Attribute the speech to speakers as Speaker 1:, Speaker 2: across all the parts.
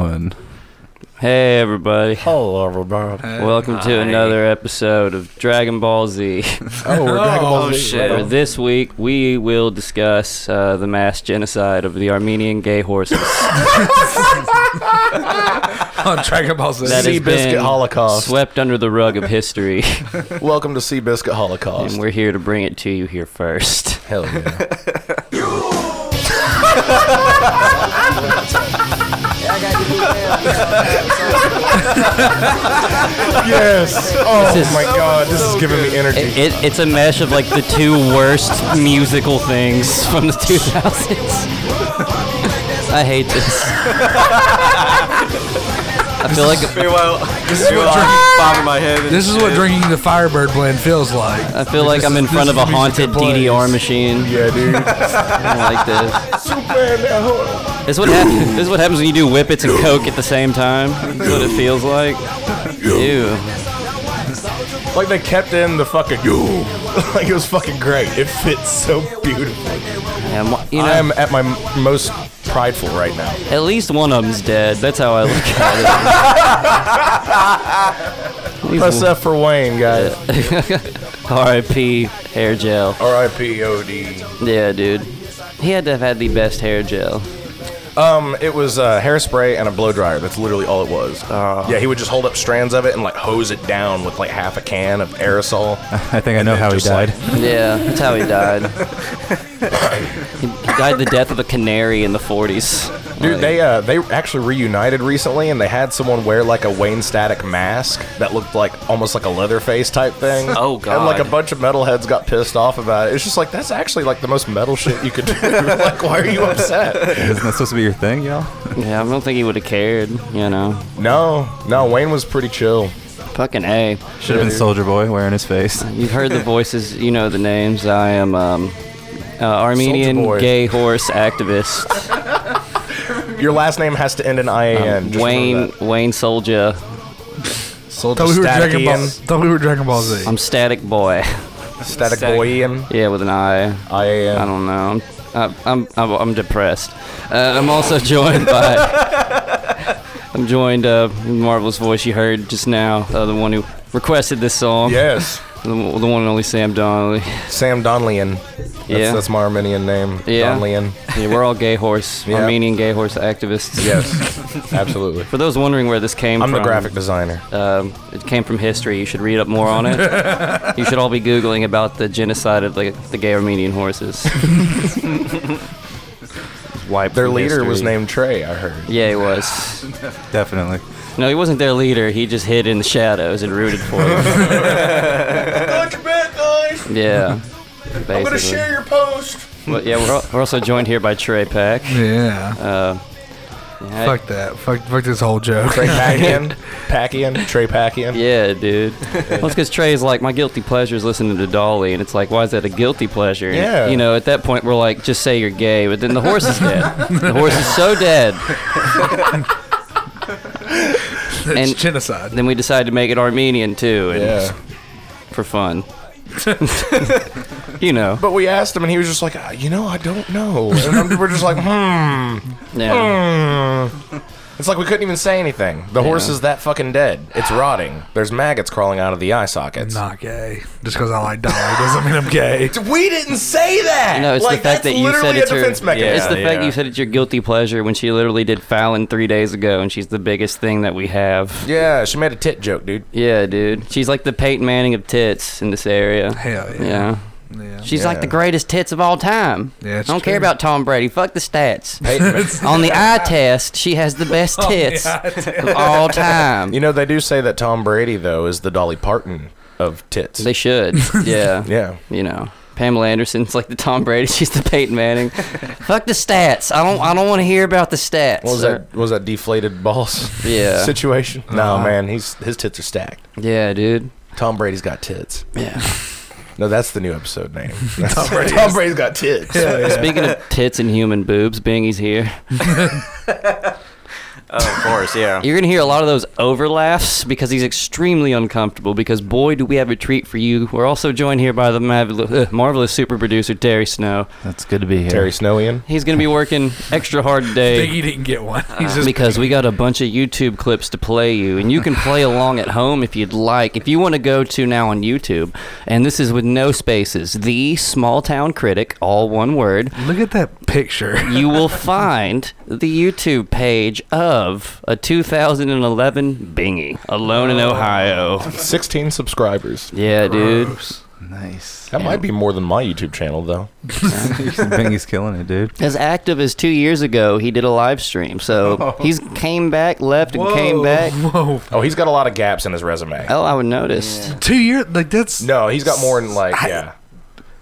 Speaker 1: Gentlemen.
Speaker 2: Hey everybody.
Speaker 3: Hello, everybody.
Speaker 2: Welcome to another episode of Dragon Ball Z.
Speaker 3: Oh, we're Dragon Ball
Speaker 2: Oh,
Speaker 3: Z.
Speaker 2: shit.
Speaker 3: Right on.
Speaker 2: This week we will discuss uh, the mass genocide of the Armenian gay horses.
Speaker 1: on Dragon Ball Z.
Speaker 2: that has
Speaker 3: Seabiscuit
Speaker 2: been
Speaker 3: Holocaust.
Speaker 2: swept under the rug of history,
Speaker 3: Welcome to Seabiscuit
Speaker 2: and
Speaker 3: Holocaust.
Speaker 2: we're here to bring it to you here first.
Speaker 3: Hell yeah. yes. Oh
Speaker 2: This is-
Speaker 3: my god, this is giving me energy.
Speaker 2: It, it, it's a mesh of like the two worst musical things from the 2000s. I hate this. I feel like
Speaker 4: Meanwhile, this is
Speaker 1: what
Speaker 4: bomb in my head. and
Speaker 1: This is what
Speaker 4: shit.
Speaker 1: drinking the Firebird blend feels like.
Speaker 2: I feel like I'm in
Speaker 1: This
Speaker 2: front
Speaker 1: is
Speaker 2: of a
Speaker 1: music
Speaker 2: haunted
Speaker 1: that plays.
Speaker 2: DDR machine.
Speaker 3: yeah, dude.
Speaker 2: I don't like this. This is what happens. This is what happens when you do whippets and coke at the same time. That's what it feels like. Ew.
Speaker 3: Like they kept in the fucking like it was fucking great. It fits so beautifully.
Speaker 2: And wha- you know,
Speaker 3: I am at my m- most prideful right now.
Speaker 2: at least one of them's dead. That's how I look at it. At least
Speaker 3: Press F for Wayne, guys.
Speaker 2: R.I.P. hair gel.
Speaker 3: R.I.P. O.D.
Speaker 2: Yeah, dude. He had to have had the best hair gel.
Speaker 3: Um, it was uh, hairspray and a blow dryer. That's literally all it was. yeah, he would just hold up strands of it and like hose it down with like half a can of aerosol.
Speaker 1: I think I know
Speaker 3: then
Speaker 1: how he
Speaker 3: just
Speaker 1: died.
Speaker 2: Yeah, that's how he died. he, he died the death of a canary in the 40s.
Speaker 3: Dude, they uh, they actually reunited recently, and they had someone wear like a Wayne Static mask that looked like almost like a Leatherface type thing.
Speaker 2: Oh, God.
Speaker 3: And like a bunch of metalheads got pissed off about it. It's just like that's actually like the most metal shit you could do. like, why are you upset?
Speaker 5: Isn't that supposed to be your thing, y'all?
Speaker 2: Yeah, I don't think he would have cared, you know.
Speaker 3: No, no, Wayne was pretty chill.
Speaker 2: Fucking A.
Speaker 5: Should have been Soldier Boy wearing his face.
Speaker 2: You've heard the voices, you know the names. I am um, uh,
Speaker 3: Soulja
Speaker 2: Armenian
Speaker 3: Boy.
Speaker 2: gay horse activist
Speaker 3: Your last name has to end in IAN. just remember
Speaker 2: Wayne
Speaker 3: that.
Speaker 2: Wayne Soldier.
Speaker 3: Soldier
Speaker 1: Thought we were Dragon Ball.
Speaker 3: Static-ian.
Speaker 1: Thought we were Dragon Ball Z.
Speaker 2: I'm static boy.
Speaker 3: Static Boyian.
Speaker 2: Yeah, with an I. I
Speaker 3: IAN.
Speaker 2: don't know. I'm I'm I'm, I'm depressed. Uh, I'm also joined by. I'm joined uh, marvelous voice you heard just now, uh, the one who requested this song,
Speaker 3: Yes.
Speaker 2: the, the one and only Sam Donnelly.
Speaker 3: Sam Donlian. That's,
Speaker 2: Yeah.
Speaker 3: that's my Armenian name.
Speaker 2: Yeah.
Speaker 3: Donlian.
Speaker 2: Yeah, we're all gay horse,
Speaker 3: Yeah.
Speaker 2: Armenian gay horse activists.
Speaker 3: Yes. Absolutely.
Speaker 2: For those wondering where this came
Speaker 3: I'm
Speaker 2: from,
Speaker 3: the graphic designer.
Speaker 2: um, it came from history. You should read up more on it. you should all be googling about the genocide of the, the gay Armenian horses. Wiped
Speaker 3: Their
Speaker 2: from
Speaker 3: leader was
Speaker 2: history.
Speaker 3: named Trey, I heard.
Speaker 2: Yeah, he was.
Speaker 5: Definitely.
Speaker 2: No, he wasn't their leader. He just hid in the shadows and rooted for them. yeah. Basically. I'm gonna share your post. But yeah, we're, al- we're also joined here by Trey Pack.
Speaker 1: yeah.
Speaker 2: Uh, yeah,
Speaker 1: fuck that. Fuck, fuck this whole joke.
Speaker 3: Trey Packian. Packian. Trey Packian.
Speaker 2: Yeah, dude. well, it's because Trey's like, my guilty pleasure is listening to Dolly, and it's like, why is that a guilty pleasure? And,
Speaker 3: Yeah.
Speaker 2: You know, at that point, we're like, just say you're gay, but then the horse is dead. the horse is so dead.
Speaker 1: It's
Speaker 2: and-
Speaker 1: genocide.
Speaker 2: Then we decided to make it Armenian too, and for fun. you know.
Speaker 3: But we asked him, and he was just like, "Uh, you know, I don't know. And I'm- we're just like, hmm,
Speaker 2: Yeah.
Speaker 3: hmm. It's like we couldn't even say anything. The horse
Speaker 2: Yeah.
Speaker 3: is that fucking dead. It's rotting. There's maggots crawling out of the eye sockets.
Speaker 1: Not gay. Just because I like Dolly doesn't mean I'm gay.
Speaker 3: We didn't say that.
Speaker 2: No, it's
Speaker 3: like,
Speaker 2: the fact
Speaker 3: that's
Speaker 2: that you said
Speaker 3: literally
Speaker 2: it's
Speaker 3: a
Speaker 2: your.
Speaker 3: defense mechanism.
Speaker 2: It's the fact
Speaker 4: yeah.
Speaker 2: you said it's your guilty pleasure when she literally did Fallon three days ago, and she's the biggest thing that we have.
Speaker 3: Yeah, she made a tit joke, dude.
Speaker 2: Yeah, dude, she's like the Peyton Manning of tits in this area.
Speaker 1: Hell yeah.
Speaker 2: Yeah,
Speaker 1: Yeah.
Speaker 2: she's like
Speaker 3: Yeah.
Speaker 2: the greatest tits of all time.
Speaker 1: Yeah, it's
Speaker 2: I don't care
Speaker 1: true.
Speaker 2: about Tom Brady. Fuck the stats.
Speaker 3: Hey,
Speaker 2: On the eye test, she has the best tits of all time.
Speaker 3: Oh, you know, they do say that Tom Brady, though, is the Dolly Parton of tits.
Speaker 2: They should. Yeah.
Speaker 3: yeah.
Speaker 2: you know. Pamela Anderson's like the Tom Brady, she's the Peyton Manning. Fuck the stats. I don't I don't want to hear about the stats.
Speaker 3: What was that? What was that deflated balls?
Speaker 2: Yeah.
Speaker 3: Situation. No, man, he's his tits are stacked.
Speaker 2: Yeah, dude.
Speaker 3: Tom Brady's got tits.
Speaker 2: Yeah.
Speaker 3: No, that's the new episode name. Tom, Brady has got tits.
Speaker 2: Speaking of tits and human boobs, Bingy's here.
Speaker 4: of course, yeah.
Speaker 2: You're gonna hear a lot of those overlaps because he's extremely uncomfortable. Because boy, do we have a treat for you. We're also joined here by the mavel- uh, marvelous super producer Terry Snow.
Speaker 5: That's good to be here.
Speaker 3: Terry Snowian.
Speaker 2: He's gonna be working extra hard
Speaker 1: Think
Speaker 2: today
Speaker 1: he didn't get one. He's just
Speaker 2: because we got a bunch of YouTube clips to play you, and you can play along at home if you'd like. If you want to go to now on YouTube, and this is with no spaces, the Small Town Critic, all one word.
Speaker 1: look at that picture.
Speaker 2: you will find the YouTube page of a 2011 Bingy alone
Speaker 1: Oh.
Speaker 2: in Ohio.
Speaker 3: 16 subscribers.
Speaker 2: Yeah, dude.
Speaker 5: Nice.
Speaker 3: That might be more than my YouTube channel, though.
Speaker 5: Bingy's killing it, dude.
Speaker 2: As active as two years ago, he did a live stream. So he's came back, left, and came back.
Speaker 1: Whoa.
Speaker 3: Oh, he's got a lot of gaps in his resume.
Speaker 2: Oh, I would notice.
Speaker 1: Two years like that's
Speaker 3: No, he's got more than like yeah,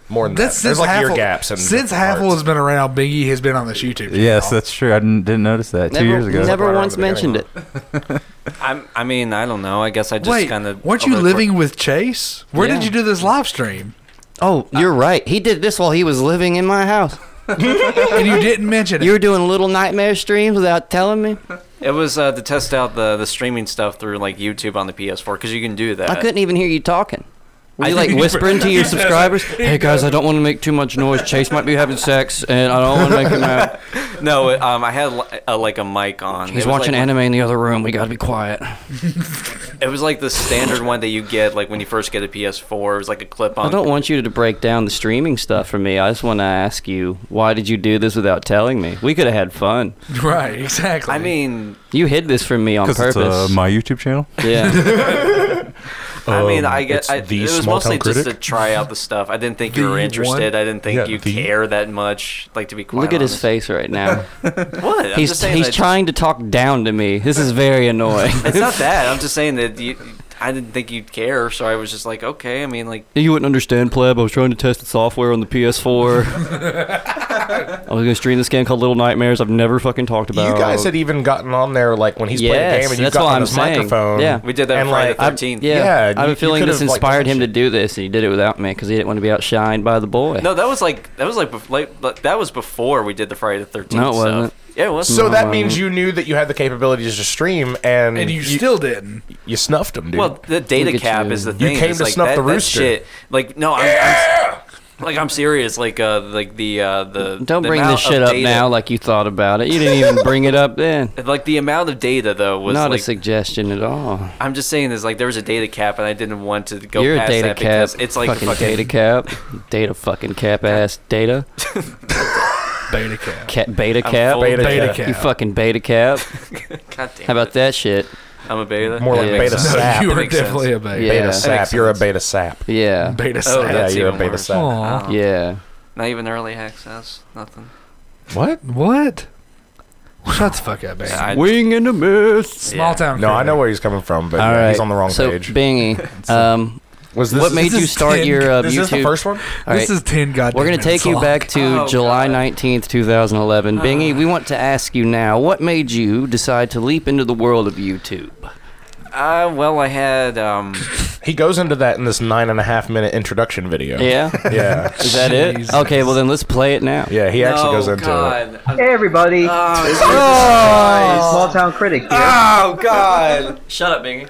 Speaker 3: more than
Speaker 1: that's
Speaker 3: that. There's
Speaker 1: since
Speaker 3: like
Speaker 1: Halfle,
Speaker 3: year gaps and
Speaker 1: since Halfle has been around, Biggie has been on this YouTube. channel.
Speaker 5: Yes, that's true. I didn't, didn't notice that
Speaker 2: Never,
Speaker 5: two years ago.
Speaker 2: never
Speaker 3: Right over
Speaker 2: once
Speaker 3: the beginning.
Speaker 2: mentioned it.
Speaker 4: I'm, I mean, I don't know. I guess I just
Speaker 1: Wait,
Speaker 4: kind of.
Speaker 1: weren't you living with Chase? Where did
Speaker 2: Yeah.
Speaker 1: you do this live stream?
Speaker 2: Oh, you're right. He did this while he was living in my house.
Speaker 1: and you didn't mention it.
Speaker 2: You were doing little nightmare streams without telling me.
Speaker 4: It was uh, to test out the, the streaming stuff through like YouTube on the PS4 because you can do that.
Speaker 2: I couldn't even hear you talking. Were you like
Speaker 1: couldn't
Speaker 2: whispering to
Speaker 1: even-
Speaker 2: your subscribers? Hey guys, I don't want to make too much noise. Chase might be having sex, and I don't want to make him mad.
Speaker 4: No, it- um, I had li- a, like a mic on.
Speaker 2: He's
Speaker 4: It was,
Speaker 2: watching
Speaker 4: like,
Speaker 2: anime in the other room. We gotta be quiet.
Speaker 4: It was like the standard one that you get like when you first get a PS4. It was like a clip on.
Speaker 2: I don't want you to break down the streaming stuff for me. I just want to ask you, why did you do this without telling me? We could have had fun.
Speaker 1: Right, exactly.
Speaker 4: I mean,
Speaker 2: You hid this from me on
Speaker 5: Because it's
Speaker 2: purpose.
Speaker 5: uh, my YouTube channel.
Speaker 2: yeah,
Speaker 4: I mean, I
Speaker 3: Um, it's
Speaker 4: guess I, it
Speaker 3: the
Speaker 4: was
Speaker 3: Small
Speaker 4: mostly
Speaker 3: Town
Speaker 4: just to
Speaker 3: Critic?
Speaker 4: try out the stuff. I didn't think you
Speaker 1: The
Speaker 4: were interested.
Speaker 1: one-
Speaker 4: I didn't think
Speaker 3: Yeah,
Speaker 4: you
Speaker 3: the-
Speaker 4: care that much. Like to be quite
Speaker 2: look at his
Speaker 4: honest.
Speaker 2: face right now.
Speaker 4: What? I'm just
Speaker 2: he's
Speaker 4: saying
Speaker 2: he's
Speaker 4: that-
Speaker 2: trying to talk down to me. This is very annoying.
Speaker 4: It's not that. I'm just saying that you. I didn't think you'd care, so I was just like, okay. I mean, like,
Speaker 2: You wouldn't understand, pleb. I was trying to test the software on the PS4. I was gonna stream this game called Little Nightmares. I've never fucking talked
Speaker 3: you
Speaker 2: about.
Speaker 3: guys had even gotten on there like when he's playing a
Speaker 2: Yes,
Speaker 3: game and you've
Speaker 2: that's
Speaker 3: got
Speaker 2: what
Speaker 3: on
Speaker 2: I'm
Speaker 3: his
Speaker 2: saying.
Speaker 3: microphone.
Speaker 2: Yeah.
Speaker 4: we did that
Speaker 3: And,
Speaker 4: Friday
Speaker 3: like,
Speaker 4: the
Speaker 3: I-
Speaker 4: 13th.
Speaker 2: Yeah,
Speaker 3: Yeah,
Speaker 2: I have
Speaker 3: you-
Speaker 2: a
Speaker 3: you
Speaker 2: feeling
Speaker 3: could've,
Speaker 2: this
Speaker 3: like,
Speaker 2: inspired
Speaker 3: done
Speaker 2: him to
Speaker 3: shit.
Speaker 2: do this, and he did it without me because he didn't want to be outshined by the boy.
Speaker 4: No, that was like that was like, bef- like like, that was before we did the Friday the Thirteenth.
Speaker 2: No, it wasn't.
Speaker 4: Stuff. Yeah, it was.
Speaker 3: So
Speaker 2: No,
Speaker 3: that
Speaker 2: I
Speaker 3: means you knew that you had the capabilities to stream, and,
Speaker 1: and you, still didn't.
Speaker 3: you snuffed him, dude.
Speaker 4: well, the data
Speaker 2: Look at
Speaker 4: cap
Speaker 2: you.
Speaker 4: is the
Speaker 3: You
Speaker 4: thing.
Speaker 3: came
Speaker 4: It's
Speaker 3: to
Speaker 4: like,
Speaker 3: snuff
Speaker 4: that,
Speaker 3: the
Speaker 4: that
Speaker 3: rooster.
Speaker 4: shit. Like, no, I'm, I'm like I'm serious. Like, uh, like the uh, the
Speaker 2: Don't
Speaker 4: the
Speaker 2: bring
Speaker 4: amount
Speaker 2: this shit
Speaker 4: of
Speaker 2: up
Speaker 4: data-
Speaker 2: now like you thought about it. You didn't even bring it up then.
Speaker 4: Like the amount of data though was
Speaker 2: Not
Speaker 4: like
Speaker 2: a suggestion at all.
Speaker 4: I'm just saying this like there was a data cap and I didn't want to go
Speaker 2: You're a
Speaker 4: past
Speaker 2: data
Speaker 4: that
Speaker 2: cap.
Speaker 4: because it's like
Speaker 2: fucking, data cap. Data fucking cap ass data.
Speaker 1: Beta cap.
Speaker 2: Cat beta
Speaker 4: I'm
Speaker 2: cap.
Speaker 4: full
Speaker 3: Beta
Speaker 1: Beta
Speaker 3: cap.
Speaker 1: cap.
Speaker 2: You fucking beta cap.
Speaker 4: God damn
Speaker 2: How about that shit?
Speaker 4: it. I'm a beta.
Speaker 3: More like
Speaker 2: Yeah,
Speaker 3: beta
Speaker 2: makes
Speaker 1: No,
Speaker 3: sap.
Speaker 1: you
Speaker 4: That
Speaker 1: were
Speaker 4: makes sense.
Speaker 1: definitely a beta.
Speaker 2: Yeah.
Speaker 3: beta
Speaker 2: that
Speaker 3: sap.
Speaker 4: makes
Speaker 3: You're a
Speaker 4: sense.
Speaker 3: beta sap.
Speaker 2: Yeah. Uh-huh.
Speaker 1: Beta
Speaker 4: Oh,
Speaker 1: sap.
Speaker 4: that's
Speaker 3: Yeah, you're a
Speaker 4: even
Speaker 3: beta
Speaker 4: worse.
Speaker 3: sap.
Speaker 1: Aw.
Speaker 2: Yeah.
Speaker 4: Not even early access. Nothing.
Speaker 3: What?
Speaker 1: What? Shut the fuck up, man.
Speaker 4: Yeah, I-
Speaker 2: Wing in the mist.
Speaker 1: Small town.
Speaker 3: No, I
Speaker 1: critic.
Speaker 3: know where he's coming from, but
Speaker 2: All
Speaker 3: yeah,
Speaker 2: right.
Speaker 3: he's on the wrong
Speaker 2: so,
Speaker 3: page.
Speaker 2: Bingy, um,
Speaker 3: Was
Speaker 2: what made
Speaker 1: this
Speaker 2: you
Speaker 1: is
Speaker 2: start
Speaker 1: ten-
Speaker 2: your uh,
Speaker 3: Is this
Speaker 2: YouTube?
Speaker 3: the first one?
Speaker 2: All right.
Speaker 1: This is ten goddamn.
Speaker 2: We're going to take
Speaker 1: minutes
Speaker 2: you
Speaker 1: long.
Speaker 2: back to
Speaker 4: Oh,
Speaker 2: July
Speaker 4: God.
Speaker 2: 19th, 2011.
Speaker 4: Ah.
Speaker 2: Bingy, we want to ask you now what made you decide to leap into the world of YouTube?
Speaker 4: Uh, well, I had um.
Speaker 3: He goes into that in this nine and a half minute introduction video.
Speaker 2: Yeah?
Speaker 3: Yeah.
Speaker 2: Is that it?
Speaker 1: Jesus.
Speaker 2: Okay, well then let's play it now.
Speaker 3: Yeah, he actually
Speaker 4: no,
Speaker 3: goes into it.
Speaker 4: Oh, God. I'm-
Speaker 6: Hey everybody,
Speaker 4: Oh, it's-
Speaker 6: small town critic here.
Speaker 4: oh, God.
Speaker 2: Shut up, Bingy.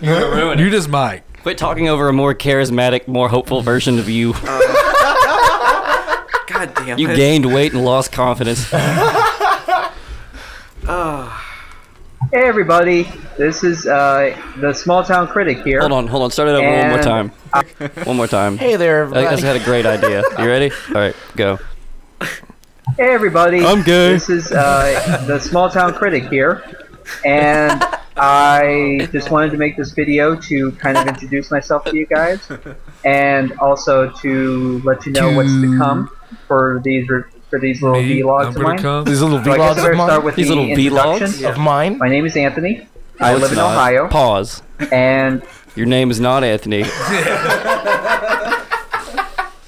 Speaker 2: You're gonna ruin
Speaker 1: You
Speaker 2: it.
Speaker 1: just might.
Speaker 2: Quit talking over a more charismatic, more hopeful version of you.
Speaker 4: God damn
Speaker 2: You
Speaker 4: it.
Speaker 2: gained weight and lost confidence.
Speaker 6: Hey everybody, this is uh, the small town critic here.
Speaker 2: Hold on, hold on. Start it over one more time. One more time. Hey there, everybody. I just had a great idea. You ready? All right, go.
Speaker 6: Hey everybody,
Speaker 2: I'm gay.
Speaker 6: This is uh, the small town critic here, and I just wanted to make this video to kind of introduce myself to you guys, and also to let you know what's to come for these re- for these little
Speaker 1: Me, I'm
Speaker 6: vlogs of
Speaker 1: gonna
Speaker 6: mine.
Speaker 1: come.
Speaker 3: These little
Speaker 6: So I guess I
Speaker 3: vlogs
Speaker 6: better
Speaker 3: of
Speaker 6: start
Speaker 3: mine.
Speaker 6: with
Speaker 2: These
Speaker 6: the
Speaker 2: little
Speaker 6: introduction.
Speaker 2: vlogs?
Speaker 3: Of mine.
Speaker 6: My name is Anthony. I
Speaker 2: No,
Speaker 6: live
Speaker 2: it's
Speaker 6: in
Speaker 2: not.
Speaker 6: Ohio,
Speaker 2: Pause.
Speaker 6: and
Speaker 2: Your name is not Anthony.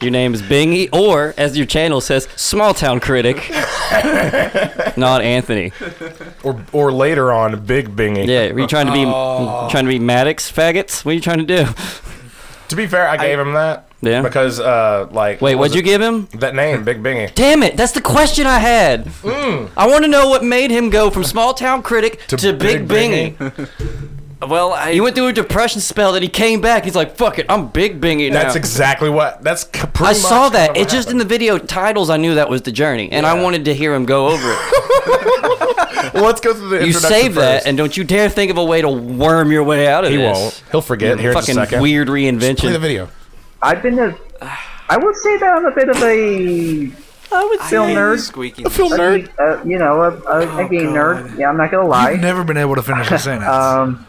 Speaker 2: your name is Bingy, or as your channel says, Small Town Critic. not Anthony.
Speaker 3: Or, or later on, Big Bingy.
Speaker 2: Yeah, were you
Speaker 3: Oh.
Speaker 2: trying to be trying to be Maddox faggots? What are you trying to do?
Speaker 3: To be fair, I gave him that.
Speaker 2: Yeah.
Speaker 3: because uh, like
Speaker 2: Wait,
Speaker 3: what was
Speaker 2: what'd you
Speaker 3: it?
Speaker 2: give him?
Speaker 3: That name, Big Bingy.
Speaker 2: Damn it! That's the question I had.
Speaker 3: Mm.
Speaker 2: I want to know what made him go from small town critic to, big, bingy.
Speaker 4: Well, I
Speaker 2: He went through a depression spell, then he came back. He's like, "Fuck it, I'm big bingy now."
Speaker 3: That's exactly what. That's c- pretty
Speaker 2: I
Speaker 3: much
Speaker 2: saw that.
Speaker 3: kinda
Speaker 2: It
Speaker 3: what
Speaker 2: just in the
Speaker 3: happened.
Speaker 2: video titles, I knew that was the journey, and I wanted to hear him go over it.
Speaker 3: Well, let's go through the.
Speaker 2: you
Speaker 3: introduction
Speaker 2: save
Speaker 3: first.
Speaker 2: that, and don't you dare think of a way to worm your way out of
Speaker 3: he
Speaker 2: this.
Speaker 3: won't. He'll forget here in a
Speaker 2: Fucking
Speaker 3: second.
Speaker 2: weird
Speaker 3: Play the
Speaker 2: reinvention.
Speaker 3: video.
Speaker 6: I've been a. I would say that I'm a bit of a,
Speaker 2: I would say
Speaker 6: Film
Speaker 4: I-
Speaker 6: nerd.
Speaker 4: Squeaky.
Speaker 1: Film nerd.
Speaker 6: uh, you know, a, a, a
Speaker 2: Oh,
Speaker 6: game nerd. Yeah, I'm not gonna
Speaker 1: I've
Speaker 6: lie.
Speaker 1: never been able to finish a sentence.
Speaker 6: Um,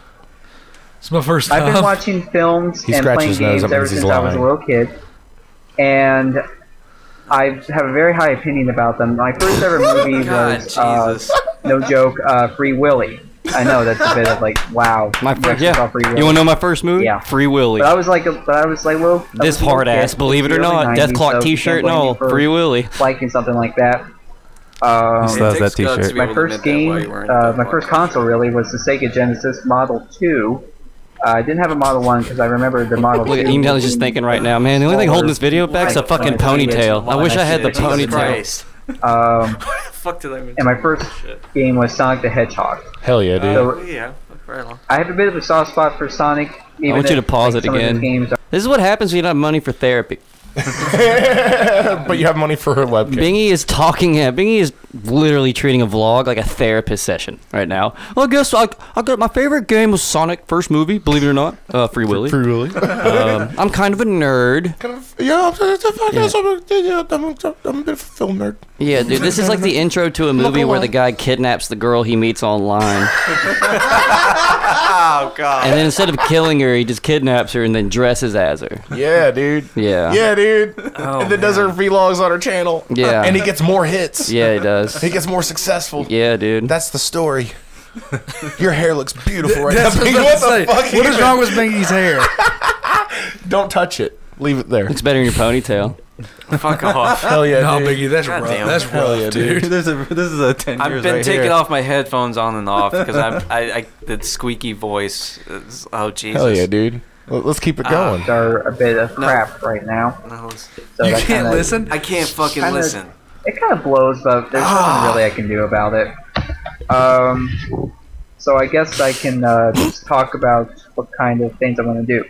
Speaker 1: it's my first time.
Speaker 6: I've
Speaker 2: Oh.
Speaker 6: been watching films
Speaker 3: He
Speaker 6: and
Speaker 3: scratched
Speaker 6: playing
Speaker 3: his nose,
Speaker 6: games
Speaker 3: that
Speaker 6: ever
Speaker 3: means he's
Speaker 6: since I was a
Speaker 3: lying.
Speaker 6: little kid, and I have a very high opinion about them. My first ever
Speaker 2: Oh,
Speaker 6: movie
Speaker 4: God,
Speaker 6: was uh,
Speaker 4: Jesus.
Speaker 6: no joke, uh, Free Willy. I know that's a bit of like wow.
Speaker 2: my
Speaker 6: you actually
Speaker 2: first, yeah.
Speaker 6: saw Free
Speaker 2: You
Speaker 6: Willy.
Speaker 2: want to know my first movie?
Speaker 6: Yeah.
Speaker 2: Free Willy.
Speaker 6: But I was like, a, but I was like, well, I
Speaker 2: This
Speaker 6: was a little
Speaker 2: hard ass,
Speaker 6: kid,
Speaker 2: believe it or
Speaker 6: early
Speaker 2: not, Death
Speaker 6: 90s, so
Speaker 2: Clock
Speaker 6: can't
Speaker 2: T-shirt,
Speaker 6: blame me
Speaker 2: no,
Speaker 6: for
Speaker 2: Free Willy.
Speaker 6: liking something like that. Um,
Speaker 5: Still has that
Speaker 4: takes guts to
Speaker 5: T-shirt.
Speaker 4: be
Speaker 6: my
Speaker 4: able to
Speaker 6: first
Speaker 4: admit that
Speaker 6: game,
Speaker 4: while you were in
Speaker 6: uh,
Speaker 4: the
Speaker 6: my first
Speaker 4: fuck.
Speaker 6: console really was the Sega Genesis Model 2. Uh, I didn't have a Model 1 because I remember the Model
Speaker 2: Look
Speaker 6: 2.
Speaker 2: at Emel's just thinking right now, man. The only thing holding this video back is a fucking ponytail. I wish I had the
Speaker 4: Jesus
Speaker 2: ponytail.
Speaker 4: Christ.
Speaker 6: Um,
Speaker 4: Fuck did I even
Speaker 6: and my first game was Sonic the Hedgehog.
Speaker 3: Hell yeah, dude.
Speaker 6: So
Speaker 4: Yeah, fuck very long.
Speaker 6: I have a bit of a soft spot for Sonic. Even
Speaker 2: want you
Speaker 6: if,
Speaker 2: to pause
Speaker 6: like,
Speaker 2: it
Speaker 6: some of his
Speaker 2: again.
Speaker 6: Games are-
Speaker 2: This is what happens when you don't have money for therapy.
Speaker 3: but you have money for her webcam.
Speaker 2: Bingy is talking. Yeah, Bingy is literally treating a vlog like a therapist session right now. Well, I guess I, I got my favorite game was Sonic first movie. Believe it or not, uh, Free Willy.
Speaker 3: Free Willy.
Speaker 2: Um, I'm kind of a nerd.
Speaker 3: Kind of- yeah, I'm- I'm- I'm- I'm- I'm- I'm a bit of a film nerd.
Speaker 2: Yeah, dude, this is like the intro to a movie where the guy kidnaps the girl he meets online,
Speaker 4: Oh god.
Speaker 2: and then instead of killing her, he just kidnaps her and then dresses as her.
Speaker 3: Yeah, dude.
Speaker 2: Yeah.
Speaker 3: Yeah, dude. and then does her vlogs on her channel.
Speaker 2: Yeah.
Speaker 3: And he gets more hits.
Speaker 2: Yeah, he does.
Speaker 3: He gets more successful.
Speaker 2: Yeah, dude.
Speaker 3: That's the story. Your hair looks beautiful right
Speaker 1: That's
Speaker 3: now.
Speaker 1: what I
Speaker 3: Pete.
Speaker 1: was
Speaker 3: What the
Speaker 1: about to
Speaker 3: fuck?
Speaker 1: say. What is wrong with Bingy's hair?
Speaker 3: Don't touch it. Leave it there.
Speaker 2: It's better in your ponytail.
Speaker 4: Fuck off.
Speaker 3: Hell yeah,
Speaker 1: No,
Speaker 3: dude.
Speaker 1: Bingy, that's
Speaker 4: God
Speaker 1: rough.
Speaker 4: damn.
Speaker 1: That's
Speaker 3: Hell
Speaker 1: rough,
Speaker 3: yeah,
Speaker 1: dude.
Speaker 5: There's a, this is a 10
Speaker 4: I've
Speaker 5: years
Speaker 4: been
Speaker 5: right
Speaker 4: taking
Speaker 5: here.
Speaker 4: off my headphones on and off because I'm I, I that squeaky voice. is- Oh Jesus.
Speaker 3: Hell yeah, dude. Well, Let's keep it
Speaker 2: Ah,
Speaker 3: going.
Speaker 6: Are a bit of crap right now.
Speaker 4: No, it's-
Speaker 6: So
Speaker 1: You
Speaker 6: that
Speaker 1: can't
Speaker 6: kinda,
Speaker 1: listen.
Speaker 4: I can't fucking
Speaker 6: Kinda-
Speaker 4: listen.
Speaker 6: It kind of blows, but there's nothing really I can do about it. Um, so I guess I can uh, just talk about what kind of things I'm going to do.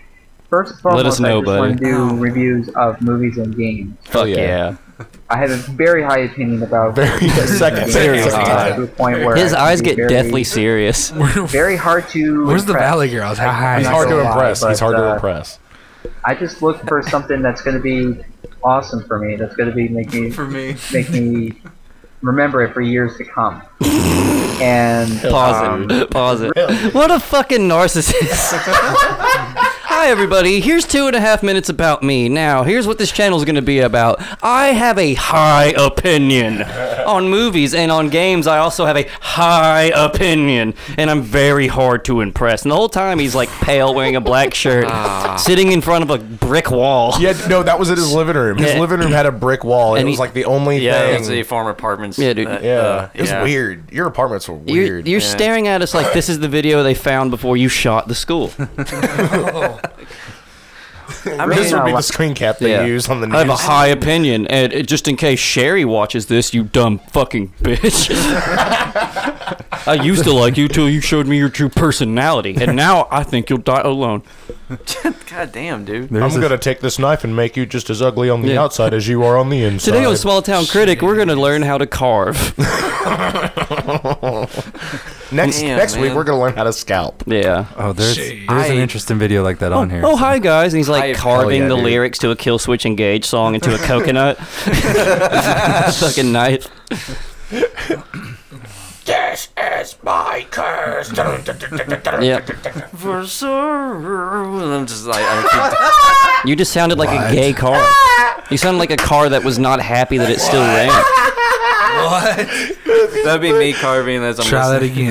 Speaker 6: First and foremost,
Speaker 2: Let us know,
Speaker 6: I just want to
Speaker 2: buddy.
Speaker 6: do reviews of movies and games.
Speaker 2: Fuck
Speaker 3: yeah.
Speaker 2: yeah.
Speaker 6: I have a very high opinion about
Speaker 3: Very second
Speaker 6: games,
Speaker 3: series.
Speaker 6: uh, to the point where
Speaker 2: His
Speaker 6: I can
Speaker 2: eyes
Speaker 6: be
Speaker 2: get
Speaker 6: very-
Speaker 2: deathly serious.
Speaker 6: Very hard to.
Speaker 1: Where's the
Speaker 6: impress.
Speaker 1: Valley Girls? How high?
Speaker 3: He's
Speaker 1: is
Speaker 6: Not
Speaker 3: hard to
Speaker 6: gonna lie,
Speaker 3: impress. He's
Speaker 6: but,
Speaker 3: hard to
Speaker 6: uh,
Speaker 3: impress.
Speaker 6: I just look for something that's going to be awesome for me. That's going to be make me
Speaker 5: for me.
Speaker 6: make me remember it for years to come. And
Speaker 2: Pause it. Pause it. What a fucking narcissist. Hi, everybody. Here's two and a half minutes about me. Now, here's what this channel's going to be about. I have a high opinion on movies and on games. I also have a high opinion, and I'm very hard to impress. And the whole time, he's like pale, wearing a black shirt, sitting in front of a brick wall.
Speaker 3: Ah. Yeah, no, that was in his living room. His
Speaker 2: Yeah.
Speaker 3: living room had a brick wall. And
Speaker 2: And
Speaker 3: it
Speaker 2: he-
Speaker 3: was like the only
Speaker 4: Yeah, it's
Speaker 3: thing.
Speaker 4: the former apartments.
Speaker 2: Yeah, dude.
Speaker 4: uh,
Speaker 3: yeah,
Speaker 4: uh,
Speaker 3: it was
Speaker 4: yeah.
Speaker 3: weird. Your apartments were
Speaker 2: You're,
Speaker 3: weird.
Speaker 2: you're
Speaker 4: Yeah.
Speaker 2: staring at us like this is the video they found before you shot the school.
Speaker 4: I mean,
Speaker 3: this would be
Speaker 6: Yeah.
Speaker 3: the screen cap they
Speaker 2: Yeah.
Speaker 3: use on the news.
Speaker 2: I have a high opinion, and it, just in case Sherry watches this, you dumb fucking bitch. I used to like you till you showed me your true personality, and now I think you'll die alone.
Speaker 4: God damn, dude.
Speaker 5: There's
Speaker 3: I'm
Speaker 5: a-
Speaker 3: gonna take this knife and make you just as ugly on the
Speaker 2: Yeah.
Speaker 3: outside as you are on the inside.
Speaker 2: Today on Small Town Critic, we're gonna learn how to carve.
Speaker 3: next
Speaker 4: Damn,
Speaker 3: next week
Speaker 4: man.
Speaker 3: we're gonna learn how to scalp.
Speaker 2: Yeah.
Speaker 5: Oh, there's
Speaker 1: Jeez.
Speaker 5: there's an
Speaker 4: I-
Speaker 5: interesting video like that on here.
Speaker 2: Oh hi guys, and he's like
Speaker 4: I-
Speaker 2: carving
Speaker 3: Hell yeah,
Speaker 2: the
Speaker 3: dude.
Speaker 2: lyrics to a Kill Switch Engage song into a coconut. fucking knife.
Speaker 3: This is my curse.
Speaker 2: Yeah.
Speaker 4: For sure. I'm just like I
Speaker 2: You just sounded like a gay car. You sounded like a car that was not happy that it still ran.
Speaker 4: keep, that'd be me carving as I'm
Speaker 1: Try that
Speaker 4: listening.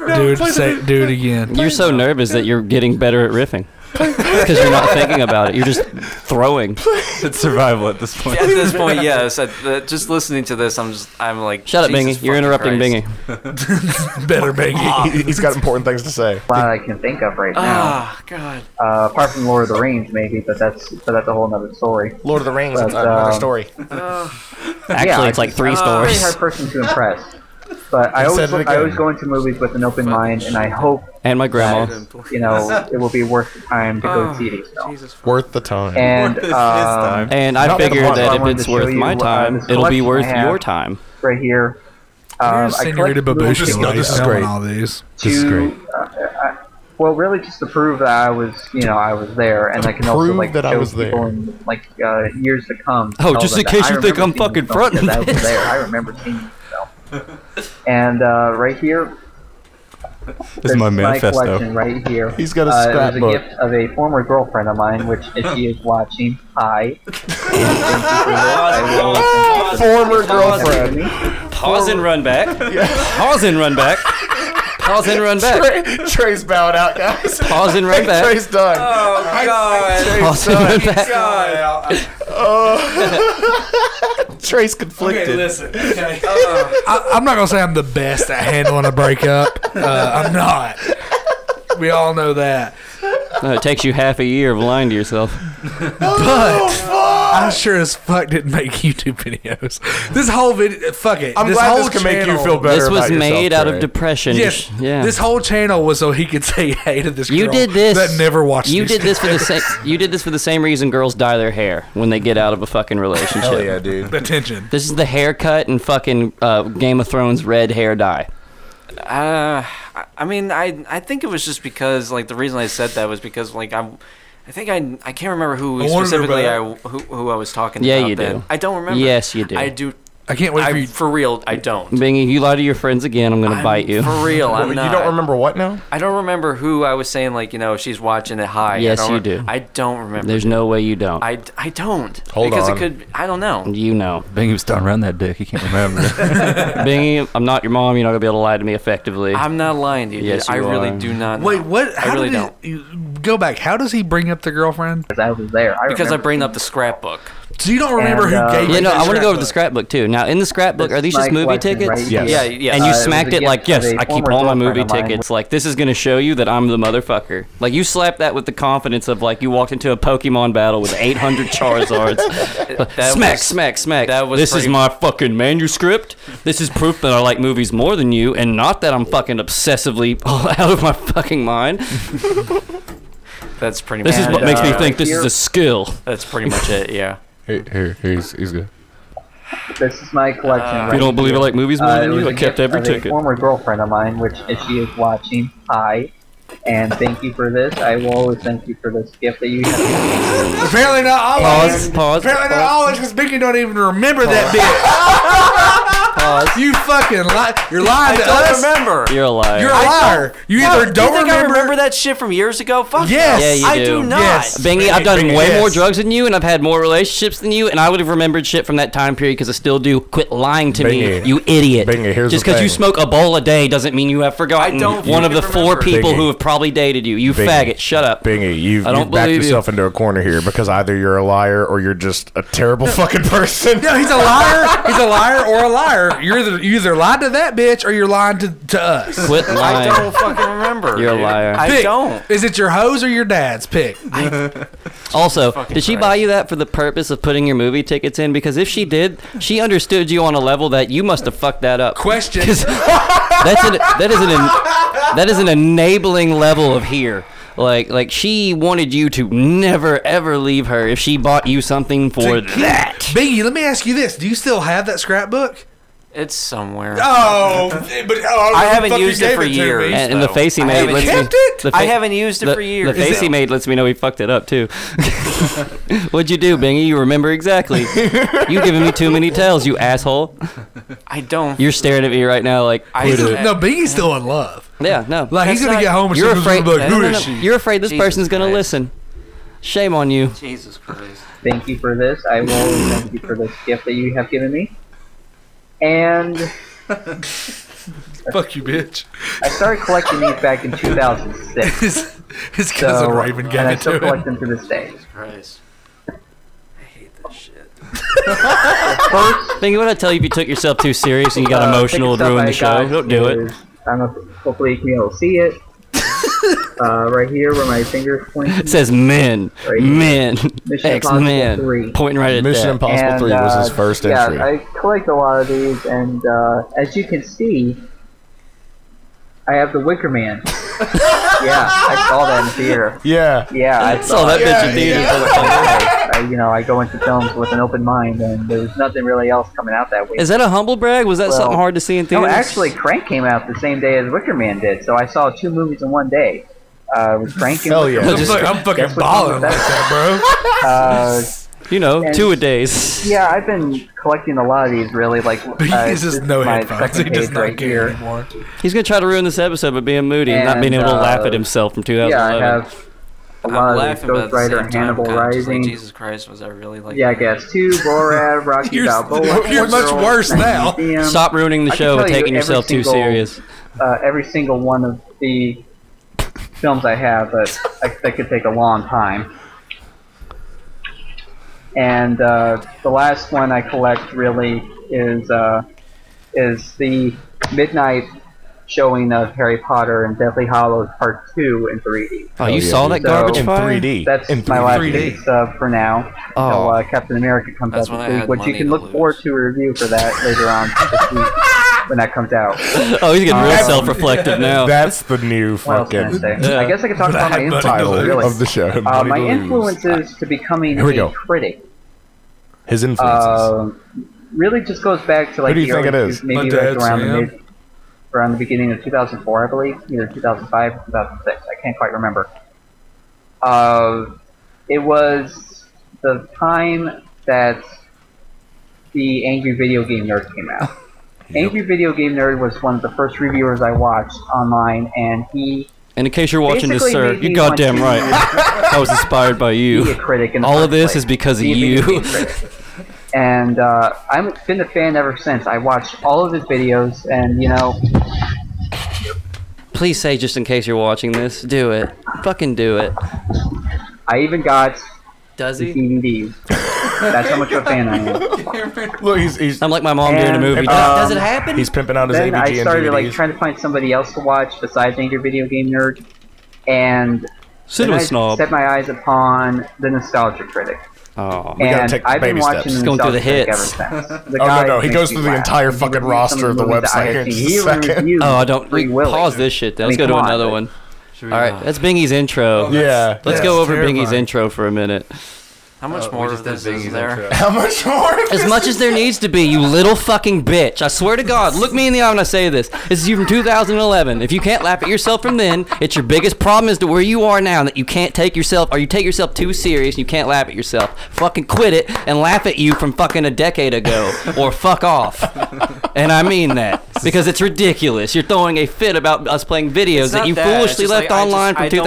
Speaker 1: again. dude, say, do it again.
Speaker 2: You're so nervous that you're getting better at riffing. because you're not thinking about it. You're just throwing.
Speaker 5: It's survival at this point.
Speaker 4: At this point, yes. At the, just listening to this, I'm just, I'm like.
Speaker 2: Shut up,
Speaker 4: Jesus
Speaker 2: Bingy. You're
Speaker 4: fucking
Speaker 2: interrupting
Speaker 4: Christ.
Speaker 2: Bingy.
Speaker 1: Better
Speaker 6: Uh,
Speaker 1: Bingy.
Speaker 3: He's got important things to say.
Speaker 6: lot I can think of right now.
Speaker 4: Ah, God.
Speaker 6: Uh, apart from Lord of the Rings, maybe, but that's but that's a whole other story.
Speaker 3: Lord of the Rings,
Speaker 6: But,
Speaker 3: it's another
Speaker 6: um,
Speaker 3: story.
Speaker 2: Actually,
Speaker 6: I
Speaker 2: it's like three
Speaker 4: uh,
Speaker 6: I'm a pretty
Speaker 2: stores.
Speaker 6: hard person to impress. But I always
Speaker 3: said it
Speaker 6: I always
Speaker 3: again.
Speaker 6: go into movies with an open mind, and I hope
Speaker 2: And my grandma.
Speaker 6: that, you know it will be worth the time to go see these films.
Speaker 4: Jesus.
Speaker 3: Worth the time.
Speaker 6: And
Speaker 5: This- this
Speaker 6: um,
Speaker 5: time.
Speaker 2: And I
Speaker 3: Not that
Speaker 2: figured
Speaker 3: much. I
Speaker 2: that if
Speaker 6: wanted
Speaker 2: it's
Speaker 6: to show
Speaker 2: worth
Speaker 6: you,
Speaker 2: my
Speaker 6: uh,
Speaker 2: time,
Speaker 6: this
Speaker 2: it'll be
Speaker 6: collection I
Speaker 2: worth your
Speaker 6: have.
Speaker 2: time.
Speaker 6: right here, um, I
Speaker 1: Senorita
Speaker 6: collect movies
Speaker 1: Babushka.
Speaker 3: No, this is
Speaker 1: selling
Speaker 3: great.
Speaker 1: All these.
Speaker 5: This is
Speaker 6: to-
Speaker 5: great.
Speaker 6: uh, I- well, really, just to prove that I was, you know, I was there, and I can also
Speaker 3: prove
Speaker 6: like
Speaker 3: that
Speaker 6: show
Speaker 3: I was there.
Speaker 6: people in like uh, years to come. to
Speaker 2: Oh,
Speaker 6: tell
Speaker 2: just
Speaker 6: them
Speaker 2: in
Speaker 6: that
Speaker 2: case
Speaker 6: I
Speaker 2: you
Speaker 6: remember
Speaker 2: think I'm
Speaker 6: seeing
Speaker 2: fucking
Speaker 6: these films because
Speaker 2: fronting
Speaker 6: I was
Speaker 2: this.
Speaker 6: there. I remember seeing these films. And uh, right here,
Speaker 5: This is my manifesto.
Speaker 6: collection right here.
Speaker 3: He's got a
Speaker 6: uh, It was a
Speaker 3: scrapbook.
Speaker 6: gift of a former girlfriend of mine, which if she is watching, hi.
Speaker 3: Former girlfriend.
Speaker 2: Pause and run back. Pause and run back. Pause and run back.
Speaker 3: Trey- Trey's bowing out, guys.
Speaker 2: Pause and run back.
Speaker 3: Trey's done.
Speaker 4: Oh, God.
Speaker 2: Pause and run back.
Speaker 3: Trey's conflicted.
Speaker 1: I, I'm not gonna say I'm the best at handling a breakup. Uh, I'm not. We all know that.
Speaker 2: No, it takes you half a year of lying to yourself.
Speaker 3: Oh,
Speaker 1: I sure as fuck didn't make YouTube videos. This whole video, fuck it.
Speaker 3: I'm
Speaker 1: this
Speaker 3: glad
Speaker 1: whole
Speaker 3: this can make you
Speaker 1: channel-
Speaker 3: feel better.
Speaker 2: This was
Speaker 3: about yourself,
Speaker 2: made out
Speaker 3: Trey.
Speaker 2: of depression.
Speaker 1: Yes,
Speaker 2: Yeah.
Speaker 1: This whole channel was so he could say hey to this.
Speaker 2: you
Speaker 1: girl
Speaker 2: did this.
Speaker 1: That never watched.
Speaker 2: You
Speaker 1: these
Speaker 2: did this for the same. You did this for the same reason girls dye their hair when they get out of a fucking relationship.
Speaker 3: Hell yeah, dude.
Speaker 1: attention.
Speaker 2: This is the haircut and fucking uh, Game of Thrones red hair dye.
Speaker 4: Uh, I- I mean, I I think it was just because like the reason I said that was because like I'm. I think I, I can't remember who
Speaker 1: I wonder
Speaker 4: specifically I
Speaker 1: about
Speaker 4: who, who I was talking
Speaker 2: Yeah,
Speaker 4: about.
Speaker 2: you
Speaker 4: then.
Speaker 2: do.
Speaker 4: I don't remember.
Speaker 2: Yes, you do.
Speaker 4: I do.
Speaker 1: I can't wait for
Speaker 4: I,
Speaker 1: you.
Speaker 4: for real, I don't.
Speaker 2: Bingy, you lie to your friends again, I'm gonna
Speaker 4: I'm-
Speaker 2: bite you.
Speaker 4: For real, I'm
Speaker 3: Wait,
Speaker 4: not.
Speaker 3: you don't remember what now?
Speaker 4: I don't remember who I was saying like you know she's watching it high. I
Speaker 2: Yes,
Speaker 4: don't
Speaker 2: you
Speaker 4: re-
Speaker 2: do.
Speaker 4: I don't remember.
Speaker 2: There's no way you don't.
Speaker 4: I, I don't.
Speaker 3: Hold
Speaker 4: because
Speaker 3: on.
Speaker 4: it could. I don't know.
Speaker 2: you know,
Speaker 5: Bingy was starting around that dick. He can't remember.
Speaker 2: Bingy, I'm not your mom. You're not gonna be able to lie to me effectively.
Speaker 4: I'm not lying to you. dude.
Speaker 2: Yes, you
Speaker 4: I really
Speaker 2: are.
Speaker 4: do not. Know.
Speaker 1: wait, what?
Speaker 4: I
Speaker 1: How
Speaker 4: really
Speaker 1: did
Speaker 4: don't.
Speaker 1: he, Go back. How does he bring up the girlfriend?
Speaker 6: Because I was there. I
Speaker 4: Because I
Speaker 6: remember
Speaker 4: bring up the scrapbook.
Speaker 1: So you don't remember
Speaker 6: And,
Speaker 1: who
Speaker 6: uh,
Speaker 1: gave?
Speaker 2: yeah,
Speaker 1: you
Speaker 2: no,
Speaker 1: that
Speaker 2: I want to go over the
Speaker 1: scrapbook?
Speaker 2: scrapbook too. Now, in the scrapbook, are these
Speaker 6: This
Speaker 2: just
Speaker 6: is my
Speaker 2: movie
Speaker 6: collection
Speaker 2: tickets?
Speaker 6: right here.
Speaker 4: Yeah, yeah.
Speaker 2: And
Speaker 4: Uh, it
Speaker 2: you
Speaker 4: was
Speaker 2: smacked
Speaker 6: a
Speaker 2: it
Speaker 6: gift
Speaker 2: like,
Speaker 6: of
Speaker 2: yes,
Speaker 6: a
Speaker 2: I keep
Speaker 6: former
Speaker 2: all my
Speaker 6: girlfriend
Speaker 2: movie
Speaker 6: of mine.
Speaker 2: tickets. Like, this is gonna show you that I'm the motherfucker. Like, you slapped that with the confidence of like you walked into a Pokemon battle with 800 Charizards.
Speaker 4: That
Speaker 2: smack,
Speaker 4: was-
Speaker 2: smack, smack.
Speaker 4: that was
Speaker 2: this is
Speaker 4: pretty-
Speaker 2: my fucking manuscript. This is proof that I like movies more than you, and not that I'm fucking obsessively out of my fucking mind.
Speaker 4: That's pretty.
Speaker 2: This
Speaker 4: much
Speaker 2: is
Speaker 6: And,
Speaker 2: what makes me
Speaker 6: uh,
Speaker 2: think this is
Speaker 6: here-
Speaker 2: a skill.
Speaker 4: That's pretty much it. Yeah.
Speaker 5: here, here, here's, he's good.
Speaker 6: This is my collection.
Speaker 2: If you
Speaker 6: right
Speaker 2: don't believe I
Speaker 6: here.
Speaker 2: like movies more
Speaker 6: Uh,
Speaker 2: than
Speaker 6: it was
Speaker 2: you,
Speaker 6: a
Speaker 2: I kept
Speaker 6: gift
Speaker 2: every
Speaker 6: of A
Speaker 2: ticket.
Speaker 6: former girlfriend of mine, which if she is watching, hi, and thank you for this. I will always thank you for this gift that you have.
Speaker 1: Apparently not always.
Speaker 2: Pause, pause,
Speaker 1: Apparently not
Speaker 2: pause.
Speaker 1: always because Binky don't even remember that bit. pause. You fucking lie. You're lying to
Speaker 4: I
Speaker 1: us.
Speaker 4: don't remember.
Speaker 2: You're a liar.
Speaker 1: You're a liar. You either
Speaker 4: No,
Speaker 1: don't
Speaker 4: you think
Speaker 1: remember.
Speaker 4: I remember that shit from years ago? Fuck
Speaker 1: Yes.
Speaker 2: Yeah, you
Speaker 4: I
Speaker 2: do.
Speaker 4: do, not.
Speaker 1: Yes.
Speaker 2: Bingy, I've done
Speaker 1: Bingy,
Speaker 2: way
Speaker 1: yes.
Speaker 2: more drugs than you, and I've had more relationships than you, and I would have remembered shit from that time period because I still do. Quit lying to
Speaker 3: Bingy.
Speaker 2: me, you idiot.
Speaker 3: Bingy, here's
Speaker 2: Just
Speaker 3: the
Speaker 2: because you
Speaker 3: thing.
Speaker 2: smoke a bowl a day doesn't mean you have forgotten
Speaker 4: I don't
Speaker 2: one of the
Speaker 4: fucking
Speaker 2: four
Speaker 4: remember.
Speaker 2: people
Speaker 3: Bingy.
Speaker 2: who have probably dated you. You
Speaker 3: Bingy.
Speaker 2: faggot. Shut up.
Speaker 3: Bingy, you've,
Speaker 2: I don't
Speaker 3: you've backed
Speaker 2: believe you.
Speaker 3: yourself into a corner here because either you're a liar or you're just a terrible fucking person.
Speaker 1: No, he's a liar. He's a liar or a liar. You're either, you either lied to that bitch or you're lying to, to us.
Speaker 2: Quit
Speaker 4: I
Speaker 2: lying.
Speaker 4: don't fucking remember.
Speaker 2: You're a
Speaker 4: dude.
Speaker 2: liar.
Speaker 4: I
Speaker 1: Pick.
Speaker 4: don't.
Speaker 1: Is it your hose or your dad's pick?
Speaker 2: Also, did she buy you that for the purpose of putting your movie tickets in? Because if she did, she understood you on a level that you must have fucked that up.
Speaker 1: Question.
Speaker 2: 'Cause that's an, that is an en- that is an enabling level of here. Like like she wanted you to never ever leave her if she bought you something for that.
Speaker 1: Bingy, let me ask you this: Do you still have that scrapbook?
Speaker 4: It's somewhere.
Speaker 1: Oh, but oh,
Speaker 4: I haven't used it for years.
Speaker 2: And, and the
Speaker 4: though.
Speaker 2: face he
Speaker 4: I
Speaker 2: made
Speaker 4: haven't
Speaker 2: lets me.
Speaker 1: kept it?
Speaker 2: the
Speaker 4: I haven't used it
Speaker 2: the,
Speaker 4: for years.
Speaker 2: The face he
Speaker 4: though.
Speaker 2: made lets me know he fucked it up too. What'd you do, Bingy? You remember exactly. you giving me too many tells, you asshole.
Speaker 4: I don't.
Speaker 2: You're staring at me right now like
Speaker 4: I
Speaker 2: "Quit
Speaker 4: just-
Speaker 2: it."
Speaker 1: No, Bingy's still in love.
Speaker 2: Yeah, no.
Speaker 1: Like he's
Speaker 4: That's
Speaker 1: gonna
Speaker 4: not-
Speaker 1: get home and
Speaker 2: you're
Speaker 1: she's gonna
Speaker 2: afraid.
Speaker 1: be like,
Speaker 2: no,
Speaker 1: "Who
Speaker 2: no,
Speaker 1: is
Speaker 2: no.
Speaker 1: she?"
Speaker 2: You're afraid this
Speaker 4: Jesus
Speaker 2: person's gonna
Speaker 4: Christ.
Speaker 2: listen. Shame on you.
Speaker 4: Jesus Christ.
Speaker 6: Thank you for this. I will always thank you for this gift that you have given me. And
Speaker 1: Fuck you, bitch.
Speaker 6: I started collecting these back in 2006.
Speaker 1: His cousin
Speaker 6: So,
Speaker 1: Raven gave
Speaker 6: and I
Speaker 1: it
Speaker 6: still
Speaker 1: to
Speaker 6: collect
Speaker 1: him.
Speaker 6: them to this day.
Speaker 4: Christ. I hate this shit.
Speaker 2: Think what I tell you if you took yourself too serious and you got
Speaker 6: Uh,
Speaker 2: emotional and
Speaker 6: biggest
Speaker 2: ruined the
Speaker 6: stuff I
Speaker 2: show. Don't
Speaker 6: got
Speaker 2: do it.
Speaker 6: is- I don't know. if- Hopefully, Camille will see it. uh, right here, where my fingers point.
Speaker 2: It says men,
Speaker 6: Right.
Speaker 2: men,
Speaker 6: Mission
Speaker 2: X
Speaker 6: Impossible
Speaker 2: men,
Speaker 6: three.
Speaker 2: pointing right at
Speaker 3: Mission
Speaker 2: that.
Speaker 3: Impossible
Speaker 6: And,
Speaker 3: 3 was his
Speaker 6: uh,
Speaker 3: first
Speaker 6: yeah,
Speaker 3: entry.
Speaker 6: I collect a lot of these, and uh, as you can see, I have the Wicker Man. yeah, I saw that in theater.
Speaker 3: yeah.
Speaker 6: Yeah, I
Speaker 2: I saw that bitch in theaters.
Speaker 6: I, you know, I go into films with an open mind, and there was nothing really else coming out that week.
Speaker 2: Is that a humble brag? Was that
Speaker 6: Well,
Speaker 2: something hard to see in
Speaker 6: No,
Speaker 2: theaters?
Speaker 6: actually, Crank came out the same day as Wicker Man did, so I saw two movies in one day. Uh, with Crank and
Speaker 3: Hell
Speaker 6: Wicker
Speaker 3: yeah.
Speaker 1: I'm,
Speaker 6: Man.
Speaker 2: Just-
Speaker 1: fuck- I'm fucking
Speaker 6: That's what I'm
Speaker 1: balling like
Speaker 6: about.
Speaker 1: that,
Speaker 6: Uh,
Speaker 2: you know,
Speaker 6: and-
Speaker 2: two a days.
Speaker 6: yeah, I've been collecting a lot of these, really. Like,
Speaker 1: bro. He
Speaker 6: uh,
Speaker 1: uses
Speaker 6: this is
Speaker 1: no
Speaker 6: my
Speaker 1: headphones. He
Speaker 6: second
Speaker 1: does
Speaker 6: page
Speaker 1: not
Speaker 6: right
Speaker 1: care
Speaker 6: here.
Speaker 1: anymore.
Speaker 2: He's gonna try to ruin this episode by being moody and, not being
Speaker 6: And,
Speaker 2: able to laugh
Speaker 6: uh,
Speaker 2: at himself from
Speaker 6: Yeah, I
Speaker 2: 2011.
Speaker 6: have a
Speaker 4: I'm
Speaker 6: lot of these
Speaker 4: laughing but at
Speaker 6: Ghost
Speaker 4: the
Speaker 6: Rider,
Speaker 4: same time,
Speaker 6: Hannibal
Speaker 4: kinda just like,
Speaker 6: Rising.
Speaker 4: Jesus Christ, was I really like?
Speaker 6: Yeah, I
Speaker 4: that?
Speaker 6: guess two Borat, Rocky
Speaker 1: You're-
Speaker 6: Balboa.
Speaker 1: you're
Speaker 6: Wonder
Speaker 1: much
Speaker 6: Woman,
Speaker 1: worse
Speaker 6: Night
Speaker 1: now.
Speaker 6: Museum.
Speaker 2: Stop ruining the
Speaker 6: I can
Speaker 2: show
Speaker 6: tell
Speaker 2: and
Speaker 6: you
Speaker 2: taking
Speaker 6: every
Speaker 2: yourself too
Speaker 6: single-
Speaker 2: serious.
Speaker 6: Uh, every single one of the films I have, but I, that could take a long time. And uh, the last one I collect really is uh, is the midnight showing of Harry Potter and Deathly Hollows Part Two in 3D.
Speaker 2: Oh, you
Speaker 3: yeah,
Speaker 2: saw
Speaker 3: dude.
Speaker 2: that garbage
Speaker 6: So-
Speaker 3: In
Speaker 2: fire?
Speaker 3: 3D.
Speaker 6: That's
Speaker 3: in 3D.
Speaker 6: my last
Speaker 1: 3D.
Speaker 6: big sub for now.
Speaker 2: Oh.
Speaker 6: Oh, uh, Captain America comes
Speaker 4: That's
Speaker 6: out
Speaker 4: when
Speaker 6: this
Speaker 4: I
Speaker 6: week,
Speaker 4: had
Speaker 6: which you
Speaker 4: money
Speaker 6: can
Speaker 4: to
Speaker 6: look
Speaker 4: lose.
Speaker 6: forward to a review for that later on this week when that comes out.
Speaker 2: Oh, he's getting real
Speaker 6: Um,
Speaker 2: self-reflective now.
Speaker 3: That's the new
Speaker 6: What else can I
Speaker 3: fucking
Speaker 6: say?
Speaker 2: Yeah.
Speaker 6: I guess I could talk about my
Speaker 1: That money to
Speaker 3: title
Speaker 6: influences,
Speaker 1: lose.
Speaker 6: really.
Speaker 3: of the show.
Speaker 6: uh,
Speaker 3: Money
Speaker 6: my
Speaker 3: to Lose.
Speaker 6: influences to becoming
Speaker 3: Here we
Speaker 6: a
Speaker 3: go.
Speaker 6: critic
Speaker 3: His influences.
Speaker 6: uh, really just goes back to like
Speaker 3: Who do you
Speaker 6: the
Speaker 3: think it
Speaker 6: early-
Speaker 3: is?
Speaker 1: My
Speaker 6: maybe
Speaker 1: dad,
Speaker 6: like around the
Speaker 1: Sam.
Speaker 6: mid, around the beginning of 2004, I believe, either 2005 or 2006. I can't quite remember. Uh, it was the time that the Angry Video Game Nerd came out. Angry Video Game Nerd was one of the first reviewers I watched online, and he
Speaker 2: And in case you're watching this,
Speaker 6: basically
Speaker 2: sir,
Speaker 6: made
Speaker 2: you're
Speaker 6: me
Speaker 2: goddamn
Speaker 6: want to-
Speaker 2: right. I was inspired by
Speaker 6: be a
Speaker 2: you.
Speaker 6: critic. In the
Speaker 2: All
Speaker 6: first
Speaker 2: of this
Speaker 6: place.
Speaker 2: is because of
Speaker 6: Be a video
Speaker 2: you.
Speaker 6: game critic. and uh, I've been a fan ever since. I watched all of his videos, and you know,
Speaker 2: Please say, just in case you're watching this, do it. Fucking do it.
Speaker 6: I even got
Speaker 2: Does
Speaker 6: the
Speaker 2: he?
Speaker 6: DVD. That's how much of a fan I am.
Speaker 3: Look, he's, he's,
Speaker 2: I'm like my mom doing a
Speaker 6: And,
Speaker 2: movie.
Speaker 6: um,
Speaker 2: does, does it happen?
Speaker 3: he's pimping out his
Speaker 6: Then
Speaker 3: AVG
Speaker 6: I started
Speaker 3: and
Speaker 6: like
Speaker 3: DVDs.
Speaker 6: trying to find somebody else to watch besides Angry Video Game Nerd, and then
Speaker 2: Cinema
Speaker 6: I
Speaker 2: snob.
Speaker 6: set my eyes upon the Nostalgia Critic.
Speaker 2: Oh.
Speaker 3: gotta
Speaker 6: and
Speaker 3: take the
Speaker 6: I've been
Speaker 3: baby
Speaker 6: watching
Speaker 3: steps.
Speaker 6: the
Speaker 2: Going through the
Speaker 6: Nostalgia Critic
Speaker 2: hits.
Speaker 6: ever since. The
Speaker 3: Oh, no,
Speaker 6: guy
Speaker 3: no, he
Speaker 6: makes
Speaker 3: goes
Speaker 6: me
Speaker 3: through the
Speaker 6: laugh.
Speaker 3: entire
Speaker 6: He
Speaker 3: fucking
Speaker 6: reviews some
Speaker 3: roster of the
Speaker 6: movies that I
Speaker 3: website
Speaker 6: have
Speaker 3: in
Speaker 6: seen.
Speaker 3: just a
Speaker 6: He
Speaker 3: second.
Speaker 6: reviewed
Speaker 2: Oh, I don't.
Speaker 6: Free
Speaker 2: We
Speaker 6: Willy.
Speaker 2: pause this shit. Then.
Speaker 6: I
Speaker 2: Let's
Speaker 6: mean,
Speaker 2: go to
Speaker 6: come on,
Speaker 2: another
Speaker 6: like-
Speaker 2: one. All right, that's Bingy's intro.
Speaker 3: yeah.
Speaker 2: Let's
Speaker 1: Yeah,
Speaker 2: go
Speaker 1: it's
Speaker 2: over Bingy's
Speaker 1: terrifying.
Speaker 2: intro for a minute.
Speaker 4: How much
Speaker 3: Oh,
Speaker 4: more of this is there?
Speaker 3: How much more?
Speaker 2: As much as there needs to be, you little fucking bitch. I swear to God, look me in the eye when I say this. This is you from 2011. If you can't laugh at yourself from then, it's your biggest problem is to where you are now and that you can't take yourself or you take yourself too serious and you can't laugh at yourself. Fucking quit it and laugh at you from fucking a decade ago or fuck off. And I mean that because it's ridiculous. You're throwing a fit about us playing videos
Speaker 4: It's
Speaker 2: that
Speaker 4: not
Speaker 2: you
Speaker 4: it's
Speaker 2: foolishly
Speaker 4: just,
Speaker 2: left
Speaker 4: like, I just-
Speaker 2: online
Speaker 4: I
Speaker 2: from
Speaker 4: don't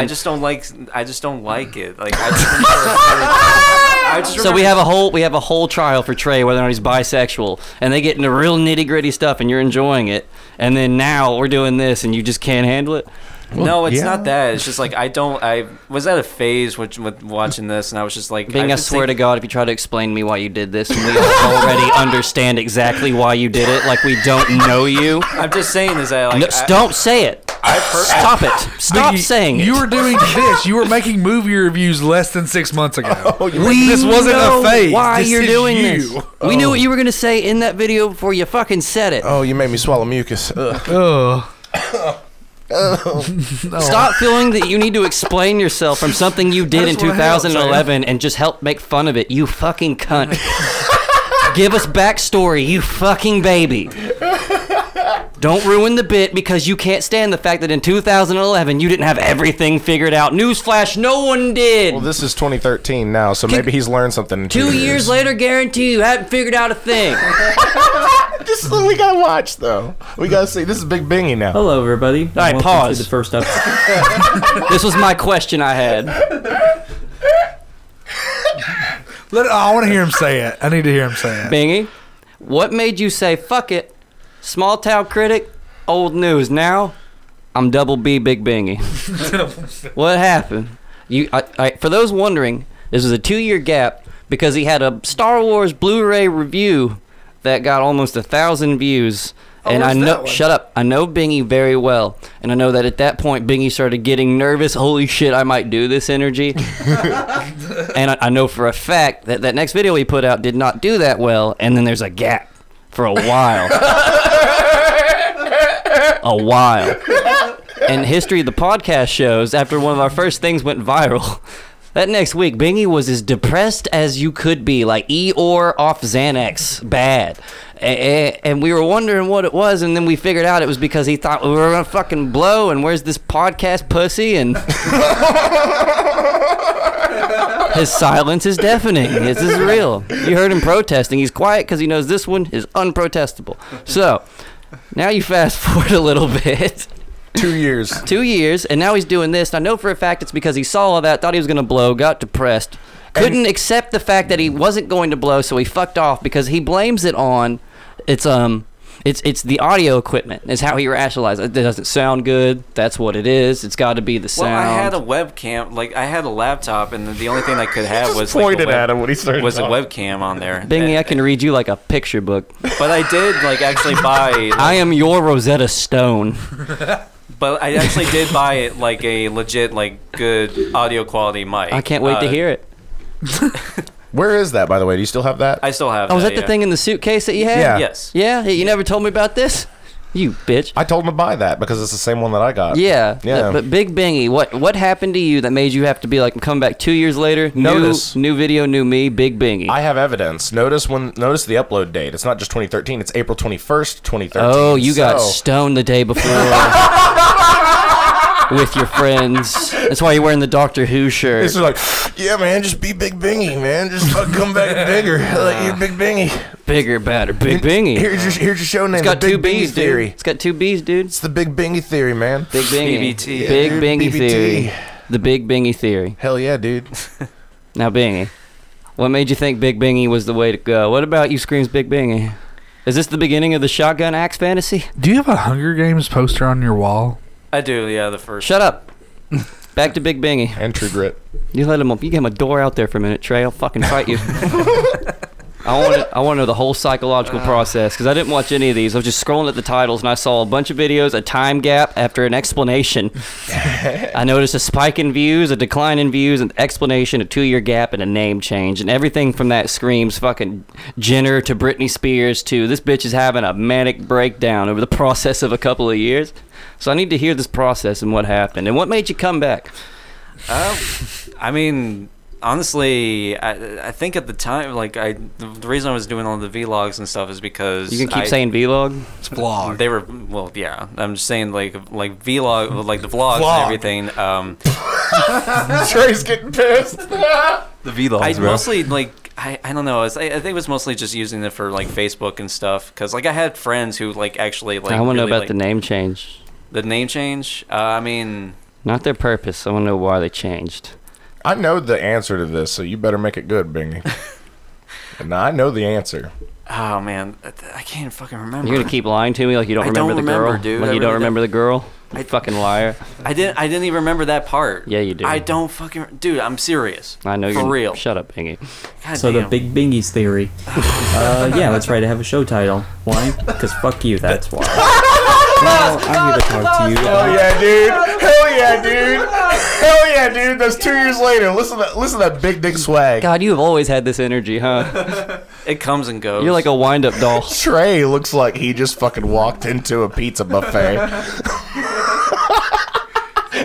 Speaker 2: 2011.
Speaker 4: I just don't like. I just don't like it. Like I just. I just
Speaker 2: So we
Speaker 4: remember-
Speaker 2: have a whole we have a whole trial for Trey whether or not he's bisexual, and they get into real nitty gritty stuff, and you're enjoying it. And then now we're doing this, and you just can't handle it.
Speaker 4: No, it's
Speaker 3: yeah.
Speaker 4: not that. It's just like I don't. I was at a phase with, with watching this, and I was just like,
Speaker 2: Bing, I,
Speaker 4: just
Speaker 2: swear to
Speaker 4: think-
Speaker 2: God, if you try to explain to me why you did this, and we already understand exactly why you did it, like we don't know you.
Speaker 4: I'm just saying is that like
Speaker 2: No,
Speaker 4: I,
Speaker 2: don't say it. Stop it. Stop
Speaker 1: Biggie,
Speaker 2: saying it.
Speaker 1: You were doing this. You were making movie reviews less than six months ago.
Speaker 2: We
Speaker 1: this wasn't
Speaker 2: know
Speaker 1: a phase.
Speaker 2: Why
Speaker 1: This
Speaker 2: you're
Speaker 1: is
Speaker 2: doing
Speaker 1: you. Oh.
Speaker 2: this? We knew what you were gonna say in that video before you fucking said it.
Speaker 3: Oh, you made me swallow mucus. Ugh.
Speaker 1: Ugh.
Speaker 2: Stop feeling that you need to explain yourself from something you did in
Speaker 1: That's what I helped,
Speaker 2: 2011 and just help make fun of it, you fucking cunt. Give us backstory, you fucking baby. Don't ruin the bit because you can't stand the fact that in 2011 you didn't have everything figured out. Newsflash, no one did.
Speaker 3: Well, this is 2013 now, so maybe he's learned something in two,
Speaker 2: Two years later, guarantee you hadn't figured out a thing.
Speaker 3: This is what we gotta watch, though. We gotta see. This is Big Bingy now.
Speaker 2: Oh.
Speaker 7: Hello, everybody. All
Speaker 2: right, pause.
Speaker 7: the first episode.
Speaker 2: this was my question I had.
Speaker 1: Let, I want to hear him say it. I need to hear him say it.
Speaker 2: Bingy, what made you say, fuck it, small town critic, old news now? I'm Double B Big Bingy. what happened? You, I, I, for those wondering, this was a two-year gap because he had a Star Wars Blu-ray review that got almost a thousand views. and I
Speaker 1: Oh, where's
Speaker 2: know,
Speaker 1: that one?
Speaker 2: shut up. I know Bingy very well, and I know that at that point Bingy started getting nervous. Holy shit, I might do this energy. and I, I know for a fact that that next video he put out did not do that well. And then there's a gap for a while a while. And history of the podcast shows after one of our first things went viral. That next week, Bingy was as depressed as you could be, like Eeyore off Xanax, bad. A- a- And we were wondering what it was, and then we figured out it was because he thought we were gonna fucking blow, and where's this podcast pussy? And his silence is deafening. This is real. You heard him protesting. He's quiet because he knows this one is unprotestable. So now you fast forward a little bit
Speaker 3: Two years.
Speaker 2: two years, and now he's doing this. And I know for a fact it's because he saw all that, thought he was going to blow, got depressed, couldn't accept the fact that he wasn't going to blow, so he fucked off because he blames it on it's um it's it's the audio equipment is how he rationalized it. It doesn't sound good. That's what it is. It's got to be the
Speaker 4: Well,
Speaker 2: sound.
Speaker 4: I had a webcam, like I had a laptop, and the, the only thing I could have was like, a
Speaker 3: pointed
Speaker 4: web-
Speaker 3: at him when he started
Speaker 4: Was a
Speaker 3: talking.
Speaker 4: webcam on there?
Speaker 2: Bingy, I
Speaker 4: And-
Speaker 2: can read you like a picture book.
Speaker 4: But I did like actually buy.
Speaker 2: I am your Rosetta Stone.
Speaker 4: But I actually did buy it like a legit, like good audio quality mic.
Speaker 2: I can't wait to
Speaker 4: Uh,
Speaker 2: hear it.
Speaker 3: Where is that, by the way? Do you still have that?
Speaker 4: I still have.
Speaker 2: Oh, was that
Speaker 4: that
Speaker 2: the
Speaker 4: yeah.
Speaker 2: thing in the suitcase that you had?
Speaker 3: Yeah.
Speaker 4: Yes.
Speaker 2: Yeah. You never told me about this. You bitch.
Speaker 3: I told him to buy that because it's the same one that I got.
Speaker 2: Yeah,
Speaker 3: Yeah.
Speaker 2: But Big Bingy, what what happened to you that made you have to be like, come back two years later?
Speaker 3: Notice.
Speaker 2: New, new video, new me, Big Bingy.
Speaker 3: I have evidence. Notice when notice the upload date. It's not just 2013. It's April 21st, 2013.
Speaker 2: oh, you got
Speaker 3: So-
Speaker 2: stoned the day before with your friends. That's why you're wearing the Doctor Who shirt.
Speaker 3: It's like, yeah, man, just be Big Bingy, man. Just fuck, come back bigger. Like, you're Big Bingy.
Speaker 2: Bigger, badder, Ah. Big Bingy.
Speaker 3: Here's your here's your show name.
Speaker 2: it's got
Speaker 3: the
Speaker 2: two
Speaker 3: Big Bingy
Speaker 2: B's, dude.
Speaker 3: theory.
Speaker 2: It's got two B's, dude.
Speaker 3: It's the Big Bingy theory, man.
Speaker 2: Big Bingy.
Speaker 4: BBT.
Speaker 2: Big
Speaker 3: Yeah,
Speaker 2: Bingy
Speaker 3: BBT.
Speaker 2: theory. The Big Bingy theory.
Speaker 3: Hell yeah, dude.
Speaker 2: Now, Bingy, what made you think Big Bingy was the way to go? What about you screams Big Bingy? Is this the beginning of the shotgun axe fantasy?
Speaker 1: Do you have a Hunger Games poster on your wall?
Speaker 4: I do. Yeah, the first.
Speaker 2: Shut up. Back to Big Bingy.
Speaker 3: And True Grit.
Speaker 2: You let him up. You get him a door out there for a minute, Trey. I'll fucking fight you. I want to, I want to know the whole psychological process because I didn't watch any of these. I was just scrolling at the titles and I saw a bunch of videos, a time gap after an explanation. I noticed a spike in views, a decline in views, an explanation, a two-year gap, and a name change, and everything from that screams fucking Jenner to Britney Spears to this bitch is having a manic breakdown over the process of a couple of years. So I need to hear this process and what happened and what made you come back.
Speaker 4: Uh, I mean, honestly, I, I think at the time, like I, the, the reason I was doing all the vlogs and stuff is because
Speaker 2: You can keep
Speaker 4: I-
Speaker 2: saying vlog.
Speaker 1: It's vlog.
Speaker 4: They were well, yeah. I'm just saying, like, like vlog, like the vlogs
Speaker 1: Vlog.
Speaker 4: and everything. Um,
Speaker 3: Trey's getting pissed.
Speaker 5: The vlogs,
Speaker 4: I
Speaker 5: bro.
Speaker 4: mostly like I, I don't know. I, was- I I think it was mostly just using it for like Facebook and stuff because like I had friends who like actually like.
Speaker 2: I want to
Speaker 4: really,
Speaker 2: know about
Speaker 4: like-
Speaker 2: the name change,
Speaker 4: the name change. Uh, I mean,
Speaker 2: not their purpose. I want to know why they changed.
Speaker 3: I know the answer to this, so you better make it good, Bingy. and I know the answer.
Speaker 4: oh man, I I can't fucking remember.
Speaker 2: You're gonna keep lying to me like you don't
Speaker 4: I
Speaker 2: remember
Speaker 4: don't
Speaker 2: the
Speaker 4: remember,
Speaker 2: girl,
Speaker 4: dude.
Speaker 2: like
Speaker 4: I
Speaker 2: you don't
Speaker 4: really
Speaker 2: remember the girl.
Speaker 4: I-
Speaker 2: fucking liar.
Speaker 4: I didn't. I didn't even remember that part.
Speaker 2: Yeah, you do.
Speaker 4: I don't fucking. Dude, I'm serious.
Speaker 2: I know
Speaker 4: for
Speaker 2: you're
Speaker 4: real.
Speaker 2: Shut up, Pingy.
Speaker 4: God
Speaker 7: So the
Speaker 4: damn.
Speaker 7: Big Bingies theory. uh, yeah, that's right. I have a show title. Why? Because fuck you. That's why. well, I'm here to talk to you.
Speaker 3: Hell yeah, dude. Hell yeah, dude. Hell yeah, dude. That's two years later. Listen to that, listen to that big dick swag.
Speaker 2: God, you have always had this energy, huh?
Speaker 4: it comes and goes.
Speaker 2: You're like a wind-up doll.
Speaker 3: Trey looks like he just fucking walked into a pizza buffet.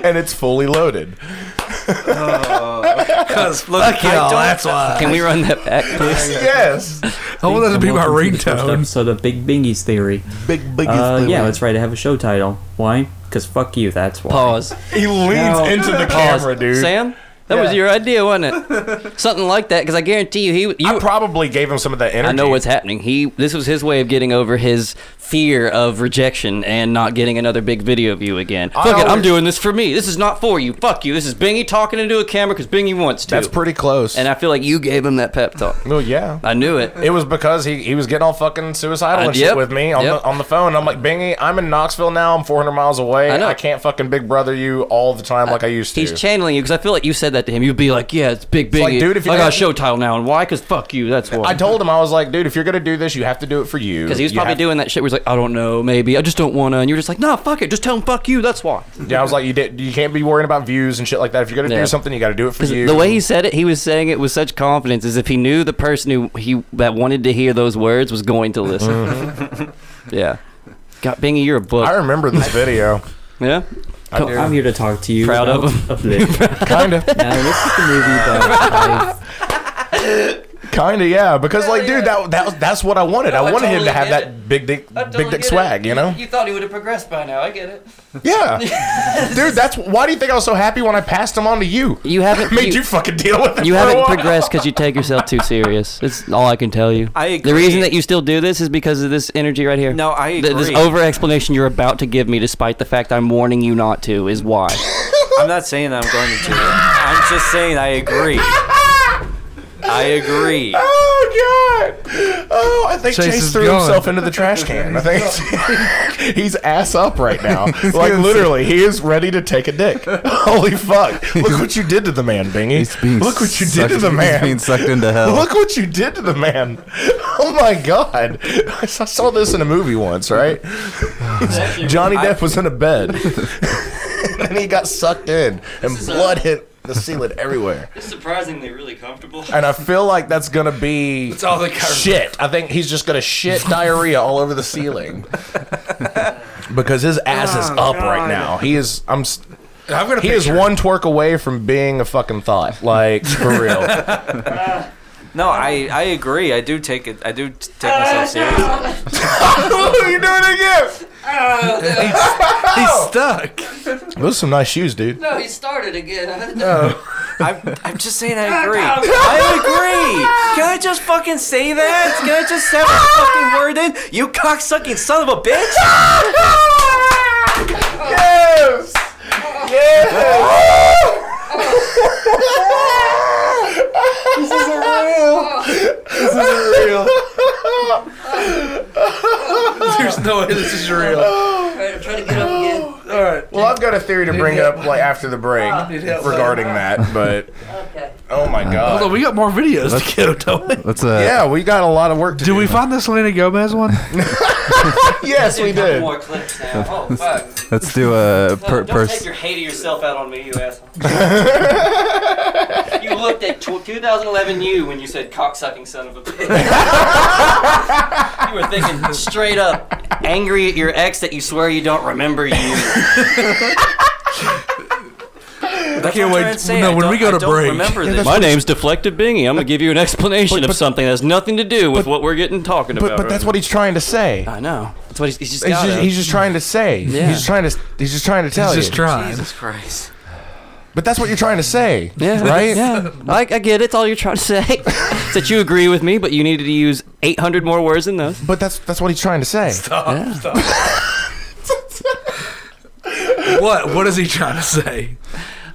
Speaker 3: and it's fully loaded.
Speaker 4: Look, I don't-
Speaker 1: why.
Speaker 2: Can we run that back, please?
Speaker 3: Yes.
Speaker 1: I want that to be my
Speaker 7: Welcome to the first
Speaker 1: ringtone.
Speaker 7: episode of Big Bingies theory.
Speaker 3: Big biggie.
Speaker 7: Uh, yeah, that's right. I have a show title. Why? Because fuck you. That's why.
Speaker 2: Pause.
Speaker 3: He leans
Speaker 7: Now-
Speaker 3: into the
Speaker 2: Pause.
Speaker 3: camera, dude.
Speaker 2: Sam, That was
Speaker 3: Yeah.
Speaker 2: your idea, wasn't it? Something like that, because I guarantee you, he you.
Speaker 3: I probably gave him some of that energy.
Speaker 2: I know what's happening. He this was his way of getting over his fear of rejection and not getting another big video view again.
Speaker 3: I
Speaker 2: Fuck it, I'm
Speaker 3: always-
Speaker 2: doing this for me. This is not for you. Fuck you. This is Bingy talking into a camera because Bingy wants to.
Speaker 3: That's pretty close.
Speaker 2: And I feel like you gave him that pep talk.
Speaker 3: well, yeah.
Speaker 2: I knew it.
Speaker 3: It was because he, he was getting all fucking suicidal
Speaker 2: Uh,
Speaker 3: and
Speaker 2: yep,
Speaker 3: shit with me on
Speaker 2: yep.
Speaker 3: the on the phone. I'm like, Bingy, I'm in Knoxville now. I'm 400 miles away.
Speaker 2: I
Speaker 3: I,
Speaker 2: know. Uh,
Speaker 3: can't fucking big brother you all the time like I used to.
Speaker 2: He's channeling you because I feel like you said that to him. You'd be like, "Yeah, it's big, big.
Speaker 3: like, dude, if you
Speaker 2: I got a
Speaker 3: don't-
Speaker 2: show title now, and why? Because fuck you. That's why."
Speaker 3: I told him I was like, dude, if you're gonna do this, you have to do it for you.
Speaker 2: Because he was
Speaker 3: You
Speaker 2: probably
Speaker 3: have-
Speaker 2: doing that shit. Where he's like, "I don't know, maybe. I just don't wanna." And you're just like, "Nah, fuck it. Just tell him fuck you. That's why."
Speaker 3: Yeah, I was like, you did, you can't be worrying about views and shit like that. If you're gonna
Speaker 2: Yeah.
Speaker 3: do something, you got to do it for
Speaker 2: 'Cause
Speaker 3: you.
Speaker 2: The way he said it, he was saying it with such confidence, as if he knew the person who he that wanted to hear those words was going to listen. yeah. God, Bingy, you're a book.
Speaker 3: I remember this video.
Speaker 2: yeah.
Speaker 3: I do.
Speaker 7: I'm here to talk to you.
Speaker 2: Proud of
Speaker 7: about
Speaker 2: him.
Speaker 7: Uplift.
Speaker 3: kind of,
Speaker 7: now, this is the movie that
Speaker 3: kind of, yeah. Because like, dude, that, that was- that's what I wanted. I
Speaker 2: I
Speaker 3: wanted him
Speaker 2: totally
Speaker 3: to have
Speaker 2: get
Speaker 3: that big dick, big dick swag, you know?
Speaker 2: You thought he would have progressed by now. I get it.
Speaker 3: Yeah, dude. That's why do you think I was so happy when I passed him on to you?
Speaker 2: You haven't.
Speaker 3: Made you,
Speaker 2: you,
Speaker 3: fucking deal with it.
Speaker 2: you
Speaker 3: for a
Speaker 2: haven't
Speaker 3: while.
Speaker 2: progressed because you take yourself too serious. It's all I can tell you.
Speaker 4: I
Speaker 2: The reason
Speaker 4: agree.
Speaker 2: that you still do this is because of this energy right here.
Speaker 4: No, I
Speaker 2: Th- this
Speaker 4: agree.
Speaker 2: over explanation you're about to give me, despite the fact I'm warning you not to, is why.
Speaker 4: I'm not saying that I'm going to. do it. I'm just saying I agree. I agree.
Speaker 3: Oh god! Oh, I think Chase,
Speaker 1: Chase is
Speaker 3: threw
Speaker 1: gone.
Speaker 3: himself into the trash can. I think it's- he's ass up right now. like literally, he is ready to take a dick. Holy fuck! Look what you did to the man, Bingy.
Speaker 5: He's being
Speaker 3: Look what you
Speaker 5: sucked-
Speaker 3: did to the man.
Speaker 5: He's being sucked into hell.
Speaker 3: Look what you did to the man. Oh my god. I saw- saw this in a movie once, right? Johnny Depp was in a bed. and he got sucked in and blood hit the ceiling everywhere.
Speaker 2: Surprisingly, really comfortable.
Speaker 3: And I feel like that's going to be
Speaker 1: It's all Oh, the
Speaker 3: shit. I think he's just going to shit diarrhea all over the ceiling. because his ass is up right now. He is I'm s-
Speaker 1: I'm gonna.
Speaker 3: he is one twerk away from being a fucking thought. Like for real.
Speaker 4: No, I, I agree. I do take it. I do t- take
Speaker 2: Uh,
Speaker 4: myself seriously.
Speaker 3: you doing again?
Speaker 1: He's stuck.
Speaker 3: Those are some nice shoes, dude.
Speaker 2: No, he started again.
Speaker 4: I'm, I'm just saying I agree. I agree. Can I just fucking say that? Can I just have a fucking word in? You cocksucking son of a bitch!
Speaker 3: Yes! Yes! this isn't real. This isn't real.
Speaker 1: There's no way this is real. All right.
Speaker 3: Well, I've got a theory to bring up like after the break regarding that, but oh my god.
Speaker 1: Hold on, we got more videos to go, don't we?
Speaker 5: Let's uh,
Speaker 3: yeah, we got a lot of work to do.
Speaker 1: Do we find this Selena Gomez one?
Speaker 3: Yes, we did.
Speaker 2: More clips now. Oh fuck!
Speaker 5: let's do a per-
Speaker 2: Don't take
Speaker 5: pers-
Speaker 2: your hate of yourself out on me, you asshole. you looked at tw 2011 you when you said cocksucking son of a bitch. you were thinking straight up, angry at your ex that you swear you don't remember you.
Speaker 1: can't
Speaker 4: That's what I'm
Speaker 1: wait.
Speaker 4: trying to say.
Speaker 1: No,
Speaker 4: I
Speaker 1: when
Speaker 4: don't-
Speaker 1: we go to
Speaker 4: I don't
Speaker 1: break.
Speaker 4: remember this.
Speaker 2: My name's Deflective Bingy. I'm gonna give you an explanation of something that has nothing to do with what we're getting talking
Speaker 3: But but that's what he's trying to say.
Speaker 2: I know. That's what he's, he's just
Speaker 3: He's
Speaker 2: got
Speaker 3: just,
Speaker 2: it.
Speaker 3: he's just trying to say.
Speaker 2: Yeah.
Speaker 3: He's just trying to. He's just trying to tell
Speaker 1: He's
Speaker 3: you.
Speaker 1: just trying.
Speaker 4: Jesus Christ.
Speaker 3: but that's what you're trying to say,
Speaker 2: Yeah.
Speaker 3: right?
Speaker 2: Yeah. I, I get it. It's all you're trying to say. It's that you agree with me, but you needed to use 800 more words than those.
Speaker 3: But that's that's what he's trying to say.
Speaker 1: What? What is he trying to say?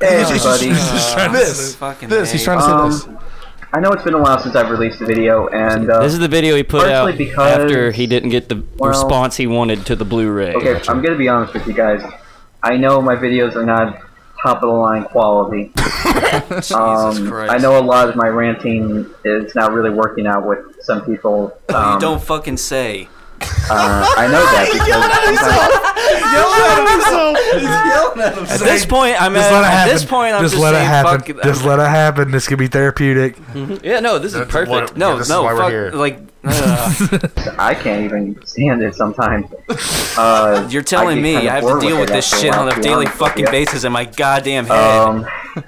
Speaker 6: everybody.
Speaker 1: this.
Speaker 4: Fucking
Speaker 3: This he's trying to say this.
Speaker 6: Um, I know it's been a while since I've released a video, and uh,
Speaker 2: This is the video he put
Speaker 6: Partially
Speaker 2: out
Speaker 6: because-
Speaker 2: after he didn't get the
Speaker 6: Well-
Speaker 2: response he wanted to the Blu-ray.
Speaker 6: Okay, I'm gonna be honest with you guys. I know my videos are not top of the line quality. um,
Speaker 4: Christ.
Speaker 6: I know a lot of my ranting is not really working out with some people. Um,
Speaker 4: Don't fucking say.
Speaker 6: uh, I know that because sometimes-
Speaker 4: At this point, I'm
Speaker 1: Just
Speaker 4: at,
Speaker 1: let it
Speaker 4: at
Speaker 1: happen.
Speaker 4: this point, I'm just,
Speaker 1: just, let it
Speaker 4: saying,
Speaker 1: happen.
Speaker 4: fuck.
Speaker 1: Just let it happen. This could be therapeutic.
Speaker 2: Yeah, no, this is perfect.
Speaker 3: what-
Speaker 4: no,
Speaker 3: Yeah, this is
Speaker 4: no,
Speaker 3: why we're
Speaker 4: fuck.
Speaker 3: here.
Speaker 4: Like, uh, ugh.
Speaker 6: I can't even stand it sometimes. Uh,
Speaker 4: you're telling
Speaker 6: get
Speaker 4: me
Speaker 6: kinda
Speaker 4: I have to
Speaker 6: bored
Speaker 4: deal with
Speaker 6: it
Speaker 4: this
Speaker 6: after
Speaker 4: shit
Speaker 6: while,
Speaker 4: on
Speaker 6: to
Speaker 4: a
Speaker 6: be
Speaker 4: daily
Speaker 6: honest with
Speaker 4: fucking
Speaker 6: you.
Speaker 4: basis in my goddamn head.
Speaker 6: Um,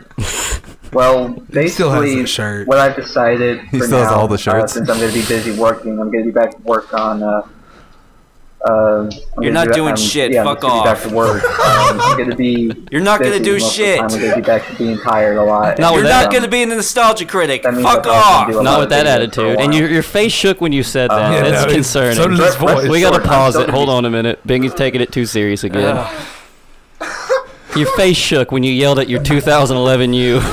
Speaker 6: well, basically,
Speaker 1: still has that shirt.
Speaker 6: what I've decided
Speaker 5: He
Speaker 6: for
Speaker 5: still has
Speaker 6: now,
Speaker 5: all the
Speaker 6: uh,
Speaker 5: shirts.
Speaker 6: since I'm going to be busy working, I'm going to be back to work on uh, Uh, I'm
Speaker 4: You're
Speaker 6: gonna
Speaker 4: not
Speaker 6: be-
Speaker 4: doing
Speaker 6: I'm-
Speaker 4: shit,
Speaker 6: Yeah,
Speaker 4: fuck
Speaker 6: I'm
Speaker 4: off.
Speaker 6: just gonna be back to work. Um, I'm gonna be.
Speaker 4: You're not gonna
Speaker 6: busy
Speaker 4: do
Speaker 6: most of the
Speaker 4: shit.
Speaker 6: time. I'm gonna be back to being tired a lot.
Speaker 2: Not
Speaker 4: You're
Speaker 2: with
Speaker 4: not
Speaker 2: that-
Speaker 4: gonna be a nostalgia critic.
Speaker 6: That means
Speaker 4: Fuck
Speaker 6: I'm not gonna do
Speaker 4: off.
Speaker 6: a
Speaker 2: Not
Speaker 6: lot
Speaker 2: with
Speaker 6: of
Speaker 2: that
Speaker 6: videos Oh, for a
Speaker 2: attitude. And
Speaker 6: while.
Speaker 2: your, your face shook when you said that.
Speaker 1: Yeah,
Speaker 2: That's
Speaker 1: no, it's-
Speaker 2: concerning.
Speaker 1: So did his voice.
Speaker 2: we gotta
Speaker 6: short.
Speaker 2: pause
Speaker 6: I'm
Speaker 2: it.
Speaker 6: still
Speaker 2: Hold on a minute. Bingy's taking it too serious again. your face shook when you yelled at your 2011 you.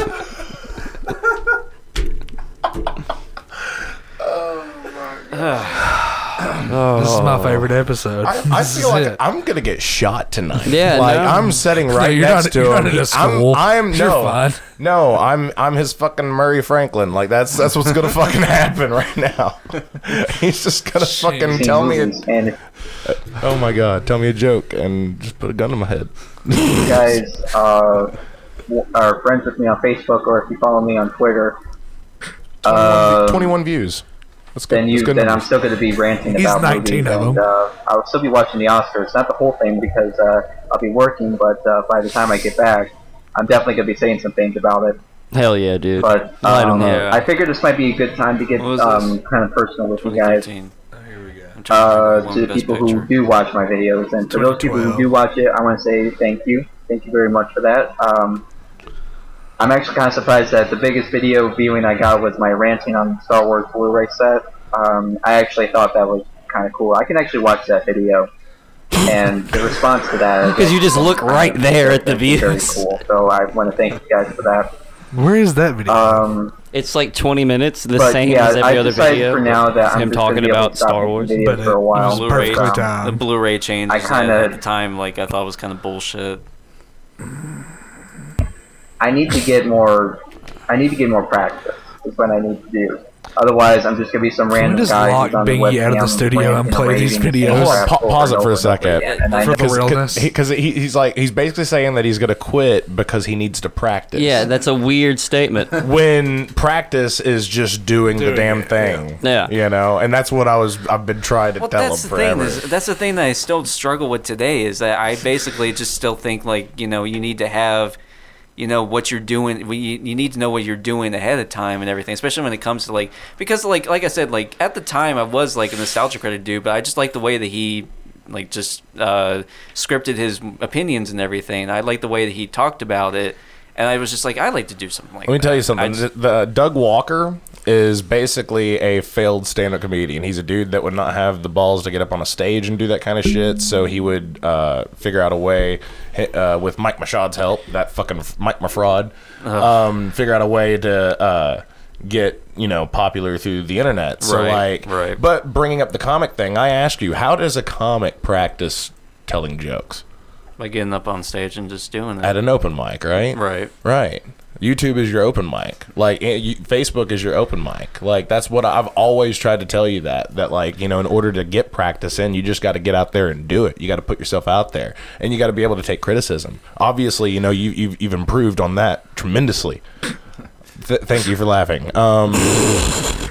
Speaker 1: This is my favorite episode.
Speaker 3: I, I
Speaker 1: This
Speaker 3: feel
Speaker 1: is
Speaker 3: like
Speaker 1: it.
Speaker 3: I'm gonna get shot tonight.
Speaker 2: Yeah,
Speaker 3: like
Speaker 2: no.
Speaker 3: I'm sitting right
Speaker 1: you're
Speaker 3: next
Speaker 1: not-
Speaker 3: to
Speaker 1: you're
Speaker 3: him.
Speaker 1: not at a
Speaker 3: I'm-
Speaker 1: school.
Speaker 3: I'm,
Speaker 1: You're
Speaker 3: no,
Speaker 1: fine.
Speaker 3: no. I'm I'm his fucking Murray Franklin. Like that's that's what's gonna fucking happen right now. He's just gonna fucking
Speaker 6: Seeing
Speaker 3: tell me. A,
Speaker 6: movies, and if
Speaker 3: oh my god, tell me a joke and just put a gun in my head.
Speaker 6: you guys uh, w- are friends with me on Facebook or if you follow me on Twitter, uh,
Speaker 3: Twenty-one views. That's good.
Speaker 6: then you
Speaker 3: that's good
Speaker 6: then I'm
Speaker 3: numbers.
Speaker 6: still going to be ranting
Speaker 1: He's
Speaker 6: about
Speaker 1: 19
Speaker 6: movies,
Speaker 1: of
Speaker 6: and
Speaker 1: them.
Speaker 6: uh, I'll still be watching the Oscars. Not the whole thing because uh, I'll be working, but uh, by the time I get back, I'm definitely going to be saying some things about it.
Speaker 2: Hell yeah, dude.
Speaker 6: But
Speaker 2: Let 'em
Speaker 6: um,
Speaker 2: hear it.
Speaker 6: I figured this might be a good time to get
Speaker 4: was
Speaker 6: um, kind of personal with you guys.
Speaker 4: 2013.
Speaker 6: uh,
Speaker 4: One
Speaker 6: to the
Speaker 4: best
Speaker 6: people
Speaker 4: picture.
Speaker 6: who do watch my videos, and for those people
Speaker 1: 2012.
Speaker 6: who do watch it, I want to say thank you, thank you very much for that. Um, I'm actually kind of surprised that the biggest video viewing I got was my ranting on the Star Wars Blu-ray set. Um, I actually thought that was kind of cool. I can actually watch that video, and the response to that
Speaker 2: Because you just look right there at the
Speaker 6: is very
Speaker 2: views.
Speaker 6: cool. So I want to thank you guys for that.
Speaker 1: Where is that video?
Speaker 6: Um,
Speaker 2: It's like 20 minutes, the
Speaker 6: but
Speaker 2: same
Speaker 6: yeah,
Speaker 2: as every
Speaker 6: I've
Speaker 2: other
Speaker 6: decided
Speaker 2: video.
Speaker 6: for now that
Speaker 2: It's
Speaker 6: I'm
Speaker 2: him
Speaker 6: just gonna
Speaker 2: talking
Speaker 6: be able to
Speaker 2: about
Speaker 6: stop
Speaker 2: Star
Speaker 6: making
Speaker 2: Wars.
Speaker 6: videos
Speaker 1: But it-
Speaker 6: for a while.
Speaker 1: it was
Speaker 4: Blu-ray.
Speaker 1: perfectly
Speaker 4: The
Speaker 1: timed.
Speaker 4: Blu-ray changes
Speaker 6: I kinda-
Speaker 4: at the time, like I thought was kind of bullshit.
Speaker 6: I need to get more. I need to get more practice. Is what I need to do. Otherwise, I'm just gonna be some
Speaker 1: we
Speaker 6: random
Speaker 1: just
Speaker 6: guy.
Speaker 1: lock
Speaker 6: who's on the
Speaker 1: Bingy out of the
Speaker 6: webcam
Speaker 1: studio
Speaker 6: playing
Speaker 1: and
Speaker 6: and
Speaker 1: play these
Speaker 6: raving
Speaker 1: videos?
Speaker 6: and
Speaker 3: Hold on,
Speaker 6: crap
Speaker 3: pa-
Speaker 6: over
Speaker 3: pause
Speaker 6: and
Speaker 3: it for a
Speaker 6: over
Speaker 3: second.
Speaker 6: again, and I
Speaker 1: For the
Speaker 6: know-
Speaker 1: realness.
Speaker 3: Because he, he's like he's basically saying that he's gonna quit because he needs to practice.
Speaker 2: Yeah, that's a weird statement.
Speaker 3: when practice is just doing, the damn thing.
Speaker 2: yeah. Yeah.
Speaker 3: You know, and that's what I was I've been trying to
Speaker 4: Well,
Speaker 3: tell
Speaker 4: that's
Speaker 3: him
Speaker 4: the thing.
Speaker 3: forever.
Speaker 4: Is, that's the thing that I still struggle with today. Is that I basically just still think like you know you need to have, you know what you're doing. We you you need to know what you're doing ahead of time and everything, especially when it comes to like because like like I said like at the time I was like a nostalgia credit dude, but I just like the way that he like just uh, scripted his opinions and everything. I like the way that he talked about it, and I was just like I like to do something like.
Speaker 3: Let me tell you
Speaker 4: that. Uh, I
Speaker 3: something.
Speaker 4: just-
Speaker 3: The- the Doug Walker is basically a failed stand-up comedian. He's a dude that would not have the balls to get up on a stage and do that kind of shit. So he would uh, figure out a way, uh, with Mike Mashad's help, that fucking Mike Mafraud,
Speaker 4: Uh-huh.
Speaker 3: um, figure out a way to uh, get you know popular through the internet. So
Speaker 4: Right,
Speaker 3: like,
Speaker 4: right.
Speaker 3: But bringing up the comic thing, I asked you, how does a comic practice telling jokes
Speaker 4: by getting up on stage and just doing it.
Speaker 3: at an open mic? Right.
Speaker 4: right.
Speaker 3: Right. YouTube is your open mic. Like eh, you, Facebook is your open mic. Like that's what I've always tried to tell you that that like, you know, in order to get practice in, you just got to get out there and do it. You got to put yourself out there and you got to be able to take criticism. Obviously, you know, you you've, you've improved on that tremendously. Th- thank you for laughing. Um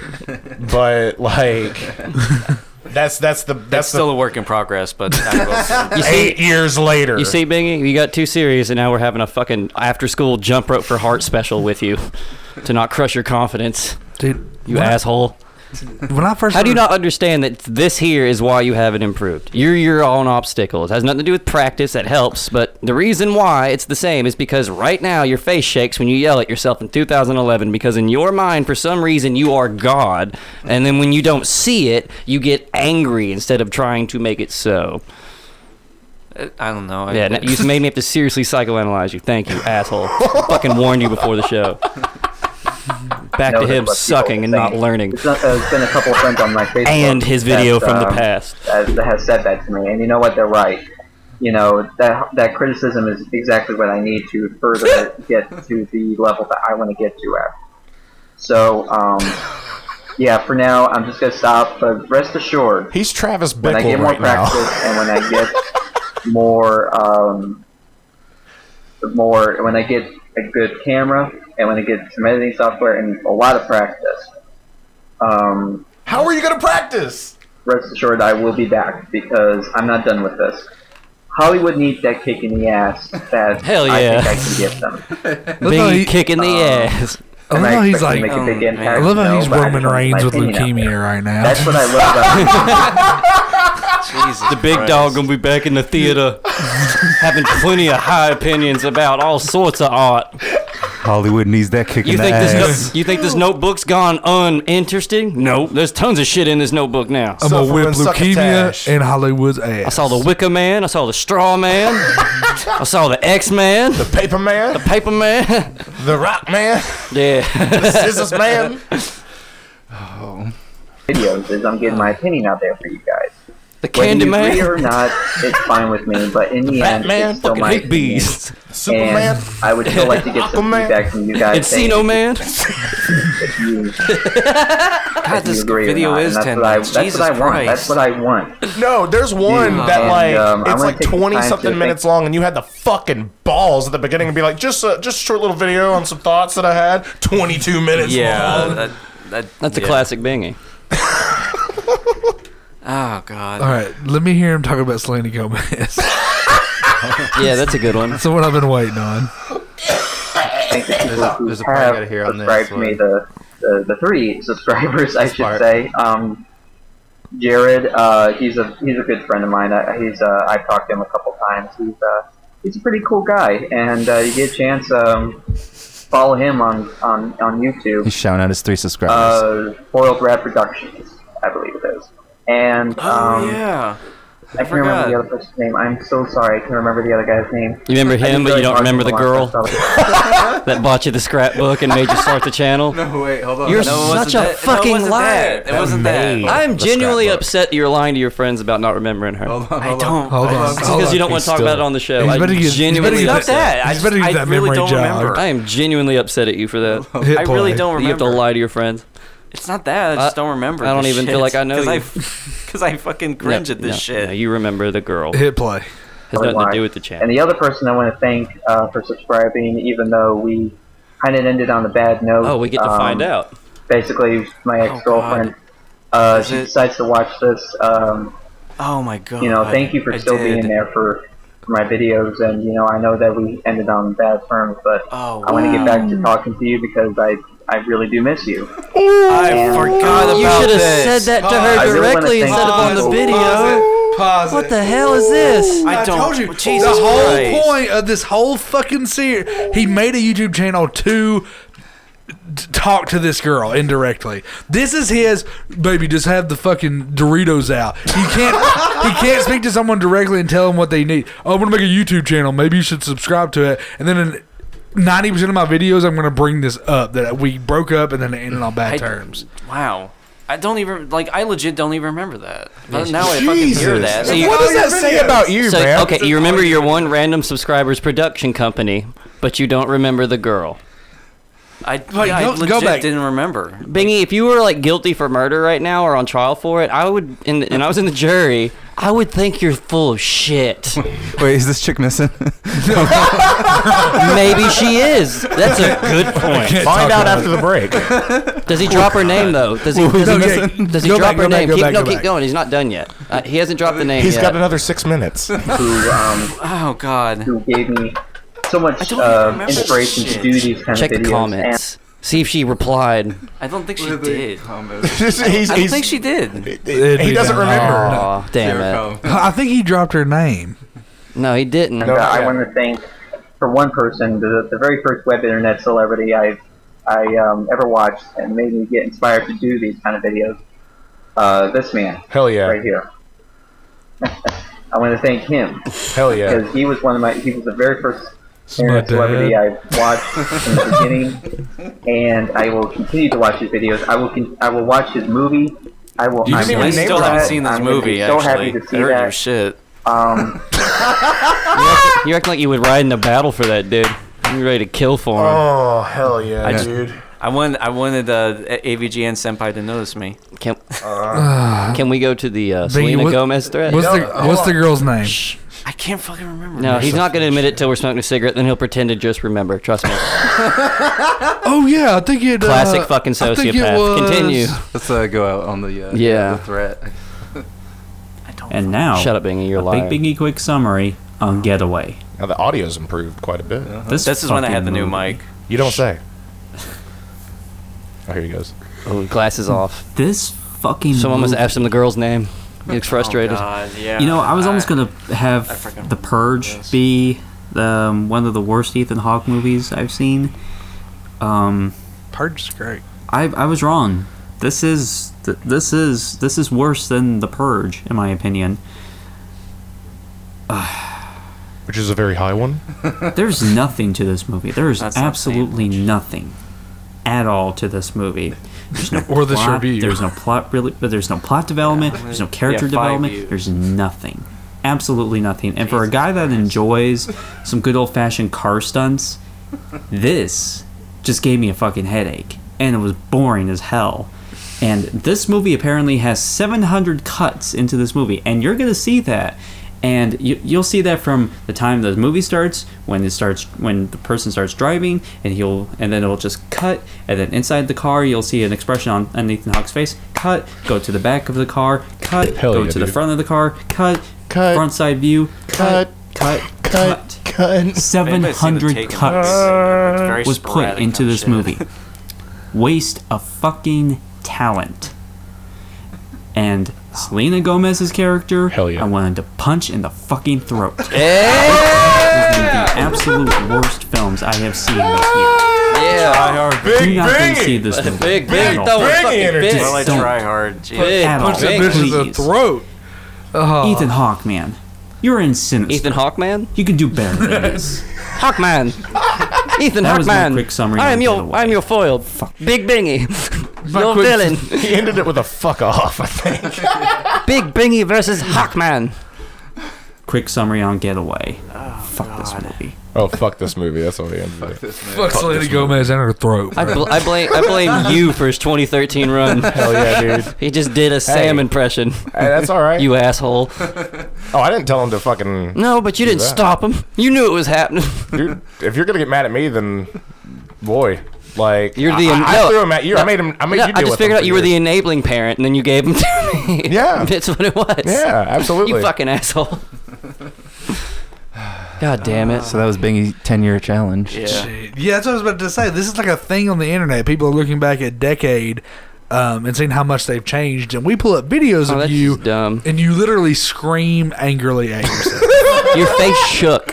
Speaker 3: but like that's that's the
Speaker 4: That's
Speaker 3: that's
Speaker 4: still
Speaker 3: the
Speaker 4: a work in progress, but I will-
Speaker 3: 8 years later.
Speaker 2: You see, Bingy, you got too serious, and now we're having a fucking after school jump rope for heart special with you to not crush your confidence,
Speaker 1: Dude,
Speaker 2: you
Speaker 1: when I-
Speaker 2: asshole.
Speaker 1: when I first
Speaker 2: How do you not understand that this here is why you haven't improved? You're your own obstacle. It has nothing to do with practice. That helps, but the reason why it's the same is because right now your face shakes when you yell at yourself in 2011 because in your mind, for some reason, you are God, and then when you don't see it, you get angry instead of trying to make it so.
Speaker 4: I don't know. I-
Speaker 2: Yeah, now- you just made me have to seriously psychoanalyze you. Thank you, asshole. Fucking warned you before the show. Back
Speaker 6: know
Speaker 2: to
Speaker 6: that
Speaker 2: him
Speaker 6: what people
Speaker 2: sucking and not
Speaker 6: think.
Speaker 2: learning,
Speaker 6: It's not- There's been a couple of friends on my Facebook
Speaker 2: and his video
Speaker 6: that,
Speaker 2: from the
Speaker 6: um,
Speaker 2: past.
Speaker 6: that, that has said that to me, and you know what? They're right. You know that that criticism is exactly what I need to further get to the level that I want to get to at. So, um, yeah, for now I'm just gonna stop. But rest assured,
Speaker 3: He's Travis
Speaker 6: when I
Speaker 3: Bickle
Speaker 6: get more
Speaker 3: right now.
Speaker 6: practice and when I get more, um, more when I get a good camera and when I get some editing software and a lot of practice, um,
Speaker 3: How are you going to practice?
Speaker 6: rest assured I will be back because I'm not done with this. Hollywood needs that kick in the ass that
Speaker 2: Hell yeah.
Speaker 6: I think I can give them.
Speaker 1: thought he-
Speaker 2: Big kick in the ass.
Speaker 1: I
Speaker 6: And
Speaker 1: love how
Speaker 6: I
Speaker 1: he's
Speaker 6: expect
Speaker 1: like,
Speaker 6: to make a big
Speaker 4: oh,
Speaker 1: I
Speaker 6: impact.
Speaker 1: love how
Speaker 6: no,
Speaker 1: he's
Speaker 6: but I
Speaker 1: Roman
Speaker 6: just want my
Speaker 1: Reigns with
Speaker 6: opinion out there.
Speaker 1: leukemia right now.
Speaker 6: That's what I love about
Speaker 4: Jesus.
Speaker 2: The big dog gonna be back in the theater, having plenty of high opinions about all sorts of art.
Speaker 5: Hollywood needs that kick
Speaker 2: You
Speaker 5: in
Speaker 2: think
Speaker 5: the
Speaker 2: this
Speaker 5: ass.
Speaker 2: no- you think this notebook's gone uninteresting? No, there's tons of shit in this notebook now.
Speaker 1: I'm gonna whip
Speaker 3: Suffering
Speaker 1: leukemia
Speaker 3: succotash.
Speaker 1: and Hollywood's
Speaker 2: I
Speaker 1: ass.
Speaker 2: saw the Wicker Man. I saw the Straw Man. I saw the X Man,
Speaker 3: The paper man,
Speaker 2: Paper Man.
Speaker 3: the rock man,
Speaker 2: yeah,
Speaker 3: the scissors man.
Speaker 6: videos is I'm getting my opinion out there for you guys.
Speaker 2: the
Speaker 6: Whether
Speaker 2: Candy
Speaker 6: you
Speaker 2: Man.
Speaker 6: agree or not, it's fine with me. But in the, end,
Speaker 3: Batman,
Speaker 6: it's still
Speaker 2: Fucking
Speaker 6: my
Speaker 2: hate
Speaker 6: opinion,
Speaker 2: bees.
Speaker 3: Superman.
Speaker 6: And I would still like to get some
Speaker 3: Aquaman.
Speaker 6: feedback from you
Speaker 2: Encino
Speaker 6: guys. saying
Speaker 2: Man.
Speaker 6: if you, if
Speaker 4: God,
Speaker 6: you
Speaker 4: this
Speaker 6: agree or
Speaker 4: video
Speaker 6: not. And
Speaker 4: is
Speaker 6: that's
Speaker 4: ten
Speaker 6: what I,
Speaker 4: minutes.
Speaker 6: That's
Speaker 4: Jesus
Speaker 6: what I want. That's
Speaker 4: Christ.
Speaker 6: what I want.
Speaker 3: No, there's one
Speaker 6: Yeah.
Speaker 3: that
Speaker 6: And,
Speaker 3: like
Speaker 6: um, I
Speaker 3: it's
Speaker 6: wanna
Speaker 3: like
Speaker 6: take the
Speaker 3: twenty
Speaker 6: time to
Speaker 3: something
Speaker 6: think-
Speaker 3: minutes long, and you had the fucking balls at the beginning to be like, just a, just a short little video on some thoughts that I had. Twenty two minutes
Speaker 4: yeah.
Speaker 3: long.
Speaker 4: Uh, That, that,
Speaker 2: That's a
Speaker 4: yeah.
Speaker 2: classic bingy.
Speaker 4: Oh God.
Speaker 1: All right, let me hear him talk about Selena Gomez.
Speaker 2: Yeah, that's a good one.
Speaker 1: That's what I've been waiting on.
Speaker 6: Thank the people who
Speaker 5: there's a part I
Speaker 6: have
Speaker 5: gotta hear on this
Speaker 6: subscribed to me,
Speaker 5: one.
Speaker 6: the, the the three subscribers, I
Speaker 5: This
Speaker 6: should
Speaker 5: part.
Speaker 6: say. Um, Jared, uh, he's a he's a good friend of mine. I, he's uh, I've talked to him a couple times. He's uh, he's a pretty cool guy, and uh, you get a chance, um, follow him on on on YouTube.
Speaker 5: He's shouting out his three subscribers.
Speaker 6: uh, Foiled Rat Productions, I believe it is. And um,
Speaker 4: Oh yeah.
Speaker 6: I can't remember the
Speaker 4: forgot.
Speaker 6: other person's name. I'm so sorry. I can't remember the other guy's name.
Speaker 2: You remember him, but you don't remember the girl that bought you the scrapbook and made you start the channel.
Speaker 5: no, wait, hold on.
Speaker 2: You're
Speaker 4: No, it wasn't
Speaker 2: such a
Speaker 4: that- no,
Speaker 2: fucking
Speaker 4: it wasn't
Speaker 2: liar.
Speaker 4: That. It wasn't
Speaker 3: May.
Speaker 4: that.
Speaker 2: I'm
Speaker 3: The
Speaker 2: genuinely
Speaker 3: scrapbook.
Speaker 2: upset that you're lying to your friends about not remembering her.
Speaker 5: Hold on,
Speaker 4: I
Speaker 5: hold
Speaker 4: don't.
Speaker 1: Hold on,
Speaker 2: It's
Speaker 1: hold
Speaker 2: because
Speaker 1: on.
Speaker 2: you don't want to talk
Speaker 3: still-
Speaker 2: about it on the show.
Speaker 1: He's
Speaker 2: I
Speaker 1: better get- he's better
Speaker 2: genuinely
Speaker 1: get
Speaker 4: Not
Speaker 1: He's
Speaker 2: upset.
Speaker 4: that. I,
Speaker 1: he's
Speaker 4: just,
Speaker 1: better get
Speaker 4: I
Speaker 1: that
Speaker 4: really
Speaker 1: memory
Speaker 4: don't
Speaker 1: jog.
Speaker 4: remember.
Speaker 2: I am genuinely upset at you for that.
Speaker 1: Hit
Speaker 4: I really
Speaker 1: play.
Speaker 4: don't
Speaker 2: You have
Speaker 4: remember.
Speaker 2: to lie to your friends.
Speaker 4: It's not that. I just don't remember.
Speaker 2: I don't even feel like I know you.
Speaker 4: Because I fucking cringe
Speaker 2: No,
Speaker 4: at this
Speaker 2: no,
Speaker 4: shit.
Speaker 2: no, you remember the girl. It
Speaker 1: Hit play.
Speaker 2: has nothing to do with the channel.
Speaker 6: And the other person I want to thank uh, for subscribing, even though we kind of ended on a bad note.
Speaker 2: Oh, we get to
Speaker 6: Um,
Speaker 2: find out. Oh,
Speaker 6: Basically, my ex girlfriend. uh,
Speaker 4: Is
Speaker 6: she
Speaker 4: it-
Speaker 6: decides to watch this. Um,
Speaker 4: oh my god.
Speaker 6: you know, thank you for
Speaker 4: I
Speaker 6: still
Speaker 4: did.
Speaker 6: being there for for my videos. And you know, I know that we ended on bad terms, but
Speaker 4: Oh, wow.
Speaker 6: I want to get back to talking to you because I I really do miss you.
Speaker 4: I forgot about
Speaker 2: You should have
Speaker 4: this.
Speaker 2: said that to
Speaker 6: I
Speaker 2: her
Speaker 6: really wanna
Speaker 2: directly
Speaker 6: thank
Speaker 2: instead of on the
Speaker 6: people.
Speaker 2: video.
Speaker 1: Pause
Speaker 2: What the hell is this?
Speaker 4: I
Speaker 1: I
Speaker 4: don't.
Speaker 1: told you.
Speaker 4: Jesus
Speaker 1: the whole
Speaker 4: Christ.
Speaker 1: point of this whole fucking series, he made a YouTube channel to t- talk to this girl indirectly. This is his baby. Just have the fucking Doritos out. You can't. he can't speak to someone directly and tell them what they need. Oh, I'm gonna make a YouTube channel. Maybe you should subscribe to it. And then. In, 90% of my videos, I'm going to bring this up that we broke up and then it ended on bad
Speaker 4: I-
Speaker 1: terms.
Speaker 4: Wow. I don't even like. I legit don't even remember that. But now I fucking hear
Speaker 3: Jesus.
Speaker 4: that.
Speaker 2: So you-
Speaker 3: what does that say about you,
Speaker 2: So,
Speaker 3: man?
Speaker 2: okay, you remember your one random subscriber's production company, but you don't remember the girl.
Speaker 4: I, yeah, I
Speaker 1: go-
Speaker 4: legit
Speaker 1: go back.
Speaker 4: didn't remember.
Speaker 2: Bingy, if you were like guilty for murder right now or on trial for it, I would, and, and I was in the jury, I would think you're full of shit.
Speaker 5: Wait, is this chick missing?
Speaker 2: Maybe she is. That's a good point.
Speaker 3: Find out after the break.
Speaker 2: Does he drop her name though? Does he? Does
Speaker 1: No,
Speaker 2: he,
Speaker 1: Jake,
Speaker 2: does he
Speaker 1: go
Speaker 2: drop
Speaker 1: back,
Speaker 2: her
Speaker 1: go back,
Speaker 2: name?
Speaker 1: go
Speaker 2: keep,
Speaker 1: back,
Speaker 2: no,
Speaker 1: go
Speaker 2: keep
Speaker 1: back.
Speaker 2: going. He's not done yet. Uh, he hasn't dropped the name
Speaker 3: He's
Speaker 2: yet.
Speaker 3: got another six minutes.
Speaker 6: Who um,
Speaker 4: Oh god.
Speaker 6: who gave me so much
Speaker 4: don't
Speaker 6: uh,
Speaker 4: remember
Speaker 6: inspiration
Speaker 4: shit.
Speaker 6: to do these kind
Speaker 2: Check
Speaker 6: of videos.
Speaker 2: the comments. See if she replied.
Speaker 4: I don't think she did.
Speaker 3: he's, he's,
Speaker 4: I don't think she did.
Speaker 3: He doesn't remember.
Speaker 2: Aw, damn
Speaker 5: Come.
Speaker 2: it.
Speaker 1: I think he dropped her name.
Speaker 2: No, he didn't.
Speaker 6: And, uh, I want to thank for one person, the, the very first web internet celebrity I I um, ever watched, and made me get inspired to do these kind of videos. Uh, this man
Speaker 3: Hell yeah.
Speaker 6: right here. I want to thank him
Speaker 3: Hell yeah.
Speaker 6: because he was one of my. He was the very first
Speaker 1: my
Speaker 6: internet celebrity
Speaker 1: dad.
Speaker 6: I watched from the beginning, and I will continue to watch his videos. I will. Con- I will watch his movie. I will.
Speaker 3: You
Speaker 6: I'm
Speaker 3: didn't even
Speaker 4: I
Speaker 3: name
Speaker 4: still
Speaker 3: her.
Speaker 4: haven't seen this
Speaker 6: I'm gonna
Speaker 4: movie.
Speaker 6: Be so
Speaker 4: actually,
Speaker 6: happy to see
Speaker 4: I heard
Speaker 6: that.
Speaker 4: your shit.
Speaker 6: Um,
Speaker 2: You act like you would ride in the battle for that dude. You ready to kill for him?
Speaker 3: Oh, hell yeah, dude.
Speaker 4: I wanted, I wanted uh, AVGN Senpai to notice me.
Speaker 2: Can, can we go to the uh, Selena
Speaker 1: what-
Speaker 2: Gomez thread?
Speaker 1: What's,
Speaker 3: No,
Speaker 1: the,
Speaker 3: hold
Speaker 1: what's the
Speaker 3: on.
Speaker 1: girl's name?
Speaker 4: I can't fucking remember.
Speaker 2: No, he's not going to admit it till we're smoking a cigarette. Then he'll pretend to just remember. Trust me.
Speaker 1: Oh yeah, I think it.
Speaker 2: Classic
Speaker 1: uh,
Speaker 2: fucking
Speaker 1: I think it
Speaker 2: sociopath.
Speaker 1: was-
Speaker 2: Continue.
Speaker 5: Let's uh, go out on the uh,
Speaker 2: Yeah.
Speaker 5: the threat.
Speaker 4: I don't.
Speaker 7: And now,
Speaker 2: Shut up, Bingy. You're
Speaker 7: a
Speaker 2: lying.
Speaker 7: big bingy quick summary on Getaway.
Speaker 3: Now the audio's improved quite a bit.
Speaker 7: This,
Speaker 4: Uh-huh. This is when I had the
Speaker 7: fucking
Speaker 4: new
Speaker 7: movie-
Speaker 4: mic.
Speaker 3: You don't say. Oh, here he goes.
Speaker 2: Oh, glasses off.
Speaker 7: This fucking
Speaker 2: Someone must
Speaker 7: movie
Speaker 2: ask him the girl's name. He looks frustrated.
Speaker 4: Oh, God, yeah.
Speaker 7: You know, I was almost gonna
Speaker 4: I
Speaker 7: have
Speaker 4: freaking
Speaker 7: The
Speaker 4: love
Speaker 7: Purge
Speaker 4: this.
Speaker 7: be um, one of the worst Ethan Hawke movies I've seen. Um,
Speaker 1: Purge is great.
Speaker 7: I I was wrong. This is th- this is this is worse than The Purge, in my opinion.
Speaker 3: Which is a very high one.
Speaker 7: There's nothing to this movie. There is
Speaker 4: That's not
Speaker 7: absolutely nothing at all to this movie. There's no
Speaker 1: Or this
Speaker 7: plot,
Speaker 1: review.
Speaker 7: There's no plot really. But there's no plot development. There's no character
Speaker 4: Yeah, five
Speaker 7: development.
Speaker 4: views.
Speaker 7: There's nothing. Absolutely nothing. And for a guy that enjoys some good old fashioned car stunts, this just gave me a fucking headache, and it was boring as hell. And this movie apparently has 700 cuts into this movie, and you're gonna see that. And you, you'll see that from the time the movie starts, when it starts, when the person starts driving, and he'll, and then it'll just cut, and then inside the car you'll see an expression on, on Ethan Hawke's face. Cut. Go to the back of the car. Cut.
Speaker 3: Hell
Speaker 7: go
Speaker 3: yeah,
Speaker 7: to the
Speaker 3: dude.
Speaker 7: front of the car. Cut.
Speaker 3: Cut.
Speaker 7: Front side view.
Speaker 3: Cut.
Speaker 7: Cut.
Speaker 3: Cut,
Speaker 7: Cut.
Speaker 3: cut.
Speaker 4: If anybody's seen the
Speaker 7: 700
Speaker 4: Taken
Speaker 7: cuts
Speaker 4: movies, uh, it's very
Speaker 7: was put
Speaker 4: sporadic
Speaker 7: into
Speaker 4: and
Speaker 7: this
Speaker 4: shit.
Speaker 7: movie. Waste of fucking talent. And Selena Gomez's character,
Speaker 3: Hell yeah.
Speaker 7: I wanted to punch in the fucking throat. One of
Speaker 2: Yeah!
Speaker 7: the absolute worst films I have seen this year.
Speaker 2: yeah.
Speaker 7: Do not go see
Speaker 3: Big,
Speaker 7: this movie.
Speaker 2: Big,
Speaker 7: At
Speaker 2: big,
Speaker 7: all.
Speaker 2: throwing fucking
Speaker 3: energy.
Speaker 2: big.
Speaker 4: Well, I
Speaker 7: Don't.
Speaker 4: try hard. Gee,
Speaker 2: Big,
Speaker 7: At all.
Speaker 1: Punch that
Speaker 2: big.
Speaker 1: bitch in the
Speaker 7: please.
Speaker 1: throat. Oh.
Speaker 7: Ethan Hawke, man. You're in sinister.
Speaker 2: Ethan Hawkman?
Speaker 7: You can do better than this.
Speaker 2: Hawkman! Ethan
Speaker 7: That
Speaker 2: Hawkman!
Speaker 7: was my quick summary
Speaker 2: I am
Speaker 7: of
Speaker 2: your,
Speaker 7: Getaway.
Speaker 2: I am your foiled. Big Bingy. your
Speaker 1: quick-
Speaker 2: villain.
Speaker 3: He ended it with a fuck off, I think.
Speaker 2: Big Bingy versus Hawkman.
Speaker 7: Quick summary on Getaway. Fuck this movie.
Speaker 3: Oh, fuck this movie. That's all he ended with.
Speaker 1: Fuck Selena Gomez in her throat.
Speaker 2: I, bl- I blame, I blame you for his 2013 run.
Speaker 3: Hell yeah, dude.
Speaker 2: He just did a Sam
Speaker 3: Hey.
Speaker 2: impression.
Speaker 3: Hey, that's all right.
Speaker 2: You asshole.
Speaker 3: oh, I didn't tell him to fucking.
Speaker 2: No, but you didn't
Speaker 3: that.
Speaker 2: stop him. You knew it was happening.
Speaker 3: Dude, if you're gonna get mad at me, then boy, like
Speaker 2: You're the-
Speaker 3: I, I
Speaker 2: no,
Speaker 3: threw him at you. I made him. I made
Speaker 2: No,
Speaker 3: you. Deal
Speaker 2: I
Speaker 3: with
Speaker 2: just figured
Speaker 3: him
Speaker 2: out you were
Speaker 3: for
Speaker 2: the
Speaker 3: years.
Speaker 2: enabling parent, and then you gave him to me.
Speaker 3: Yeah.
Speaker 2: that's what it was.
Speaker 3: Yeah, absolutely.
Speaker 2: You fucking asshole. God damn
Speaker 3: Ah,
Speaker 2: it.
Speaker 5: So that was Bingy's 10 year challenge.
Speaker 4: Yeah.
Speaker 1: Shit. Yeah, that's what I was about to say. This is like a thing on the internet. People are looking back at decade um, and seeing how much they've changed. And we pull up videos
Speaker 2: Oh,
Speaker 1: of
Speaker 2: that's
Speaker 1: you,
Speaker 2: just dumb.
Speaker 1: and you literally scream angrily at yourself.
Speaker 2: Your face shook.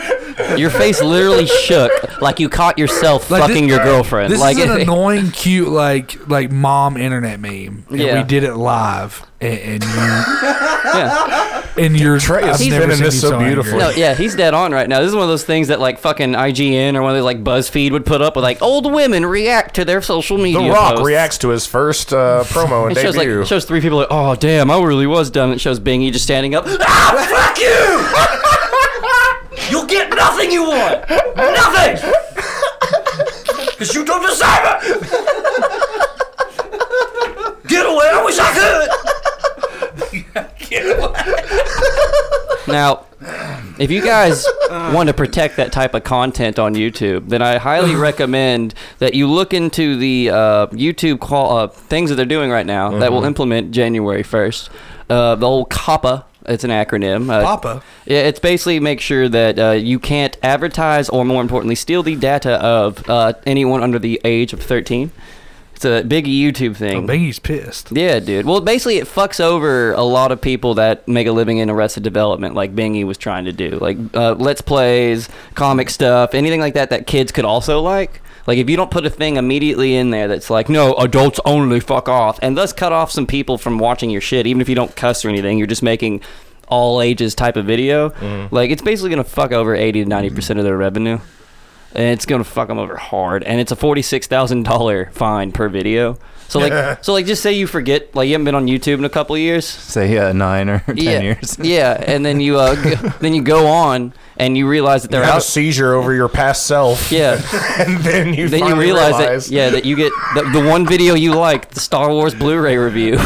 Speaker 2: Your face literally shook like you caught yourself
Speaker 1: Like
Speaker 2: fucking
Speaker 1: this-
Speaker 2: your girlfriend.
Speaker 1: this
Speaker 2: like
Speaker 1: is an annoying, cute, like like mom internet meme. And
Speaker 2: Yeah.
Speaker 1: we did it live, and, and you
Speaker 2: yeah.
Speaker 1: and you're
Speaker 3: Trey is
Speaker 1: I've never
Speaker 3: spinning
Speaker 1: seen
Speaker 3: this
Speaker 1: you
Speaker 3: so
Speaker 1: angry.
Speaker 3: beautifully.
Speaker 2: No, yeah, he's dead on right now. This is one of those things that like fucking IGN or one of those like BuzzFeed would put up with like old women react to their social media.
Speaker 3: The Rock
Speaker 2: posts.
Speaker 3: reacts to his first uh, promo and
Speaker 2: It shows like
Speaker 3: debut.
Speaker 2: it shows three people like, oh damn, I really was dumb. It shows Bingy just standing up. Ah, fuck you! You'll get nothing you want, nothing, because you don't deserve it. Get away! I wish I could. Now, if you guys want to protect that type of content on YouTube, then I highly recommend that you look into the uh, YouTube call, uh, things that they're doing right now that will implement January 1st. Uh, the old COPPA, it's an acronym. Uh,
Speaker 1: Papa.
Speaker 2: yeah, it's basically make sure that uh, you can't advertise or, more importantly, steal the data of uh, anyone under the age of 13. It's a big YouTube
Speaker 1: Oh,
Speaker 2: thing.
Speaker 1: Bingy's pissed.
Speaker 2: Yeah, dude. Well, basically, it fucks over a lot of people that make a living in Arrested Development, like Bingy was trying to do, like uh, Let's Plays, comic stuff, anything like that that kids could also like. Like, if you don't put a thing immediately in there that's like, no, adults only, fuck off, and thus cut off some people from watching your shit, even if you don't cuss or anything, you're just making all ages type of video. Like, it's basically gonna fuck over eighty to ninety percent of their revenue and it's gonna fuck them over hard. And it's a forty six thousand dollar fine per video. So like, so like, just say you forget, like you haven't been on YouTube in a couple of years.
Speaker 5: Say, yeah, nine or 10
Speaker 2: yeah,
Speaker 5: years.
Speaker 2: yeah, and then you uh, g- then you go on and you realize that
Speaker 3: you
Speaker 2: they're
Speaker 3: have a
Speaker 2: out.
Speaker 3: seizure over your past self.
Speaker 2: Yeah,
Speaker 3: and then you
Speaker 2: then you
Speaker 3: finally
Speaker 2: realize,
Speaker 3: realize
Speaker 2: that yeah that you get the, the one video you like, the Star Wars Blu-ray review.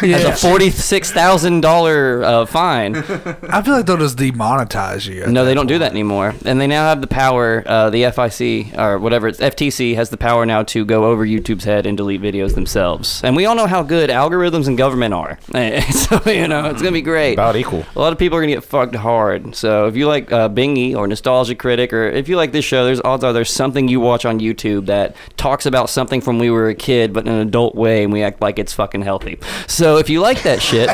Speaker 2: Has a forty six thousand dollar uh, fine.
Speaker 1: I feel like they'll just demonetize you.
Speaker 2: No, they don't do that anymore. And they now have the power. Uh, the FIC or whatever it's FTC has the power now to go over YouTube's head and delete videos themselves. And we all know how good algorithms and government are. so you know it's gonna be great.
Speaker 3: about equal.
Speaker 2: A lot of people are gonna get fucked hard. So if you like uh, Bingy or Nostalgia Critic, or if you like this show, there's odds are there's something you watch on YouTube that talks about something from we were a kid, but in an adult way, and we act like it's fucking healthy. So So if you like that shit,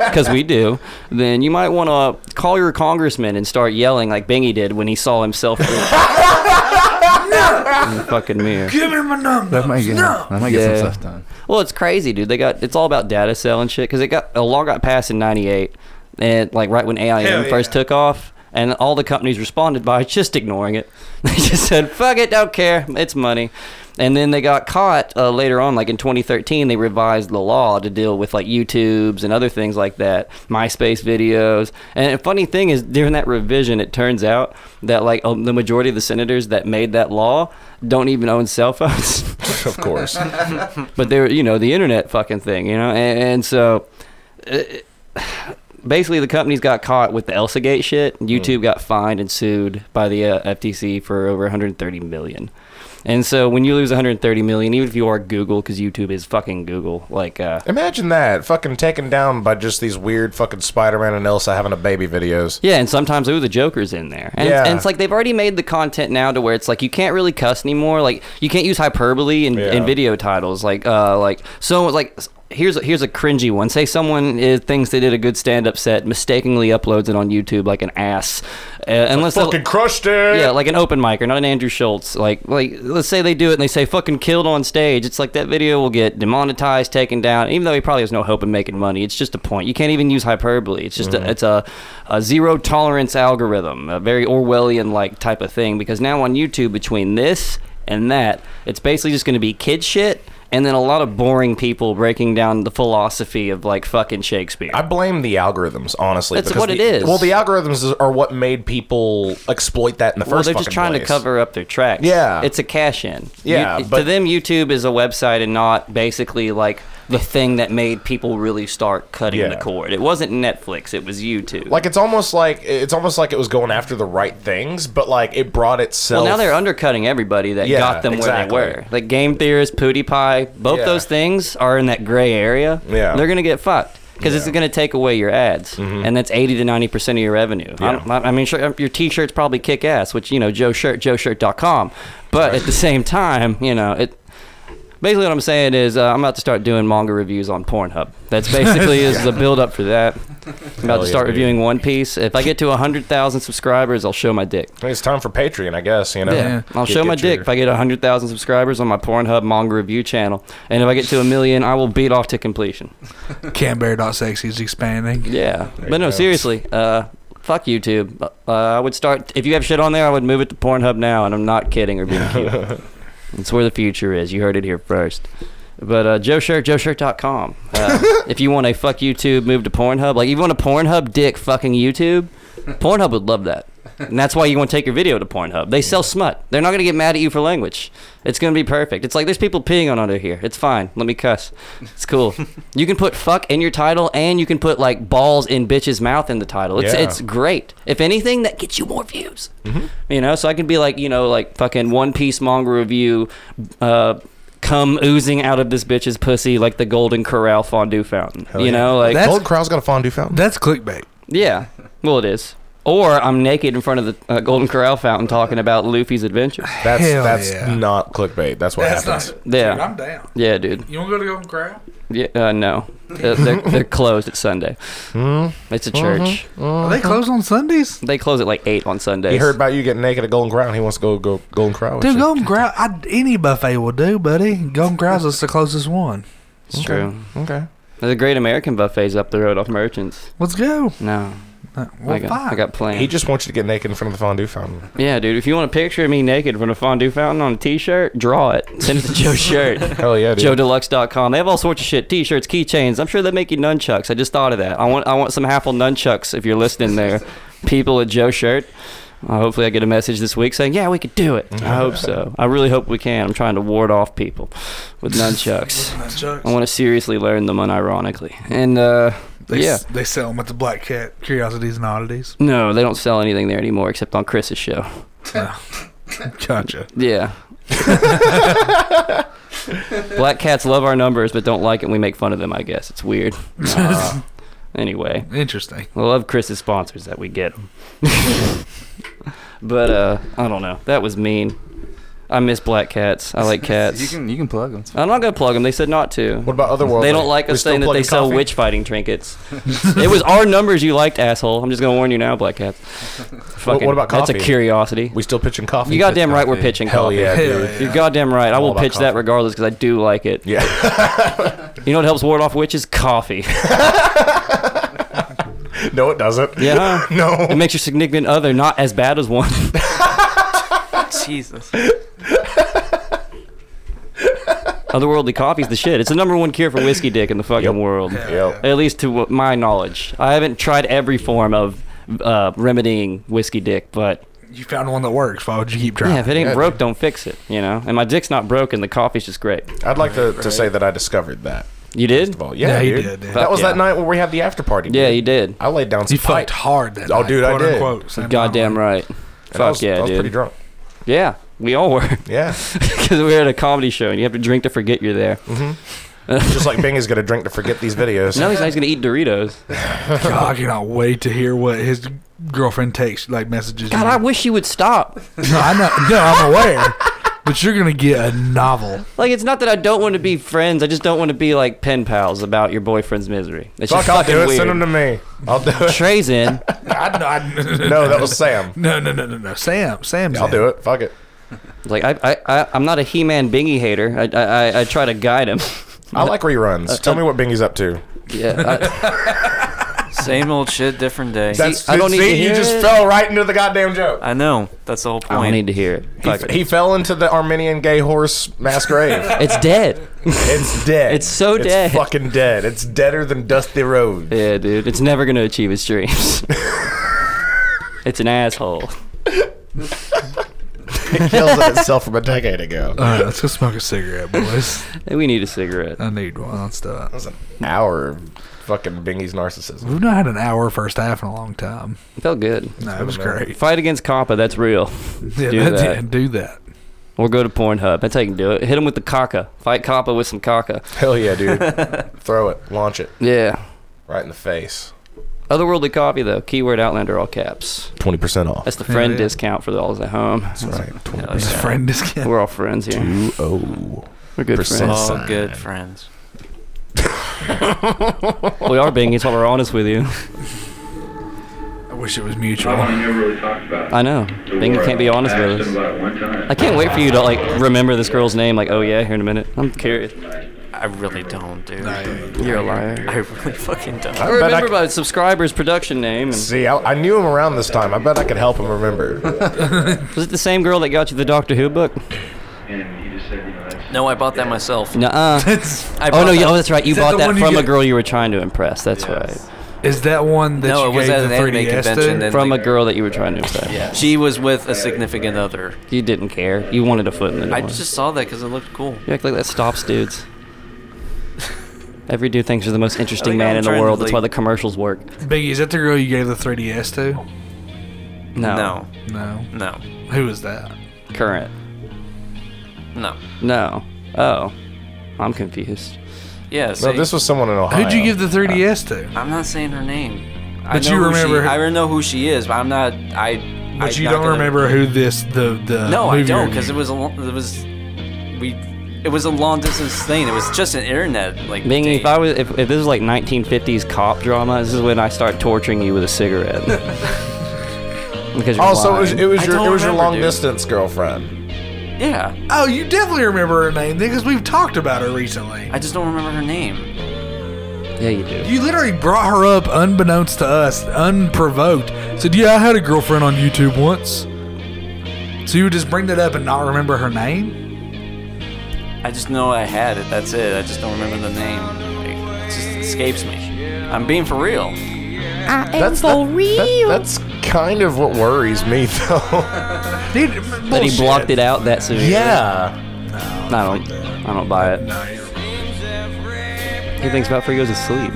Speaker 2: because we do, then you might want to call your congressman and start yelling like Bingy did when he saw himself in the fucking mirror.
Speaker 1: Give me my number.
Speaker 5: That might get,
Speaker 1: No.
Speaker 5: that might get
Speaker 2: Yeah.
Speaker 5: some stuff done.
Speaker 2: Well, it's crazy, dude. They got it's all about data sell and shit because it got a law got passed in '98, and like right when AIM
Speaker 1: Hell yeah.
Speaker 2: first took off, and all the companies responded by just ignoring it. They just said, "Fuck it, don't care. It's money." And then they got caught uh, later on, like in 2013, they revised the law to deal with like YouTube's and other things like that, MySpace videos. And a funny thing is, during that revision, it turns out that like um, the majority of the senators that made that law don't even own cell phones.
Speaker 3: of course.
Speaker 2: but they were, you know, the internet fucking thing, you know, and, and so uh, basically the companies got caught with the ElsaGate shit. YouTube got fined and sued by the uh, FTC for over 130 million. And so when you lose 130 million, even if you are Google, because YouTube is fucking Google, like uh,
Speaker 3: Imagine that fucking taken down by just these weird fucking Spider-Man and Elsa having a baby videos.
Speaker 2: Yeah, and sometimes ooh, the Joker's in there, and, it's,
Speaker 3: Yeah.
Speaker 2: and it's like they've already made the content now to where it's like you can't really cuss anymore. Like you can't use hyperbole in,
Speaker 3: Yeah.
Speaker 2: in video titles. Like uh, like so like s- here's a, here's a cringy one. Say someone is, thinks they did a good stand up set, mistakenly uploads it on YouTube like an ass, uh, unless they'll-
Speaker 3: Fucking crushed it.
Speaker 2: yeah, like an open mic or not an Andrew Schultz. Like, like let's say they do it and they say "fucking killed on stage." It's like that video will get demonetized, taken down. Even though he probably has no hope of making money, it's just a point. You can't even use hyperbole. It's just a, it's a, a zero tolerance algorithm, a very Orwellian like type of thing. Because now on YouTube, between this and that, it's basically just going to be kid shit. And then a lot of boring people breaking down the philosophy of like fucking Shakespeare.
Speaker 3: I blame the algorithms, honestly.
Speaker 2: That's
Speaker 3: because
Speaker 2: what
Speaker 3: the-
Speaker 2: it is.
Speaker 3: Well, the algorithms is- are what made people exploit that in the
Speaker 2: Well,
Speaker 3: first.
Speaker 2: they're just
Speaker 3: fucking
Speaker 2: trying to
Speaker 3: place.
Speaker 2: cover up their tracks.
Speaker 3: Yeah.
Speaker 2: it's a cash in.
Speaker 3: Yeah,
Speaker 2: to
Speaker 3: but-
Speaker 2: them, YouTube is a website and not basically like the thing that made people really start cutting
Speaker 3: Yeah.
Speaker 2: the cord. It wasn't Netflix; it was YouTube.
Speaker 3: Like it's almost like it's almost like it was going after the right things, but like it brought itself.
Speaker 2: well, now they're undercutting everybody that
Speaker 3: Yeah,
Speaker 2: got them
Speaker 3: exactly.
Speaker 2: where they were. Like Game Theorist, PewDiePie, both
Speaker 3: Yeah.
Speaker 2: those things are in that gray area.
Speaker 3: Yeah.
Speaker 2: they're gonna get fucked. Because it's
Speaker 3: Yeah. Mm-hmm.
Speaker 2: going to take away your ads, and that's eighty to ninety percent of your revenue. I, don't, I I mean, sure, your T-shirts probably kick ass, which you know, Joe Shirt, JoeShirt.com. But at the same time, you know, it basically what I'm saying is uh, I'm about to start doing manga reviews on Pornhub. That's basically is the build up for that. I'm about
Speaker 3: Hell
Speaker 2: to
Speaker 3: yeah,
Speaker 2: start
Speaker 3: dude.
Speaker 2: reviewing One Piece. If I get to hundred thousand subscribers, I'll show my dick.
Speaker 3: It's time for Patreon, I guess. You know.
Speaker 2: Yeah. I'll
Speaker 3: Get-
Speaker 2: show
Speaker 3: get
Speaker 2: my
Speaker 3: your-
Speaker 2: dick if I get 100,000 subscribers on my Pornhub manga review channel. And if I get to a million, I will beat off to completion.
Speaker 1: Canberra.sexy is expanding.
Speaker 2: Yeah.
Speaker 3: you
Speaker 2: But no,
Speaker 3: go.
Speaker 2: seriously, uh, fuck YouTube. Uh, I would start, if you have shit on there, I would move it to Pornhub now. And I'm not kidding or being cute. it's where the future is. You heard it here first. But uh, Joe Shirt, joeshirt.com. Uh, if you want a fuck YouTube, move to Pornhub. Like, if you want a Pornhub dick fucking YouTube, Pornhub would love that. And that's why you want to take your video to Pornhub. They sell smut. They're not going to get mad at you for language. It's going to be perfect. It's like there's people peeing on under here. It's fine. Let me cuss. It's cool. you can put fuck in your title and you can put like balls in bitch's mouth in the title. It's
Speaker 3: Yeah.
Speaker 2: it's great. If anything, that gets you more views.
Speaker 3: Mm-hmm.
Speaker 2: You know, so I can be like, you know, like fucking One Piece manga review, uh, come oozing out of this bitch's pussy like the Golden Corral fondue fountain. you know, like
Speaker 1: That's-
Speaker 3: Gold Crow's got a fondue fountain.
Speaker 1: That's clickbait.
Speaker 2: yeah, well it is. Or I'm naked in front of the uh, Golden Corral fountain talking about Luffy's adventure.
Speaker 3: That's
Speaker 1: Hell
Speaker 3: that's
Speaker 1: yeah.
Speaker 3: not clickbait. That's what happens.
Speaker 2: Yeah.
Speaker 1: Dude, I'm down.
Speaker 2: Yeah, dude.
Speaker 1: You want to go to Golden Corral?
Speaker 2: Yeah, uh, no, they're, they're, they're closed at Sunday.
Speaker 3: Hmm?
Speaker 2: It's a church.
Speaker 1: Are they closed on Sundays?
Speaker 2: They close at like eight on Sundays.
Speaker 3: He heard about Mm-hmm. you getting naked at Golden Crown. He wants to go go Golden Crown.
Speaker 1: Dude, Golden Corral, I, any buffet will do, buddy. Golden Corral's is the closest one.
Speaker 2: It's true.
Speaker 3: Okay.
Speaker 2: The Great American Buffet's up the road off Merchants.
Speaker 1: Let's go.
Speaker 2: No,
Speaker 1: Uh, Well,
Speaker 2: I got,
Speaker 1: fine.
Speaker 2: I got plans.
Speaker 3: He just wants you to get naked in front of the fondue fountain.
Speaker 2: yeah, dude. If you want a picture of me naked from a fondue fountain on a T-shirt, draw it. Send it to Joe Shirt.
Speaker 3: Hell yeah, dude.
Speaker 2: JoeDeluxe.com. They have all sorts of shit: T-shirts, keychains. I'm sure they make you nunchucks. I just thought of that. I want I want some Apple nunchucks. If you're listening there, people at Joe Shirt. Uh, hopefully, I get a message this week saying, "Yeah, we could do it." I hope so. I really hope we can. I'm trying to ward off people with nunchucks.
Speaker 1: Nice jokes.
Speaker 2: I want to seriously learn them unironically. And uh,
Speaker 1: They,
Speaker 2: yeah,
Speaker 1: s- they sell them at the Black Cat Curiosities and Oddities.
Speaker 2: no, they don't sell anything there anymore except on Chris's show.
Speaker 1: Gotcha.
Speaker 2: Yeah. Black cats love our numbers, but don't like it. when We make fun of them. I guess it's weird. Uh, anyway,
Speaker 1: Interesting.
Speaker 2: I love Chris's sponsors that we get 'em. but uh, I don't know. That was mean. I miss black cats. I like cats.
Speaker 5: You can you can plug them.
Speaker 2: I'm not gonna plug them. They said not to.
Speaker 3: What about otherworldly?
Speaker 2: They don't like
Speaker 3: We
Speaker 2: us
Speaker 3: still
Speaker 2: saying that
Speaker 3: plugging
Speaker 2: they sell
Speaker 3: coffee?
Speaker 2: witch fighting trinkets. it was our numbers you liked, asshole. I'm just gonna warn you now, black cats. Fucking-
Speaker 3: what about
Speaker 2: That's
Speaker 3: coffee?
Speaker 2: a curiosity.
Speaker 3: We still pitching coffee.
Speaker 2: You goddamn right, we're
Speaker 5: coffee.
Speaker 2: pitching
Speaker 3: Hell
Speaker 2: coffee.
Speaker 3: yeah,
Speaker 1: Hell
Speaker 3: dude.
Speaker 1: yeah.
Speaker 2: You're goddamn right. I
Speaker 3: all
Speaker 2: will
Speaker 3: about
Speaker 2: pitch that
Speaker 3: coffee.
Speaker 2: regardless because I do like it.
Speaker 3: Yeah.
Speaker 2: You know what helps ward off witches? Coffee.
Speaker 3: no, it doesn't.
Speaker 2: Yeah. huh?
Speaker 3: No.
Speaker 2: It makes your significant other not as bad as one.
Speaker 4: Jesus.
Speaker 2: Otherworldly coffee's the shit. It's the number one cure for whiskey dick in the fucking
Speaker 3: Yep.
Speaker 2: world.
Speaker 3: Yep.
Speaker 2: At least to what- my knowledge. I haven't tried every form of uh, remedying whiskey dick, but
Speaker 1: You found one that works. Why would you keep trying?
Speaker 2: yeah, if it ain't
Speaker 3: Ah, Yeah,
Speaker 2: broke, don't fix it. You know, and my dick's not broken. The coffee's just great.
Speaker 3: I'd like to, to say that I discovered that.
Speaker 2: You did?
Speaker 3: Well, yeah,
Speaker 1: Yeah, he
Speaker 3: dude.
Speaker 1: did, dude.
Speaker 3: That was
Speaker 2: Fuck
Speaker 3: that
Speaker 2: yeah.
Speaker 3: night where we had the after party.
Speaker 2: Yeah,
Speaker 3: dude.
Speaker 2: you did.
Speaker 3: I laid down some
Speaker 1: You fucked
Speaker 3: pipe.
Speaker 1: hard that
Speaker 3: Oh,
Speaker 1: night,
Speaker 3: dude, I
Speaker 1: quote
Speaker 3: did.
Speaker 1: unquote. Same
Speaker 2: Goddamn
Speaker 1: time.
Speaker 2: right.
Speaker 3: And I
Speaker 2: Fuck
Speaker 3: was,
Speaker 2: yeah,
Speaker 3: I was
Speaker 2: dude.
Speaker 3: pretty drunk.
Speaker 2: Yeah, we all were
Speaker 3: Yeah.
Speaker 2: because we were at a comedy show and you have to drink to forget you're there.
Speaker 3: Mm-hmm. Just like Bing is going to drink to forget these videos.
Speaker 2: Now he's not he's gonna eat Doritos.
Speaker 1: God, I cannot wait to hear what his girlfriend takes, like messages.
Speaker 2: God,
Speaker 1: you.
Speaker 2: I wish you would stop.
Speaker 1: no, I know, no, I'm aware. But you're gonna get a novel.
Speaker 2: Like it's not that I don't want to be friends. I just don't want to be like pen pals about your boyfriend's misery. It's
Speaker 3: Fuck,
Speaker 2: just
Speaker 3: I'll
Speaker 2: fucking
Speaker 3: do it.
Speaker 2: weird.
Speaker 3: Send them to me. I'll do it.
Speaker 2: Trey's in.
Speaker 1: I, I,
Speaker 3: No, that was Sam.
Speaker 1: no, no, no, no, no. Sam, Sam,
Speaker 3: I'll do it. Fuck it.
Speaker 2: Like I, I, I I'm not a He-Man Bingy hater. I, I, I, I try to guide him.
Speaker 3: I like reruns.
Speaker 2: Uh,
Speaker 3: Tell me what Bingy's up to.
Speaker 2: Yeah, I,
Speaker 4: Same old shit, different day.
Speaker 3: That's
Speaker 2: I don't
Speaker 3: see,
Speaker 2: need to
Speaker 3: you
Speaker 2: hear
Speaker 3: just
Speaker 2: it.
Speaker 3: fell right into the goddamn joke.
Speaker 4: I know. That's the whole
Speaker 2: I don't
Speaker 4: point.
Speaker 2: need to hear it. Fuck it.
Speaker 3: He fell into the Armenian gay horse masquerade.
Speaker 2: It's dead.
Speaker 3: it's dead.
Speaker 2: It's so dead.
Speaker 3: It's fucking dead. It's deader than Dusty Road.
Speaker 2: Yeah, dude. It's never gonna achieve its dreams. it's an asshole.
Speaker 3: It kills it itself from a decade ago.
Speaker 1: All right, let's go smoke a cigarette, boys.
Speaker 2: Hey, We need a cigarette.
Speaker 1: I need one. Let's do it.
Speaker 3: That was an hour of fucking Bingy's narcissism.
Speaker 1: We've not had an hour first half in a long time.
Speaker 2: It felt good.
Speaker 1: No, it was great.
Speaker 2: Fight against Kappa. That's real.
Speaker 1: Yeah,
Speaker 2: Do that.
Speaker 1: yeah, do that.
Speaker 2: Or go to Pornhub. That's how you can do it. Hit him with the caca. Fight Kappa with some caca.
Speaker 3: Hell yeah, dude. Throw it. Launch it.
Speaker 2: Yeah.
Speaker 3: Right in the face.
Speaker 2: Otherworldly coffee though. Keyword Outlander all caps.
Speaker 3: 20% off.
Speaker 2: That's the friend
Speaker 1: yeah.
Speaker 2: discount for those at home.
Speaker 3: That's right.
Speaker 4: Hell
Speaker 3: 20%.
Speaker 1: His
Speaker 4: Oh, yeah.
Speaker 1: friend is getting.
Speaker 2: We're all friends here.
Speaker 3: Oh.
Speaker 2: We're good
Speaker 3: Percent.
Speaker 2: friends.
Speaker 4: All good friends.
Speaker 2: we are being. It's why we're honest with you.
Speaker 1: I wish it was mutual.
Speaker 2: I know. Bingy can't be honest with us. I can't wait for you to like remember this girl's name. Like, oh yeah, here in a minute. I'm curious.
Speaker 4: I really don't, dude.
Speaker 2: You're a liar.
Speaker 4: I really fucking don't.
Speaker 2: I
Speaker 3: bet I
Speaker 2: remember
Speaker 3: c-
Speaker 2: my subscriber's production name. And
Speaker 3: See, I, I knew him around this time. I bet I could help him remember.
Speaker 2: was it the same girl that got you the Doctor Who book?
Speaker 4: No, I bought that myself.
Speaker 2: Nuh-uh.
Speaker 1: It's,
Speaker 4: I
Speaker 2: Oh
Speaker 4: bought
Speaker 2: no!
Speaker 4: that-
Speaker 2: yeah, Oh, that's right. You
Speaker 1: that
Speaker 2: bought
Speaker 1: the
Speaker 2: that
Speaker 1: one you
Speaker 2: from a
Speaker 1: get-
Speaker 2: girl you were trying to impress. That's right.
Speaker 1: is that one that
Speaker 4: No,
Speaker 1: you
Speaker 4: it was
Speaker 1: gave
Speaker 4: at
Speaker 1: the
Speaker 4: an anime
Speaker 1: 3DS to?
Speaker 4: convention and-
Speaker 2: From a girl that you were trying to impress. Yeah.
Speaker 4: She was with a significant other.
Speaker 2: You didn't care. You wanted a foot in the door.
Speaker 4: I just saw that because it looked cool.
Speaker 2: You act like that stops dudes. Every dude thinks you're the most interesting
Speaker 4: think
Speaker 2: man
Speaker 4: I'm
Speaker 2: in the
Speaker 4: trying to,
Speaker 2: world. That's why
Speaker 4: like-
Speaker 2: the commercials work.
Speaker 1: Biggie, is that the girl you gave the 3DS to?
Speaker 2: No.
Speaker 4: No,
Speaker 1: No.
Speaker 4: no,
Speaker 1: Who is that?
Speaker 2: Current.
Speaker 4: no.
Speaker 2: No. Oh. I'm confused.
Speaker 4: Yeah, see,
Speaker 3: No, this was someone in Ohio.
Speaker 1: Who'd you give the 3DS to?
Speaker 4: I'm not saying her name. I
Speaker 1: But
Speaker 4: know
Speaker 1: you
Speaker 4: who
Speaker 1: remember
Speaker 4: She,
Speaker 1: her-
Speaker 4: I don't know who she is, but I'm not. I. I'm
Speaker 1: But you
Speaker 4: not
Speaker 1: don't
Speaker 4: gonna-
Speaker 1: remember who this the the
Speaker 4: No, I
Speaker 1: movie
Speaker 4: don't,
Speaker 1: review-
Speaker 4: because it was a. lo- It was. We. It was a long distance thing. It was just an internet like.
Speaker 2: Being
Speaker 4: date.
Speaker 2: if I was if, if this was like 1950s cop drama, this is when I start torturing you with a cigarette. because you're
Speaker 3: Also, Oh, it was,
Speaker 2: lying.
Speaker 3: it was
Speaker 4: I
Speaker 3: your
Speaker 4: don't
Speaker 3: it was your
Speaker 4: remember,
Speaker 3: long
Speaker 4: dude.
Speaker 3: distance girlfriend.
Speaker 4: yeah,
Speaker 1: Oh, you definitely remember her name because we've talked about her recently.
Speaker 4: I just don't remember her name.
Speaker 2: yeah, you do.
Speaker 1: You literally brought her up unbeknownst to us, unprovoked. Said, "Yeah, I had a girlfriend on YouTube once." So you would just bring that up and not remember her name?
Speaker 4: I just know I had it. That's it. I just don't remember the name. Like, it just escapes me. I'm being for real.
Speaker 3: That's for real. that's kind of what worries me, though.
Speaker 1: Dude,
Speaker 2: That he blocked it out that severely.
Speaker 3: yeah.
Speaker 2: I don't. I don't buy it. He thinks about before he goes to sleep.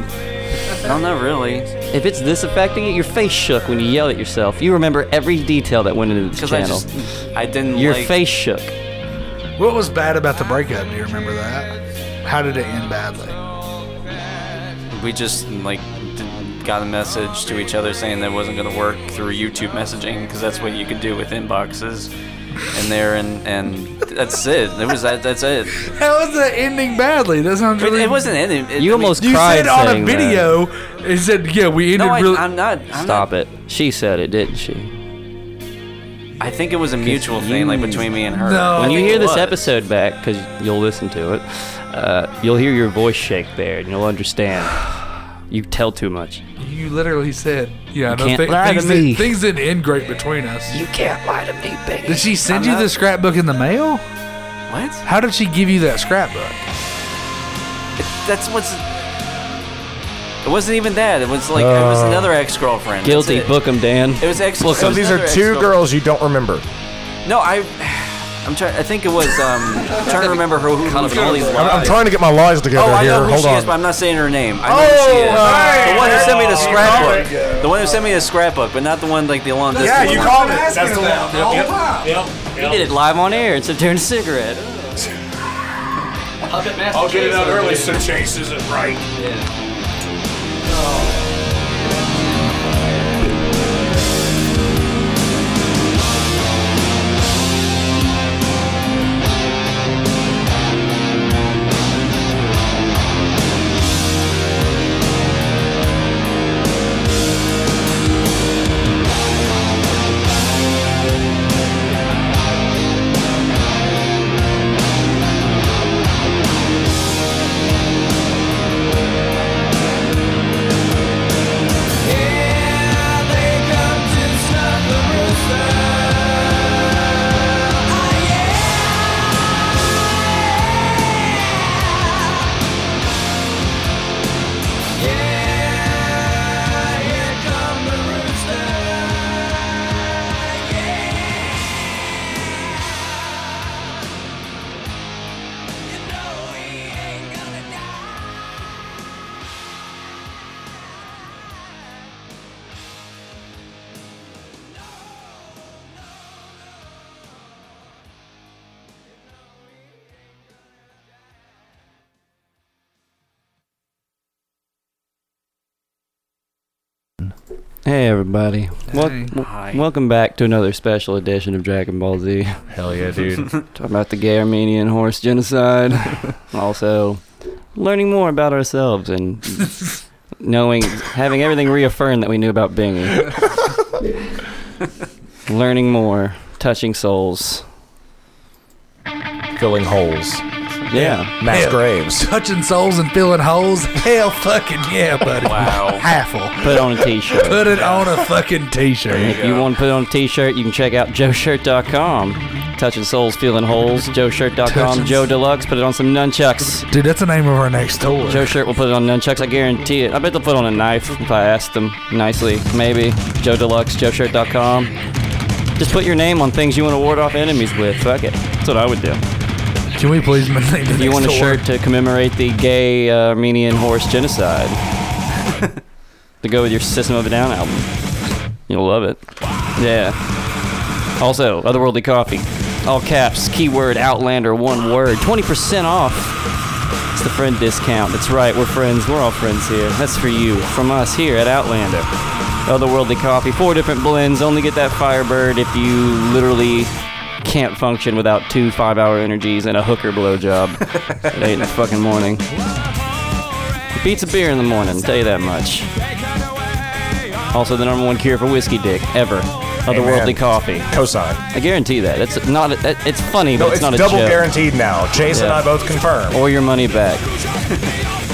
Speaker 4: No, not really.
Speaker 2: If it's this affecting it, your face shook when you yell at yourself. You remember every detail that went into this
Speaker 4: Because I
Speaker 2: channel.
Speaker 4: just. I didn't.
Speaker 2: your
Speaker 4: like,
Speaker 2: face shook.
Speaker 1: What was bad about the breakup? Do you remember that? How did it end badly?
Speaker 4: we just like d- got a message to each other saying that it wasn't going to work through YouTube messaging because that's what you could do with inboxes. in there, and and that's it. It was that. That's it.
Speaker 1: How is that ending badly? That sounds
Speaker 4: But
Speaker 1: really.
Speaker 4: it wasn't ending. It,
Speaker 2: You
Speaker 4: I mean,
Speaker 2: almost
Speaker 1: You
Speaker 2: cried
Speaker 1: said on a
Speaker 2: saying that.
Speaker 1: video. It said, "Yeah, we ended
Speaker 4: no, I,
Speaker 1: really."
Speaker 4: I'm not. I'm
Speaker 2: Stop it. She said it, didn't she?
Speaker 4: Not, I think it was a mutual thing, like between me and her.
Speaker 1: No.
Speaker 4: I
Speaker 2: When you
Speaker 4: think
Speaker 2: hear
Speaker 4: it
Speaker 2: this
Speaker 4: was.
Speaker 2: episode back, because you'll listen to it, uh, you'll hear your voice shake there, and you'll understand. You tell too much.
Speaker 1: you literally said, "Yeah, no,
Speaker 2: can't
Speaker 1: thi-
Speaker 2: lie to
Speaker 1: things,
Speaker 2: me.
Speaker 1: Didn't, things didn't end great between us."
Speaker 2: You can't lie to me, baby.
Speaker 1: Did she send
Speaker 4: I'm
Speaker 1: you
Speaker 4: not-
Speaker 1: the scrapbook in the mail?
Speaker 4: What?
Speaker 1: How did she give you that scrapbook?
Speaker 4: That's what's. It wasn't even that. It was like it was another ex-girlfriend. That's
Speaker 2: Guilty.
Speaker 4: it.
Speaker 2: Book him, Dan.
Speaker 4: It was ex.
Speaker 2: Look,
Speaker 4: it
Speaker 3: So
Speaker 4: was
Speaker 3: these are
Speaker 4: another
Speaker 3: two
Speaker 4: ex-girlfriend.
Speaker 3: girls you don't remember.
Speaker 4: No, I. I'm trying. I think it was. Um, I'm trying to remember who. who all these
Speaker 3: I'm, I'm
Speaker 4: lies.
Speaker 3: trying to get my lies together
Speaker 4: Oh, I
Speaker 3: here.
Speaker 4: know who
Speaker 3: Hold
Speaker 4: she
Speaker 3: on.
Speaker 4: is, but I'm not saying her name. I know who she is. the one who sent me the scrapbook. The one who sent me the scrapbook, but not the one like the long distance.
Speaker 8: Yeah, you
Speaker 4: one.
Speaker 8: called it. That's the one. Yep.
Speaker 2: He did it live on air instead of tearing a cigarette.
Speaker 8: I'll get it out early so Chase isn't right.
Speaker 2: Hey everybody! Wel- wel-
Speaker 4: Hi.
Speaker 2: welcome back to another special edition of Dragon Ball Z.
Speaker 3: Hell yeah, dude.
Speaker 2: Talking about the gay Armenian horse genocide. also, learning more about ourselves and knowing, having everything reaffirmed that we knew about Bingy. learning more, touching souls.
Speaker 3: Filling holes.
Speaker 2: Yeah.
Speaker 3: Mass
Speaker 1: Hell.
Speaker 3: graves.
Speaker 1: Touching souls and filling holes? Hell fucking yeah, buddy.
Speaker 4: Wow.
Speaker 1: Halfle.
Speaker 2: Put on a t-shirt.
Speaker 1: Put it on a fucking t-shirt.
Speaker 2: If you want to put on a t-shirt, you can check out joeshirt.com. Touching souls, feeling holes. joeshirt.com.
Speaker 1: Touching-
Speaker 2: Joe Deluxe. Put it on some nunchucks.
Speaker 1: Dude, that's the name of our next tour.
Speaker 2: Joe Shirt will put it on nunchucks. I guarantee it. I bet they'll put on a knife if I ask them nicely. Maybe. Joe Deluxe, JoeShirt.com. Just put your name on things you want to ward off enemies with. Fuck it. That's what I would do.
Speaker 1: Can we please make the next
Speaker 2: If you want a
Speaker 1: tour?
Speaker 2: shirt to commemorate the gay uh, Armenian horse genocide, to go with your System of a Down album, you'll love it. Yeah. Also, Otherworldly Coffee. All caps, keyword Outlander, one word. 20% off. It's the friend discount. That's right, we're friends. We're all friends here. That's for you, from us here at Outlander. Otherworldly Coffee, four different blends. Only get that Firebird if you literally can't function without two five hour energies and a hooker blowjob at 8 in the fucking morning. It beats a beer in the morning, tell you that much. Also, the number one cure for whiskey dick ever. Otherworldly
Speaker 3: Amen.
Speaker 2: coffee.
Speaker 3: Cosine.
Speaker 2: I guarantee that. It's not. A, that- it's funny, but
Speaker 3: No,
Speaker 2: it's,
Speaker 3: it's,
Speaker 2: not a
Speaker 3: double
Speaker 2: joke.
Speaker 3: guaranteed now. Chase and
Speaker 2: Yeah.
Speaker 3: I both confirm.
Speaker 2: Or your money back.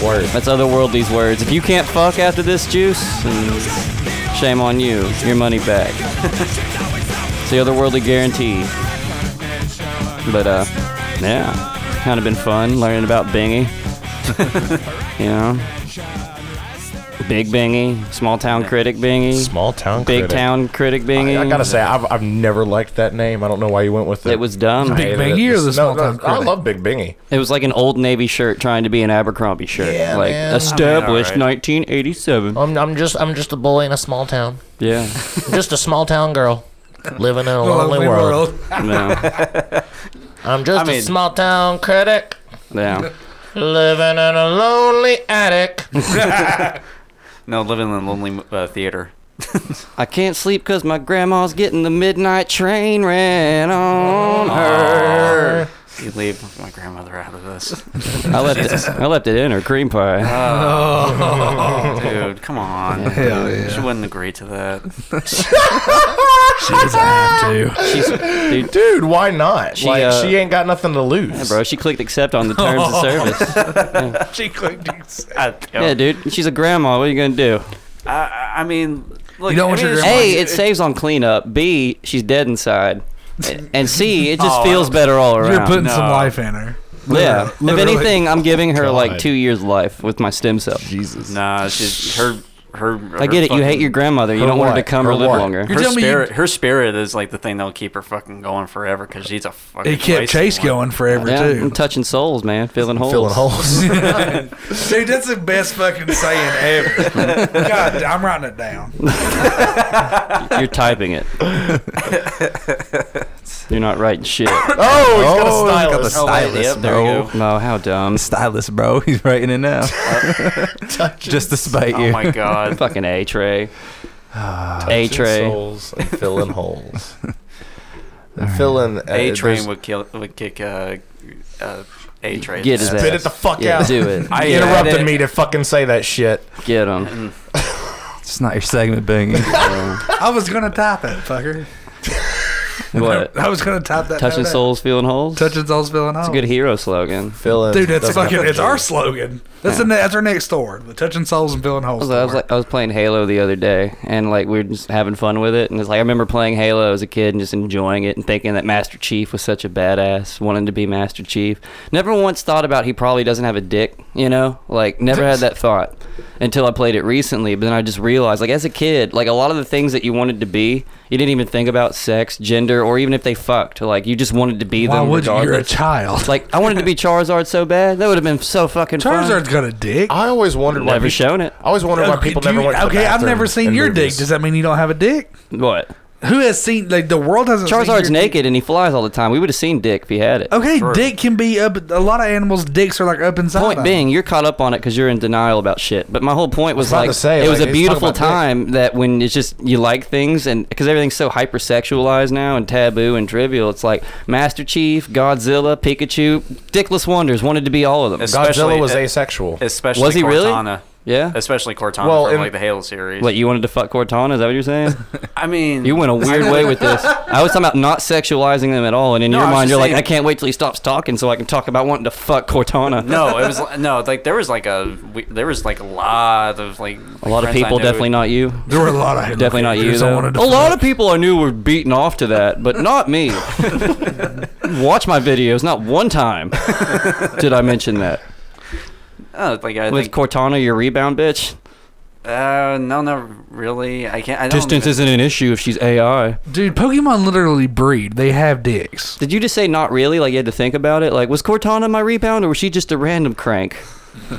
Speaker 3: Word.
Speaker 2: That's otherworldly's words. If you can't fuck after this juice, then shame on you. Your money back. it's the otherworldly guarantee. But uh, yeah, kind of been fun learning about Bingy. you know, big Bingy, small town critic Bingy,
Speaker 3: Small town.
Speaker 2: big
Speaker 3: critic.
Speaker 2: town critic Bingy.
Speaker 3: I, I gotta say, I've, I've never liked that name. I don't know why you went with it.
Speaker 2: It was dumb.
Speaker 3: I hated
Speaker 1: Big Bingy
Speaker 3: it.
Speaker 1: or the small
Speaker 3: no,
Speaker 1: town
Speaker 3: no, I
Speaker 1: critic?
Speaker 3: love Big Bingy.
Speaker 2: It was like an old Navy shirt trying to be an Abercrombie shirt.
Speaker 3: Yeah,
Speaker 2: like
Speaker 3: man.
Speaker 2: established
Speaker 4: I mean,
Speaker 2: 1987.
Speaker 9: I'm, I'm just I'm just a boy in a small town.
Speaker 2: Yeah.
Speaker 9: Just a small town girl living in a
Speaker 1: Lonely
Speaker 9: lonely world.
Speaker 1: world.
Speaker 2: No.
Speaker 9: I'm just
Speaker 4: I mean-
Speaker 9: a small town critic
Speaker 2: Yeah.
Speaker 9: living in a lonely attic.
Speaker 4: No, living in a lonely uh, theater.
Speaker 2: I can't sleep because my grandma's getting the midnight train ran on
Speaker 3: Uh-huh.
Speaker 2: her.
Speaker 4: You leave my grandmother out of this.
Speaker 2: I left it. I left it in her cream pie.
Speaker 4: Dude, come on.
Speaker 1: Hell yeah.
Speaker 4: She wouldn't agree to that.
Speaker 1: She doesn't have to.
Speaker 2: She's, dude,
Speaker 3: Dude, why not?
Speaker 2: She,
Speaker 3: like,
Speaker 2: uh,
Speaker 3: she ain't got nothing to lose.
Speaker 2: bro, she clicked accept on the terms of service.
Speaker 4: She clicked.
Speaker 2: Yeah, dude, she's a grandma. What are you gonna do?
Speaker 4: I, I mean, look.
Speaker 1: You don't
Speaker 4: I
Speaker 1: want
Speaker 4: mean,
Speaker 1: your
Speaker 4: it's-
Speaker 1: grandma-
Speaker 2: A, it saves on cleanup. B, she's dead inside. And C, it just feels better all around. uh,
Speaker 1: You're putting some
Speaker 4: No.
Speaker 1: life in her.
Speaker 2: yeah. If
Speaker 1: Literally.
Speaker 2: anything, I'm giving her like
Speaker 3: God.
Speaker 2: two years life with my stem cell.
Speaker 3: Jesus.
Speaker 4: Nah, she's her. Her.
Speaker 2: I get it. You hate your grandmother. You
Speaker 3: Her
Speaker 2: don't want her to
Speaker 3: what?
Speaker 2: come
Speaker 3: Her
Speaker 2: or live
Speaker 3: what?
Speaker 2: longer.
Speaker 1: You're
Speaker 4: Her
Speaker 1: telling me you-
Speaker 4: spirit, her spirit is like the thing that'll keep her fucking going forever because she's a fucking.
Speaker 1: It kept
Speaker 4: wasted
Speaker 1: Chase
Speaker 4: one.
Speaker 1: going forever
Speaker 2: Yeah, I'm
Speaker 1: too.
Speaker 2: touching souls, man. Filling holes.
Speaker 3: Filling holes.
Speaker 1: Dude, that's the best fucking saying ever. God, I'm writing it down.
Speaker 2: You're typing it. You're not writing shit.
Speaker 3: oh, he's
Speaker 5: Oh, he's got
Speaker 3: got
Speaker 5: the
Speaker 3: a stylus.
Speaker 5: stylus.
Speaker 4: Yep, there
Speaker 5: bro.
Speaker 4: you go.
Speaker 2: No, Oh, how dumb.
Speaker 5: Stylus, bro. He's writing it now. Just to spite you.
Speaker 4: Oh my god.
Speaker 2: Fucking A Trey. A Trey.
Speaker 3: Souls and filling holes. And Filling uh,
Speaker 4: A train
Speaker 3: there's-
Speaker 4: would kill. Would kick. Uh, uh, A train.
Speaker 2: Get his
Speaker 3: Spit
Speaker 2: ass.
Speaker 3: it the fuck
Speaker 2: Yeah,
Speaker 3: out.
Speaker 2: do it.
Speaker 4: I
Speaker 3: You
Speaker 4: had
Speaker 3: interrupted
Speaker 4: it.
Speaker 3: me to fucking say that shit.
Speaker 2: Get him.
Speaker 5: It's not your segment, Bingy.
Speaker 1: I was gonna type it, fucker.
Speaker 2: What?
Speaker 1: I was gonna type that.
Speaker 2: Touching
Speaker 1: down.
Speaker 2: souls, feeling holes.
Speaker 1: Touching souls, filling holes.
Speaker 2: It's a good hero slogan.
Speaker 3: Filling.
Speaker 1: Dude, that's fucking.
Speaker 3: nothing
Speaker 1: It's
Speaker 3: to
Speaker 1: our
Speaker 3: it.
Speaker 1: slogan. That's the ne- that's our next store. The touching souls and filling holes.
Speaker 2: I was, I was
Speaker 1: store.
Speaker 2: like, I was playing Halo the other day, and like we were just having fun with it, and it's like I remember playing Halo as a kid and just enjoying it, and thinking that Master Chief was such a badass, wanting to be Master Chief. Never once thought about he probably doesn't have a dick, you know, like never had that thought until I played it recently. But then I just realized, like as a kid, like a lot of the things that you wanted to be, you didn't even think about sex, gender, or even if they fucked. Like you just wanted to be
Speaker 1: Why
Speaker 2: them.
Speaker 1: would you? You're a
Speaker 2: regardless.
Speaker 1: child.
Speaker 2: Like I wanted to be Charizard so bad. That would have been so fucking fun.
Speaker 1: Charizard's got a dick.
Speaker 3: I always wondered why
Speaker 2: Never
Speaker 3: people,
Speaker 2: shown it.
Speaker 3: I always wondered why people
Speaker 1: do
Speaker 3: never
Speaker 1: you-
Speaker 3: went. To
Speaker 1: okay,
Speaker 3: the
Speaker 1: I've
Speaker 3: bathroom
Speaker 1: never seen
Speaker 3: in
Speaker 1: your
Speaker 3: movies.
Speaker 1: dick. Does that mean you don't have a dick?
Speaker 2: What?
Speaker 1: Who has seen? Like the world hasn't. seen
Speaker 2: Charizard's
Speaker 1: your-
Speaker 2: naked and he flies all the time. We would have seen Dick if he had
Speaker 3: Oh,
Speaker 2: it.
Speaker 1: Okay, dick can be up. A lot of animals' dicks are like up inside.
Speaker 2: Point
Speaker 1: them.
Speaker 2: being, you're caught up on it because you're in denial about shit. But my whole point was
Speaker 3: about
Speaker 2: like,
Speaker 3: to say,
Speaker 2: it was
Speaker 3: like,
Speaker 2: a
Speaker 3: it's
Speaker 2: beautiful
Speaker 3: talking about
Speaker 2: time that when it's just you like things and because everything's so hypersexualized now and taboo and trivial, it's like Master Chief, Godzilla, Pikachu, Dickless Wonders wanted to be all of them.
Speaker 3: Godzilla
Speaker 4: Especially-
Speaker 3: was asexual.
Speaker 4: Especially
Speaker 2: Was he really?
Speaker 4: Cortana.
Speaker 2: Yeah.
Speaker 4: Especially Cortana
Speaker 3: Well,
Speaker 4: from
Speaker 3: and-
Speaker 4: like the Halo series.
Speaker 2: What you wanted to fuck Cortana? Is that what you're saying?
Speaker 4: I mean,
Speaker 2: You went a weird way with this. I was talking about not sexualizing them at all, and in
Speaker 4: No,
Speaker 2: your
Speaker 4: I was
Speaker 2: mind,
Speaker 4: just
Speaker 2: you're
Speaker 4: saying-
Speaker 2: like, I can't wait till he stops talking so I can talk about wanting to fuck Cortana.
Speaker 4: no, it was no like there was like a we- there was like a lot of like
Speaker 2: A lot of people, definitely not you.
Speaker 1: there were a lot of
Speaker 2: Definitely not you.
Speaker 1: characters I
Speaker 2: though.
Speaker 1: wanted
Speaker 2: A
Speaker 1: to
Speaker 2: lot
Speaker 1: fuck.
Speaker 2: of people I knew were beaten off to that, but not me. Watch my videos. Not one time did I mention that.
Speaker 4: Oh, like I
Speaker 2: With
Speaker 4: think
Speaker 2: Cortana, your rebound bitch.
Speaker 4: uh, no, not really. I can't. I don't
Speaker 2: Distance
Speaker 4: even-
Speaker 2: isn't an issue if she's AI.
Speaker 1: Dude, Pokemon literally breed. They have dicks.
Speaker 2: Did you just say not really? Like you had to think about it. Like was Cortana my rebound or was she just a random crank?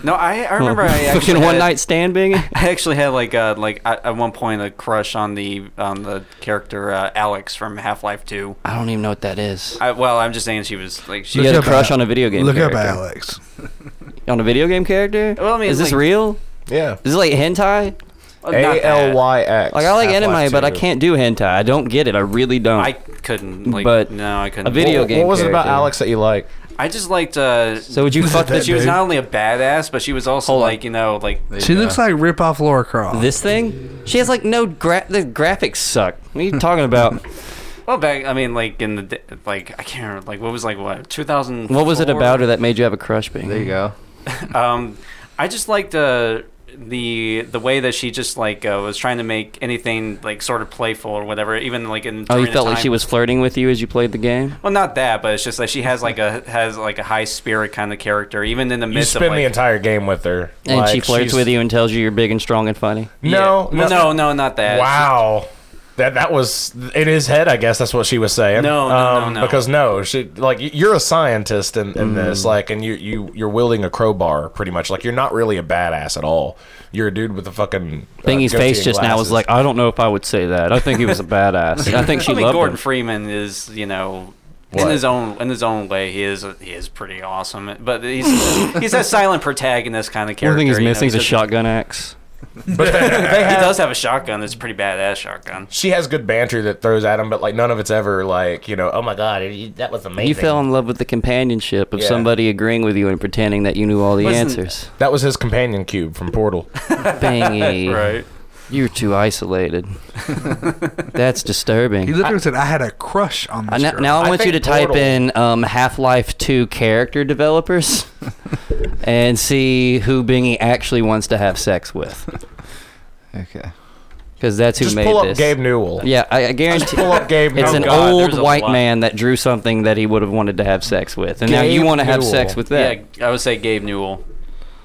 Speaker 4: No, I, I remember I actually
Speaker 2: fucking
Speaker 4: had-
Speaker 2: one night stand being.
Speaker 4: I actually had like uh like at at one point a crush on the on the character uh, Alex from Half Life Two.
Speaker 2: I don't even know what that is.
Speaker 4: I, well, I'm just saying she was like she.
Speaker 2: You had a
Speaker 1: up
Speaker 2: crush
Speaker 1: Al-
Speaker 2: on a video game.
Speaker 1: Look
Speaker 2: character.
Speaker 1: up Alex.
Speaker 2: On a video game character?
Speaker 4: Well, I mean,
Speaker 2: is this
Speaker 4: like-
Speaker 2: real?
Speaker 3: Yeah.
Speaker 2: Is it like hentai?
Speaker 4: not
Speaker 3: A
Speaker 4: that.
Speaker 3: L Y X.
Speaker 2: Like I like
Speaker 3: Half-Life
Speaker 2: anime, but I
Speaker 3: 2.
Speaker 2: can't do hentai. I don't get it. I really don't.
Speaker 4: I couldn't like
Speaker 2: But
Speaker 4: no, I couldn't.
Speaker 2: a video-
Speaker 3: What,
Speaker 2: game
Speaker 3: what was it about
Speaker 2: character.
Speaker 3: Alex that you like?
Speaker 4: I just liked uh
Speaker 2: so would you fuck
Speaker 4: that
Speaker 2: this?
Speaker 4: she was not only a badass, but she was also like you know like
Speaker 1: She looks like rip off Laura Croft.
Speaker 2: This thing? She has like no gra- the graphics suck. What are you talking about?
Speaker 4: well back. I mean like in the d- like I can't remember like what was like what 2000.
Speaker 2: what was it about her that made you have a crush? Bing?
Speaker 5: There you go.
Speaker 4: Um, I just liked uh, the the way that she just like uh, was trying to make anything like sort of playful or whatever. Even like in
Speaker 2: Oh,
Speaker 4: during
Speaker 2: you
Speaker 4: the
Speaker 2: felt like
Speaker 4: time-
Speaker 2: she was flirting with you as you played the game?
Speaker 4: Well, not that, but it's just that she has like a has like a high spirit kind of character, even in the
Speaker 3: You
Speaker 4: midst of
Speaker 3: spend the
Speaker 4: like.
Speaker 3: entire game with her,
Speaker 2: And she
Speaker 3: Like,
Speaker 2: flirts
Speaker 3: she's-
Speaker 2: with you and tells you you're big and strong and funny.
Speaker 3: No,
Speaker 4: Yeah. Well, no, no, not that.
Speaker 3: Wow. That that was in his head. I guess that's what she was saying. Um,
Speaker 4: No, no, no, no.
Speaker 3: Because no, she like y- you're a scientist in, in
Speaker 2: Mm.
Speaker 3: this, like, and you you you're wielding a crowbar pretty much. Like you're not really a badass at all. You're a dude with a fucking uh,
Speaker 2: Bingy's
Speaker 3: goatee
Speaker 2: face
Speaker 3: and
Speaker 2: just now was
Speaker 3: glasses.
Speaker 2: like, oh. I don't know if I would say that. I think he was a badass. I think she
Speaker 4: I mean,
Speaker 2: loved
Speaker 4: Gordon
Speaker 2: him.
Speaker 4: Freeman is you know. In
Speaker 3: What?
Speaker 4: his own in his own way, he is he is pretty awesome. But he's he's that silent protagonist kind of character.
Speaker 2: One thing he's
Speaker 4: you know,
Speaker 2: missing is a
Speaker 4: just-
Speaker 2: shotgun axe.
Speaker 3: But they, they
Speaker 4: he
Speaker 3: have,
Speaker 4: does have a shotgun. That's a pretty badass shotgun.
Speaker 3: she has good banter that throws at him, but like none of it's ever like you know, oh my god, you- that was amazing.
Speaker 2: You fell in love with the companionship of
Speaker 3: Yeah.
Speaker 2: somebody agreeing with you and pretending that you knew all the
Speaker 4: Wasn't-
Speaker 2: answers.
Speaker 3: that was his companion cube from Portal.
Speaker 2: Bangy. You're too isolated. That's
Speaker 1: He
Speaker 2: disturbing.
Speaker 1: literally said, "I had a crush on
Speaker 2: Uh,
Speaker 1: this
Speaker 2: now,
Speaker 1: girl."
Speaker 2: now I
Speaker 3: I
Speaker 2: want you to
Speaker 3: think
Speaker 2: type
Speaker 3: Portal-
Speaker 2: in um, Half Life 2 character developers and see who Bingy actually wants to have sex with.
Speaker 5: Okay.
Speaker 2: Because that's who
Speaker 3: Just
Speaker 2: made
Speaker 3: pull up
Speaker 2: this.
Speaker 3: Gabe Oh, Newell.
Speaker 2: Yeah, I, I guarantee.
Speaker 3: Pull up Gabe
Speaker 2: It's
Speaker 3: Newell.
Speaker 2: an
Speaker 4: God,
Speaker 2: old
Speaker 4: there's a
Speaker 2: white
Speaker 4: lot.
Speaker 2: man that drew something that he would have wanted to have sex with, and now you
Speaker 3: Gabe
Speaker 2: want to have
Speaker 3: Newell.
Speaker 2: sex with that.
Speaker 4: Yeah, I would say Gabe Newell.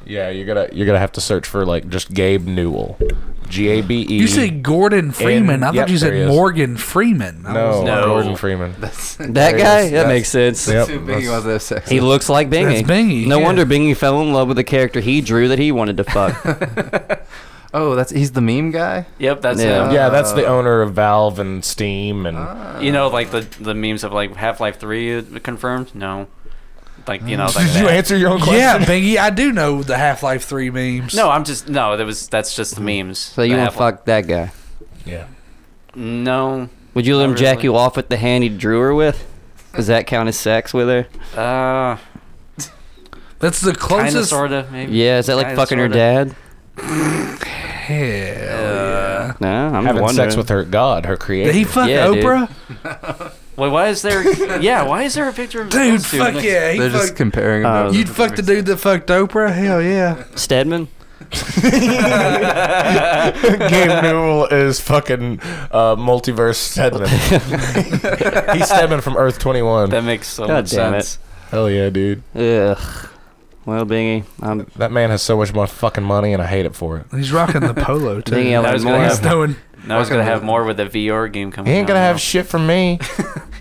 Speaker 3: yeah, you're gonna you're gonna have to search for like just Gabe Newell, G A B E.
Speaker 1: you said Gordon Freeman. I
Speaker 3: yep,
Speaker 1: thought you
Speaker 3: there he
Speaker 1: said
Speaker 3: is.
Speaker 1: Morgan Freeman. I
Speaker 3: no,
Speaker 1: was-
Speaker 4: No.
Speaker 3: Gordon Freeman.
Speaker 2: That
Speaker 3: There it
Speaker 2: guy,
Speaker 3: is.
Speaker 2: that
Speaker 3: That's-
Speaker 2: makes sense.
Speaker 3: Yep,
Speaker 5: Too big
Speaker 3: that's-
Speaker 5: he wants to have sex.
Speaker 2: He looks like Bingy.
Speaker 1: That's Bingy,
Speaker 2: No
Speaker 1: yeah.
Speaker 2: wonder Bingy fell in love with the character he drew that he wanted to fuck.
Speaker 5: oh, that's he's the meme guy.
Speaker 4: Yep, that's
Speaker 2: Yeah.
Speaker 4: him.
Speaker 3: yeah, that's
Speaker 1: uh,
Speaker 3: the owner of Valve and Steam and
Speaker 1: Ah.
Speaker 4: You know, like the the memes of like Half Life Three uh, confirmed. No, like you know, like
Speaker 3: Did you
Speaker 4: that.
Speaker 3: answer your own question?
Speaker 1: Yeah, Bingy, I do know the Half Life Three memes.
Speaker 4: No, I'm just no. That was that's just the memes.
Speaker 2: Mm-hmm. so you
Speaker 4: The
Speaker 2: want to
Speaker 4: Half-Life-
Speaker 2: fuck that guy?
Speaker 3: Yeah.
Speaker 4: No,
Speaker 2: Would you let him
Speaker 4: Not
Speaker 2: jack
Speaker 4: really.
Speaker 2: you off with the hand he drew her with? Does that count as sex with her?
Speaker 4: uh,
Speaker 1: that's the
Speaker 4: kind of,
Speaker 1: closest.
Speaker 4: sort of, maybe.
Speaker 2: Yeah, is that like
Speaker 4: Kinda,
Speaker 2: fucking her
Speaker 4: sorta.
Speaker 2: dad?
Speaker 1: Hell,
Speaker 4: Uh,
Speaker 2: No, Oh, I'm
Speaker 3: Having
Speaker 2: wondering.
Speaker 3: sex with her God, her creator.
Speaker 1: did he fuck
Speaker 2: Yeah, dude.
Speaker 1: Oprah?
Speaker 4: wait, why is there? yeah, why is there a picture of
Speaker 1: Dude,
Speaker 4: those two
Speaker 1: fuck
Speaker 4: next-
Speaker 1: yeah, he
Speaker 5: They're just
Speaker 1: fucked-
Speaker 5: comparing.
Speaker 2: Uh,
Speaker 5: them.
Speaker 1: You'd fuck the dude that fucked Oprah? Hell yeah.
Speaker 2: Stedman?
Speaker 3: Gabe Newell is fucking uh, multiverse Stedman. He's Stedman from Earth 21.
Speaker 4: That makes so
Speaker 2: God
Speaker 4: much
Speaker 2: damn it.
Speaker 4: sense.
Speaker 3: Hell yeah, dude.
Speaker 2: Ugh. Well, Bingy, I'm
Speaker 3: That man has so much more fucking money, and I hate it for it.
Speaker 1: He's rocking the polo, too.
Speaker 2: Bingy. I
Speaker 4: I
Speaker 2: like
Speaker 4: was gonna
Speaker 2: more.
Speaker 1: He's doing.
Speaker 4: Now I was gonna have more with the VR game coming.
Speaker 3: He ain't
Speaker 4: out
Speaker 3: gonna
Speaker 4: now.
Speaker 3: have shit from me.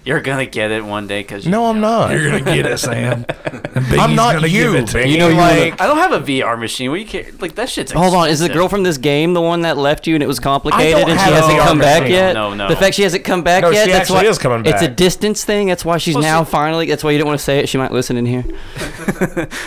Speaker 4: You're gonna get it one day because
Speaker 3: No, I'm not.
Speaker 1: You're going to get it, Sam. And Bingy's
Speaker 3: I'm not
Speaker 1: gonna
Speaker 3: you,
Speaker 1: give it to
Speaker 3: Bingy.
Speaker 2: You know you
Speaker 3: like,
Speaker 4: I don't have a VR machine. What do you care? Like that shit's. Expensive.
Speaker 2: Hold on, is the girl from this game the one that left you and it was complicated and she
Speaker 3: have
Speaker 2: hasn't
Speaker 3: VR
Speaker 2: come back
Speaker 3: machine.
Speaker 2: yet?
Speaker 4: No, no.
Speaker 2: The fact she hasn't come back
Speaker 3: No,
Speaker 2: yet,
Speaker 3: she
Speaker 2: that's why
Speaker 3: actually is coming
Speaker 2: It's a
Speaker 3: back.
Speaker 2: distance thing. That's why she's
Speaker 4: Well,
Speaker 2: now
Speaker 4: she-
Speaker 2: finally. That's why you didn't want to say it. She might listen in here.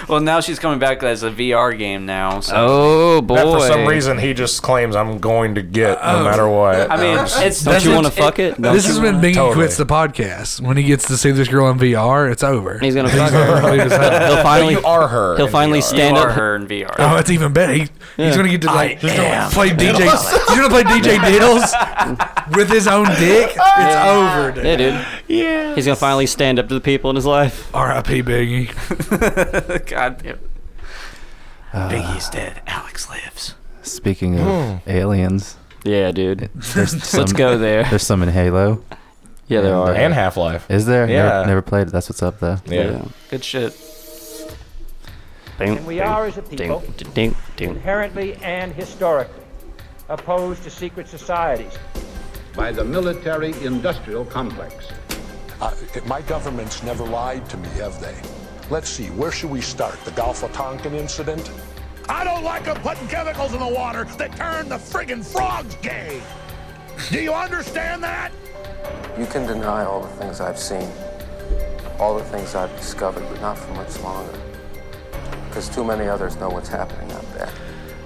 Speaker 4: Well, now she's coming back as a VR game now. So.
Speaker 2: Oh boy!
Speaker 3: that for some reason, he just claims I'm going to get no matter what. Uh,
Speaker 4: I mean, it's
Speaker 2: uh, don't
Speaker 4: it's-
Speaker 2: you want to
Speaker 4: it's-
Speaker 2: fuck it? Don't
Speaker 1: This
Speaker 2: you
Speaker 1: is when Bingy
Speaker 3: Totally.
Speaker 1: quits the podcast. When he gets to see this girl in VR, it's over.
Speaker 2: He's gonna fuck her.
Speaker 1: Really just
Speaker 2: He'll-
Speaker 1: have-
Speaker 2: He'll finally.
Speaker 3: you are her.
Speaker 2: He'll
Speaker 3: in
Speaker 2: finally
Speaker 3: VR.
Speaker 4: You
Speaker 2: stand
Speaker 4: are
Speaker 2: up.
Speaker 4: her in VR.
Speaker 1: Oh, that's even better. He, He's gonna get to like he's gonna play DJ. he's gonna play DJ Diddles with his own dick. It's over, dude.
Speaker 2: Yeah, dude. Yeah. He's gonna finally stand up to the people in his life.
Speaker 1: R.I.P. Biggie.
Speaker 4: God damn. it. Biggie's dead. Alex lives.
Speaker 5: Speaking of aliens,
Speaker 2: Yeah, dude.
Speaker 5: there's some,
Speaker 2: Let's go there.
Speaker 5: There's some in Halo.
Speaker 2: Yeah, there are.
Speaker 3: And Half Life.
Speaker 5: Is there? Never-
Speaker 3: Yeah.
Speaker 5: Never, played it. That's what's up though.
Speaker 3: Yeah.
Speaker 4: Good shit.
Speaker 2: And
Speaker 10: we are as a people
Speaker 2: Ding, ding.
Speaker 10: inherently and historically opposed to secret societies.
Speaker 11: by the military industrial complex.
Speaker 12: Uh, my government's never lied to me, have they? Let's see, where should we start? The Gulf of Tonkin incident?
Speaker 8: I don't like them putting chemicals in the water that turn the friggin' frogs gay. Do you understand that?
Speaker 10: You can deny all the things I've seen, all the things I've discovered, but not for much longer. Because too many others know what's happening out there.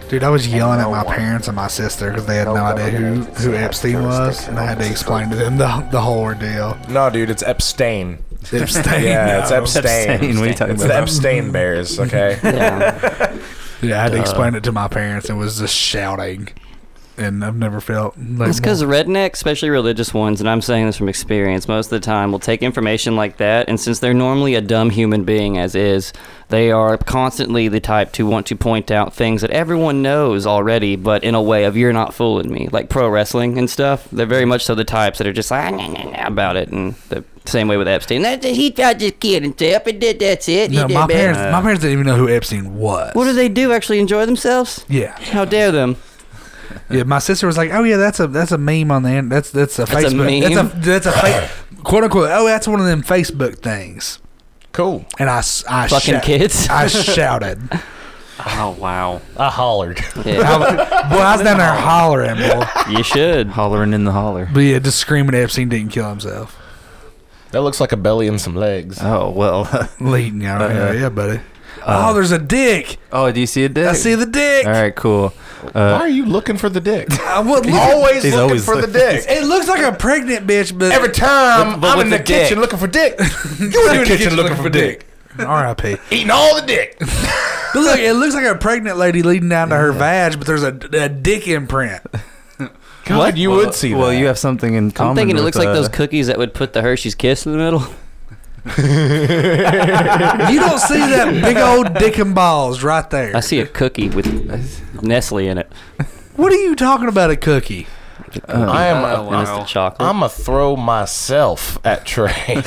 Speaker 1: Dude, I was yelling at
Speaker 10: no
Speaker 1: my
Speaker 10: one-
Speaker 1: parents and my sister because they had
Speaker 10: no
Speaker 1: no idea who,
Speaker 10: government
Speaker 1: who
Speaker 10: agency has
Speaker 1: Epstein was,
Speaker 10: jurisdiction
Speaker 1: and I had to
Speaker 10: over
Speaker 1: explain to them the, the whole ordeal.
Speaker 3: No, dude, it's Epstein.
Speaker 1: Epstein.
Speaker 3: Yeah, it's
Speaker 1: no.
Speaker 3: Epstein.
Speaker 5: What are you talking
Speaker 3: It's the
Speaker 5: about?
Speaker 3: Epstein Bears, okay?
Speaker 1: Yeah, I had to explain it to my parents. It was just shouting, and I've never felt. Like
Speaker 2: It's because rednecks, especially religious ones, and I'm saying this from experience, most of the time will take information like that, and since they're normally a dumb human being as is, they are constantly the type to want to point out things that everyone knows already, but in a way of you're not fooling me, like pro wrestling and stuff. They're very much so the types that are just like "Ah, nah, nah, nah," about it, and the same way with Epstein. That, he found this kid himself and did that's it. He
Speaker 1: no,
Speaker 2: did
Speaker 1: my
Speaker 2: bad."
Speaker 1: parents, my parents didn't even know who Epstein was.
Speaker 2: What do they do? Actually enjoy themselves?
Speaker 1: Yeah,
Speaker 2: How dare them?
Speaker 1: yeah. My sister was like, "Oh yeah, that's a that's a meme on the end. That's that's a
Speaker 2: That's a
Speaker 1: Facebook.
Speaker 2: meme?
Speaker 1: That's a that's a fa- quote unquote. Oh, that's one of them Facebook things."
Speaker 3: Cool.
Speaker 1: And I s- I
Speaker 2: Fucking
Speaker 1: shout-
Speaker 2: kids.
Speaker 1: I shouted.
Speaker 4: Oh wow.
Speaker 3: I hollered.
Speaker 1: I
Speaker 2: Yeah,
Speaker 1: was, boy, I was down there hollering, boy.
Speaker 2: you should.
Speaker 5: Hollering in the holler.
Speaker 1: But yeah, just screaming Epstein didn't kill himself.
Speaker 3: That looks like a belly and some legs.
Speaker 5: Oh well.
Speaker 1: Leading, yeah, right? yeah, buddy. oh, there's a dick.
Speaker 5: Oh, do you see a dick?
Speaker 1: I see the dick.
Speaker 5: All right, cool. Uh,
Speaker 3: Why are you looking for the dick?
Speaker 1: I would
Speaker 3: He's
Speaker 1: look-
Speaker 3: always He's looking always for the looking. dick.
Speaker 1: It looks like a pregnant bitch, but
Speaker 3: Every time But- but I'm with in the the dick. kitchen looking for dick, you in the kitchen looking for dick.
Speaker 1: R.I.P.
Speaker 3: Eating all the dick.
Speaker 1: But look, it looks like a pregnant lady leading down to her vag, but there's a, a dick imprint.
Speaker 5: God, you would see. Well, you have something in common.
Speaker 2: I'm thinking it
Speaker 5: with,
Speaker 2: looks like
Speaker 5: uh,
Speaker 2: those cookies that would put the Hershey's Kiss in the middle.
Speaker 1: you don't see that big old dick and balls right there.
Speaker 2: I see a cookie with Nestle in it.
Speaker 1: What are you talking about? A cookie?
Speaker 3: I am.
Speaker 2: Oh, wow. And it's the chocolate.
Speaker 3: I'm gonna throw myself at Trey.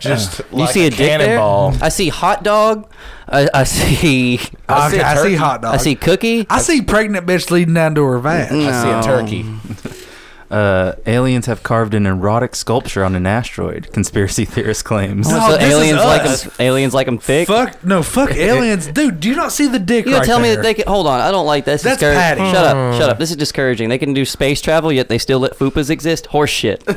Speaker 3: Just
Speaker 2: you
Speaker 3: like
Speaker 2: see a, dick there?
Speaker 3: cannonball.
Speaker 2: I see hot dog. I, I see.
Speaker 1: I see, I see hot dog.
Speaker 2: I see Mm-hmm. cookie.
Speaker 1: I see pregnant bitch leading down to her vag.
Speaker 5: No. Uh, aliens have carved an erotic sculpture on an asteroid. Conspiracy theorist claims.
Speaker 2: Oh, so aliens like 'em- aliens like them thick.
Speaker 1: Fuck no, fuck aliens, dude. Do you not see the dick?
Speaker 2: You gonna
Speaker 1: right
Speaker 2: tell me
Speaker 1: there?
Speaker 2: that they can hold on? I don't like this.
Speaker 1: That's
Speaker 2: discourag-
Speaker 1: Patty.
Speaker 2: Shut up!
Speaker 3: Hmm.
Speaker 1: Mm.
Speaker 2: Shut up! This is discouraging. They can do space travel, yet they still let fupas exist. Horse shit. you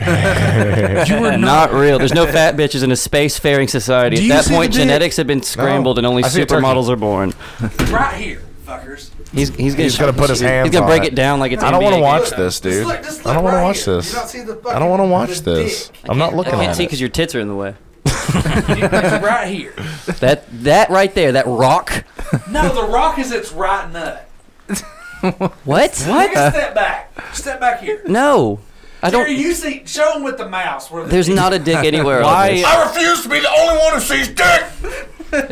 Speaker 1: are
Speaker 2: not, real. There's no fat bitches in a spacefaring society.
Speaker 1: Do
Speaker 2: At
Speaker 1: you
Speaker 2: that
Speaker 1: see the
Speaker 2: point,
Speaker 1: dick?
Speaker 2: genetics have been scrambled, and only
Speaker 1: I see a
Speaker 2: supermodels are born.
Speaker 1: right here, fuckers.
Speaker 2: He's he's gonna,
Speaker 3: He's gonna put his hands.
Speaker 2: He's gonna
Speaker 3: on
Speaker 2: break it. down like it's.
Speaker 3: I don't
Speaker 2: NBA
Speaker 3: want to watch
Speaker 2: games.
Speaker 3: this, dude.
Speaker 2: Just look- just
Speaker 3: I
Speaker 2: look
Speaker 3: don't want
Speaker 2: right
Speaker 3: to watch
Speaker 2: here.
Speaker 3: this.
Speaker 2: You don't see the
Speaker 3: I don't want to watch this. I'm not
Speaker 2: I
Speaker 3: looking
Speaker 2: can't
Speaker 3: at
Speaker 2: see
Speaker 3: it.
Speaker 2: because your tits are in the way.
Speaker 1: right here.
Speaker 2: That that right there, that rock.
Speaker 1: No, the rock is its right nut.
Speaker 2: What?
Speaker 1: Take a step back. Step back here.
Speaker 2: No, I don't.
Speaker 1: Jerry, you see, show him with the mouse. Where the
Speaker 2: There's not a dick anywhere. on this.
Speaker 8: I refuse to be the only one who sees dick.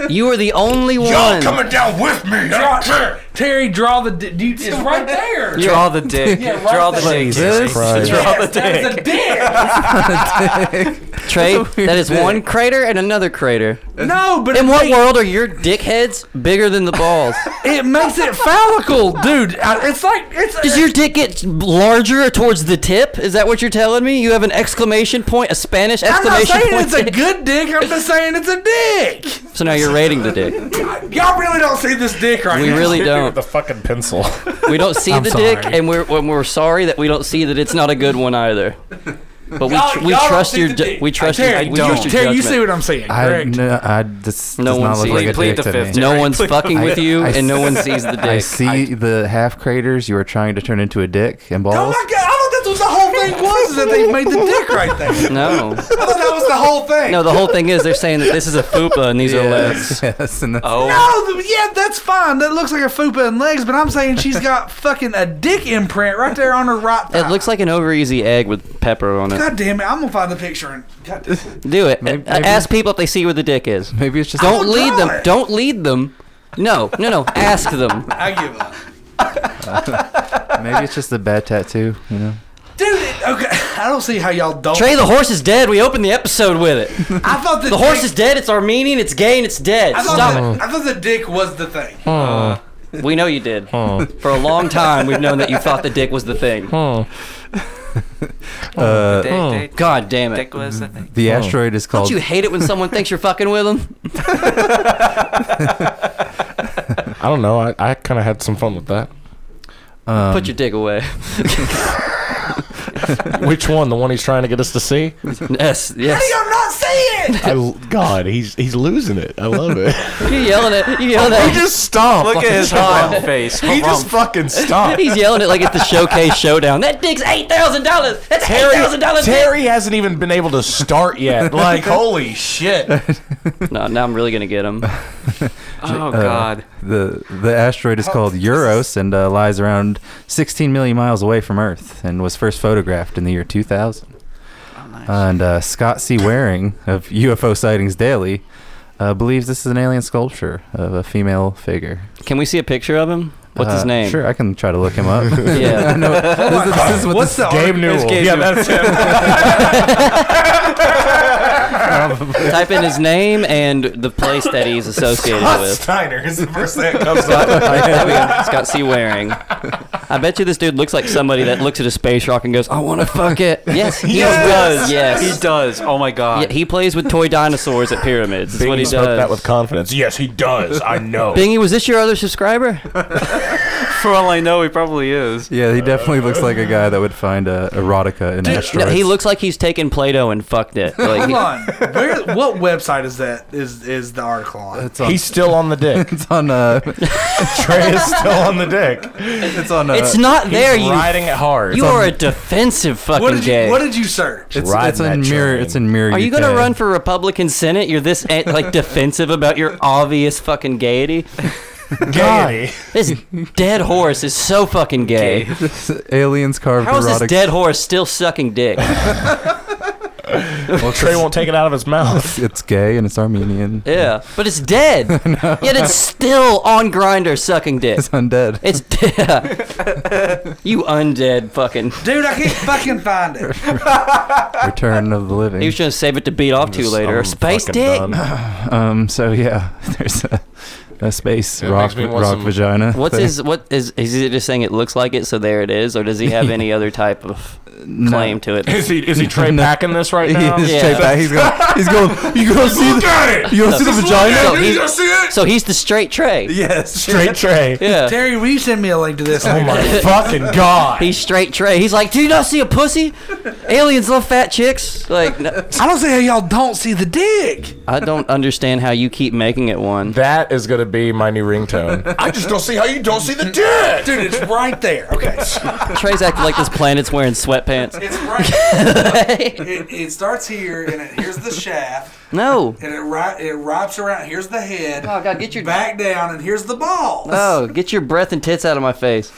Speaker 2: You are the only one.
Speaker 8: Y'all coming down with me?
Speaker 1: Draw-
Speaker 8: I care.
Speaker 1: Terry, draw the dick. It's right there.
Speaker 4: Draw the dick.
Speaker 1: Yeah, right
Speaker 4: Draw the
Speaker 1: there.
Speaker 4: dick.
Speaker 5: Jesus
Speaker 4: Jesse.
Speaker 5: Christ.
Speaker 4: Draw the
Speaker 1: That
Speaker 4: dick.
Speaker 1: is a dick.
Speaker 2: Trey, that is one crater and another crater.
Speaker 1: No, but
Speaker 2: in
Speaker 1: it
Speaker 2: what
Speaker 1: makes-
Speaker 2: world are your dickheads bigger than the balls?
Speaker 1: It makes it phallical, dude. I- It's like it's.
Speaker 2: Does your dick get larger towards the tip? Is that what you're telling me? You have an exclamation point, a Spanish
Speaker 1: I'm not
Speaker 2: exclamation
Speaker 1: saying
Speaker 2: point.
Speaker 1: it's a good dick. I'm just saying it's a dick.
Speaker 2: so now you're rating the dick.
Speaker 1: Y'all really don't see this dick right
Speaker 2: We
Speaker 1: now.
Speaker 2: really don't.
Speaker 3: The fucking pencil.
Speaker 2: We don't see
Speaker 1: I'm
Speaker 2: the dick,
Speaker 1: sorry.
Speaker 2: and we're and we're sorry that we don't see that it's not a good one either. But we
Speaker 1: Y'all-
Speaker 2: tr- we
Speaker 1: y'all don't
Speaker 2: trust
Speaker 1: see
Speaker 2: your
Speaker 1: the
Speaker 2: ju-
Speaker 1: dick.
Speaker 2: we trust
Speaker 1: Terry,
Speaker 2: your, we trust
Speaker 1: you,
Speaker 2: your
Speaker 1: Terry, you
Speaker 2: judgment.
Speaker 1: see what I'm saying?
Speaker 5: I,
Speaker 1: Correct.
Speaker 5: no, I this
Speaker 2: No
Speaker 5: does
Speaker 2: one
Speaker 5: not look
Speaker 2: sees
Speaker 5: like
Speaker 2: it.
Speaker 5: a
Speaker 2: Plead
Speaker 5: dick
Speaker 2: the
Speaker 5: to
Speaker 2: fifth,
Speaker 5: me.
Speaker 2: No Jared. one's Plead the fucking fifth. with you, and no one sees the
Speaker 5: I
Speaker 2: dick.
Speaker 5: see the half craters you are trying to turn into a dick and balls.
Speaker 1: Oh I thought that's what the whole thing was. Is that they made the dick right there.
Speaker 2: No,
Speaker 1: I thought that was the whole thing.
Speaker 2: no. The whole thing is they're saying that this is a fupa and these are legs.
Speaker 5: Yes, yes, and that's,
Speaker 2: Oh.
Speaker 4: Oh,
Speaker 1: No, th- yeah, that's fine. That looks like a fupa and legs, but I'm saying she's got fucking a dick imprint right there on her right thigh.
Speaker 2: It looks like an over easy egg with pepper on it.
Speaker 1: God damn it! I'm gonna find the picture and God damn it.
Speaker 2: Do it.
Speaker 5: Maybe-
Speaker 2: Uh,
Speaker 5: maybe-
Speaker 2: Ask people if they see where the dick is.
Speaker 5: maybe it's just
Speaker 2: Don't lead them.
Speaker 1: draw it.
Speaker 2: Don't lead them. No, no, no. Ask them.
Speaker 1: I give up,
Speaker 5: maybe it's just the bad tattoo. You know,
Speaker 1: dude. it- Okay, I don't see how y'all don't.
Speaker 2: Trey, the horse is dead. We opened the episode with it.
Speaker 1: I thought the,
Speaker 2: The horse
Speaker 1: dick-
Speaker 2: is dead. It's Armenian. It's gay and it's dead.
Speaker 1: I thought,
Speaker 2: Stop
Speaker 1: the, I thought the dick was the thing.
Speaker 2: it. We know you did. For a long time, we've known that you thought the dick was the thing.
Speaker 5: uh,
Speaker 4: Dick,
Speaker 2: Oh,
Speaker 4: dick,
Speaker 2: God damn it.
Speaker 4: dick was the thing.
Speaker 5: the asteroid is
Speaker 2: Don't
Speaker 5: called.
Speaker 2: you hate it when someone thinks you're fucking with them?
Speaker 3: I don't know. I, I kind of had some fun with that.
Speaker 5: um,
Speaker 2: Put your dick away.
Speaker 3: Which one? The one he's trying to get us to see?
Speaker 2: yes,
Speaker 1: How do
Speaker 2: yes.
Speaker 1: y'all not see it?
Speaker 3: I, God, he's he's losing it. I love it.
Speaker 2: You're yelling it. You're yelling at
Speaker 3: he Oh, just stopped.
Speaker 4: Look at his hot face.
Speaker 3: He just fucking stopped.
Speaker 2: He's yelling it like it's the showcase showdown. That dick's eight thousand dollars. That's eight thousand dollars.
Speaker 3: Terry hasn't even been able to start yet. Like, holy shit.
Speaker 2: No, now I'm really gonna get him.
Speaker 4: Oh
Speaker 5: uh,
Speaker 4: God.
Speaker 5: The the asteroid is called Euros and uh, lies around 16 million miles away from Earth and was first photographed in the year 2000.
Speaker 2: Oh,
Speaker 5: And uh, Scott C. Waring of UFO Sightings Daily uh, believes this is an alien sculpture of a female figure.
Speaker 2: Can we see a picture of him? What's his
Speaker 5: Uh,
Speaker 2: name?
Speaker 5: Sure, I can try to look him up. I
Speaker 2: Yeah.
Speaker 5: know- this is- this is what
Speaker 1: What's
Speaker 5: this-
Speaker 1: the arc-
Speaker 3: Gabe Newell.
Speaker 4: Gabe
Speaker 3: yeah,
Speaker 4: Newell.
Speaker 3: that's him.
Speaker 2: Type in his name and the place that he's associated
Speaker 3: Scott
Speaker 2: with.
Speaker 3: Steiner is the first thing that comes up.
Speaker 2: Scott C. Waring. I bet you this dude looks like somebody that looks at a space rock and goes, "I want to fuck it." Yes, he does. Yes,
Speaker 4: He does. Oh my God.
Speaker 2: Yeah, he plays with toy dinosaurs at pyramids. That's what he
Speaker 3: He spoke
Speaker 2: does.
Speaker 3: that with confidence. Yes, he does. I know.
Speaker 2: Bingy, was this your other subscriber?
Speaker 4: For all I know, he probably is.
Speaker 5: Yeah, he definitely looks like a guy that would find uh, erotica in
Speaker 2: No,
Speaker 5: asteroids.
Speaker 2: he looks like he's taken Play-Doh and fucked it. Like,
Speaker 1: Hold on. Where, what website is that? Is is the article on?
Speaker 5: It's on- it's on. Uh,
Speaker 3: Trey is still on the dick.
Speaker 5: It's on. Uh,
Speaker 2: It's not there. you
Speaker 3: riding it hard.
Speaker 2: You
Speaker 5: It's on-
Speaker 2: are a defensive fucking
Speaker 1: What did you-
Speaker 2: gay.
Speaker 1: what did you search?
Speaker 5: It's, it's in mirror. It's in mirror.
Speaker 2: Are you gonna
Speaker 5: UK.
Speaker 2: run for Republican Senate? You're this eh, like defensive about your obvious fucking gaiety.
Speaker 3: Gay.
Speaker 2: This dead horse is so fucking gay.
Speaker 5: Aliens carved
Speaker 2: How is this
Speaker 5: erotic-
Speaker 2: dead horse still sucking dick?
Speaker 3: Well, Trey won't take it out of his mouth.
Speaker 5: It's gay and it's Armenian.
Speaker 2: Yeah, but it's dead. Yet it's still on grinder sucking dick. It's
Speaker 5: undead.
Speaker 2: It's dead. you undead fucking.
Speaker 1: Dude, I can't fucking find it.
Speaker 5: Return of the Living.
Speaker 2: He was gonna save it to beat off to later. Space dick.
Speaker 5: um. So yeah, there's a, a space
Speaker 2: That
Speaker 5: rock
Speaker 2: makes me want
Speaker 5: rock
Speaker 2: some-
Speaker 5: vagina.
Speaker 2: What's
Speaker 5: thing.
Speaker 2: his? What is? Is he just saying it looks like it, so there it is, or does he have any other type of claim to it?
Speaker 3: Is he- is he Trey No. Packing this right
Speaker 5: He
Speaker 3: now?
Speaker 5: is Trey Pack. He's going. He's going. You gonna see
Speaker 3: Look
Speaker 5: the?
Speaker 3: at it!
Speaker 5: You gonna see the
Speaker 2: So-
Speaker 5: vagina?
Speaker 2: So he's, so he's the straight tray.
Speaker 5: Yes,
Speaker 3: straight tray.
Speaker 2: Yeah.
Speaker 1: Terry, will you send me a link to this?
Speaker 3: Oh my fucking god.
Speaker 2: He's straight Trey. He's like, do you not see a pussy? Aliens love fat chicks. Like, no.
Speaker 1: I don't see how y'all don't see the dick.
Speaker 2: I don't understand how you keep making it one.
Speaker 3: That is gonna be my new ringtone. I just don't see how you don't see the dick.
Speaker 1: Dude, it's right there. Okay.
Speaker 2: Trey's acting like this planet's wearing sweatpants.
Speaker 1: It's right. it, it starts here, and it, here's the shaft,
Speaker 2: No.
Speaker 1: and it ri- it wraps around. Here's the head.
Speaker 2: Oh God, get your
Speaker 1: back down, and here's the ball.
Speaker 2: Oh, get your breath and tits out of my face.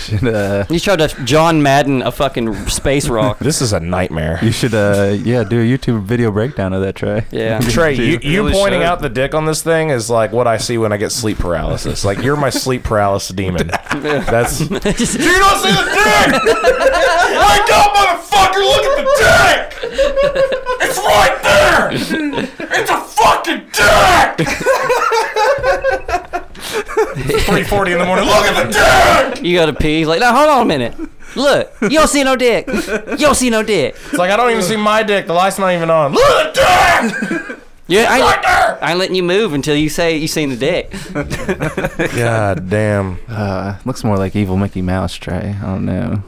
Speaker 5: Should, uh,
Speaker 2: You tried to John Madden a fucking space rock.
Speaker 3: This is a nightmare.
Speaker 5: You should. Uh. Yeah. Do a YouTube video breakdown of that Trey.
Speaker 2: Yeah.
Speaker 3: Trey,
Speaker 5: Do-
Speaker 3: you, you
Speaker 2: Really
Speaker 3: pointing
Speaker 2: should.
Speaker 3: out the dick on this thing is like what I see when I get sleep paralysis. Like you're my sleep paralysis demon. That's you don't see the dick. Wake up, motherfucker! Look at the dick. It's right there. It's a fucking dick. Three forty in the morning. Look at the dick.
Speaker 2: You gotta pee. He's like, now hold on a minute. Look, you don't see no dick. You don't see no dick.
Speaker 3: It's like I don't even see my dick. The light's not even on. Look at the dick.
Speaker 2: Yeah, I, ain't- I ain't letting you move until you say you seen the dick.
Speaker 3: God damn.
Speaker 5: Uh, looks more like evil Mickey Mouse, Trey. I don't know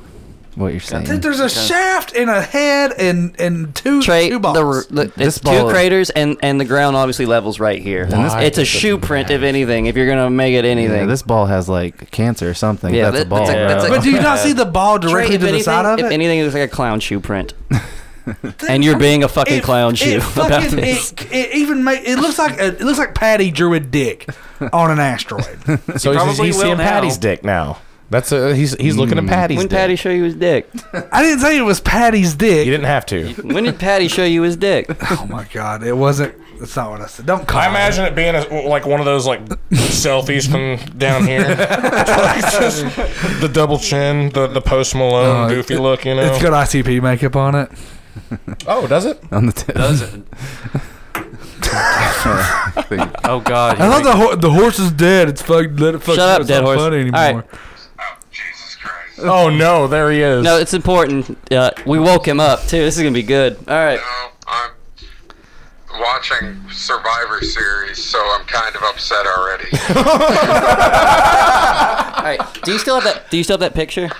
Speaker 5: what you're saying.
Speaker 1: Dude, there's a shaft and a head and and two
Speaker 2: Tray,
Speaker 1: two balls.
Speaker 2: the, the, it's two
Speaker 5: ball-
Speaker 2: craters and and the ground obviously levels right here.
Speaker 5: And this-
Speaker 2: it's a shoe print if anything. If you're gonna make it anything,
Speaker 5: Yeah, this ball has like cancer or something.
Speaker 2: Yeah,
Speaker 5: that's
Speaker 2: that-
Speaker 5: a ball.
Speaker 2: that's a-
Speaker 5: right?
Speaker 2: that's a-
Speaker 1: but do you not see the ball
Speaker 2: Tray,
Speaker 1: directly
Speaker 2: if
Speaker 1: to the side of
Speaker 2: anything-
Speaker 1: it?
Speaker 2: If anything, it looks like a clown shoe print. and you're being a fucking clown shoe
Speaker 1: It
Speaker 2: about
Speaker 1: fucking
Speaker 2: this.
Speaker 1: it, it even make it looks like it looks like Patty drew a dick on an asteroid.
Speaker 3: So
Speaker 1: He
Speaker 3: he's,
Speaker 1: probably
Speaker 3: he's
Speaker 1: will
Speaker 3: seeing
Speaker 1: now.
Speaker 3: Patty's dick now. Hmm. That's a, he's he's looking at Patty's.
Speaker 2: when
Speaker 3: dick.
Speaker 2: Patty show you his dick?
Speaker 1: I didn't say it was Patty's dick.
Speaker 3: You didn't have to.
Speaker 2: When did Patty show you his dick?
Speaker 1: Oh my god, it wasn't. That's not what I said. Don't call.
Speaker 3: I
Speaker 1: me.
Speaker 3: imagine it being a, like one of those like selfies from down here, the double chin, the the post Malone
Speaker 1: Uh,
Speaker 3: goofy look, you know.
Speaker 1: It's got ICP makeup on it.
Speaker 3: Oh, does it?
Speaker 5: on the tip.
Speaker 4: Does it? Oh God.
Speaker 1: I thought the ho- the horse is dead. It's fuck. Let it fuck.
Speaker 2: Shut up,
Speaker 1: it's
Speaker 2: dead
Speaker 1: not
Speaker 2: horse.
Speaker 1: Funny anymore.
Speaker 2: All right.
Speaker 13: Um,
Speaker 3: Oh no, there he is.
Speaker 2: No, it's important. Uh, we woke him up too. This is gonna be good. All right.
Speaker 13: watching Survivor Series, so I'm kind of upset already.
Speaker 2: All right. Do you still have that? Do you still have that picture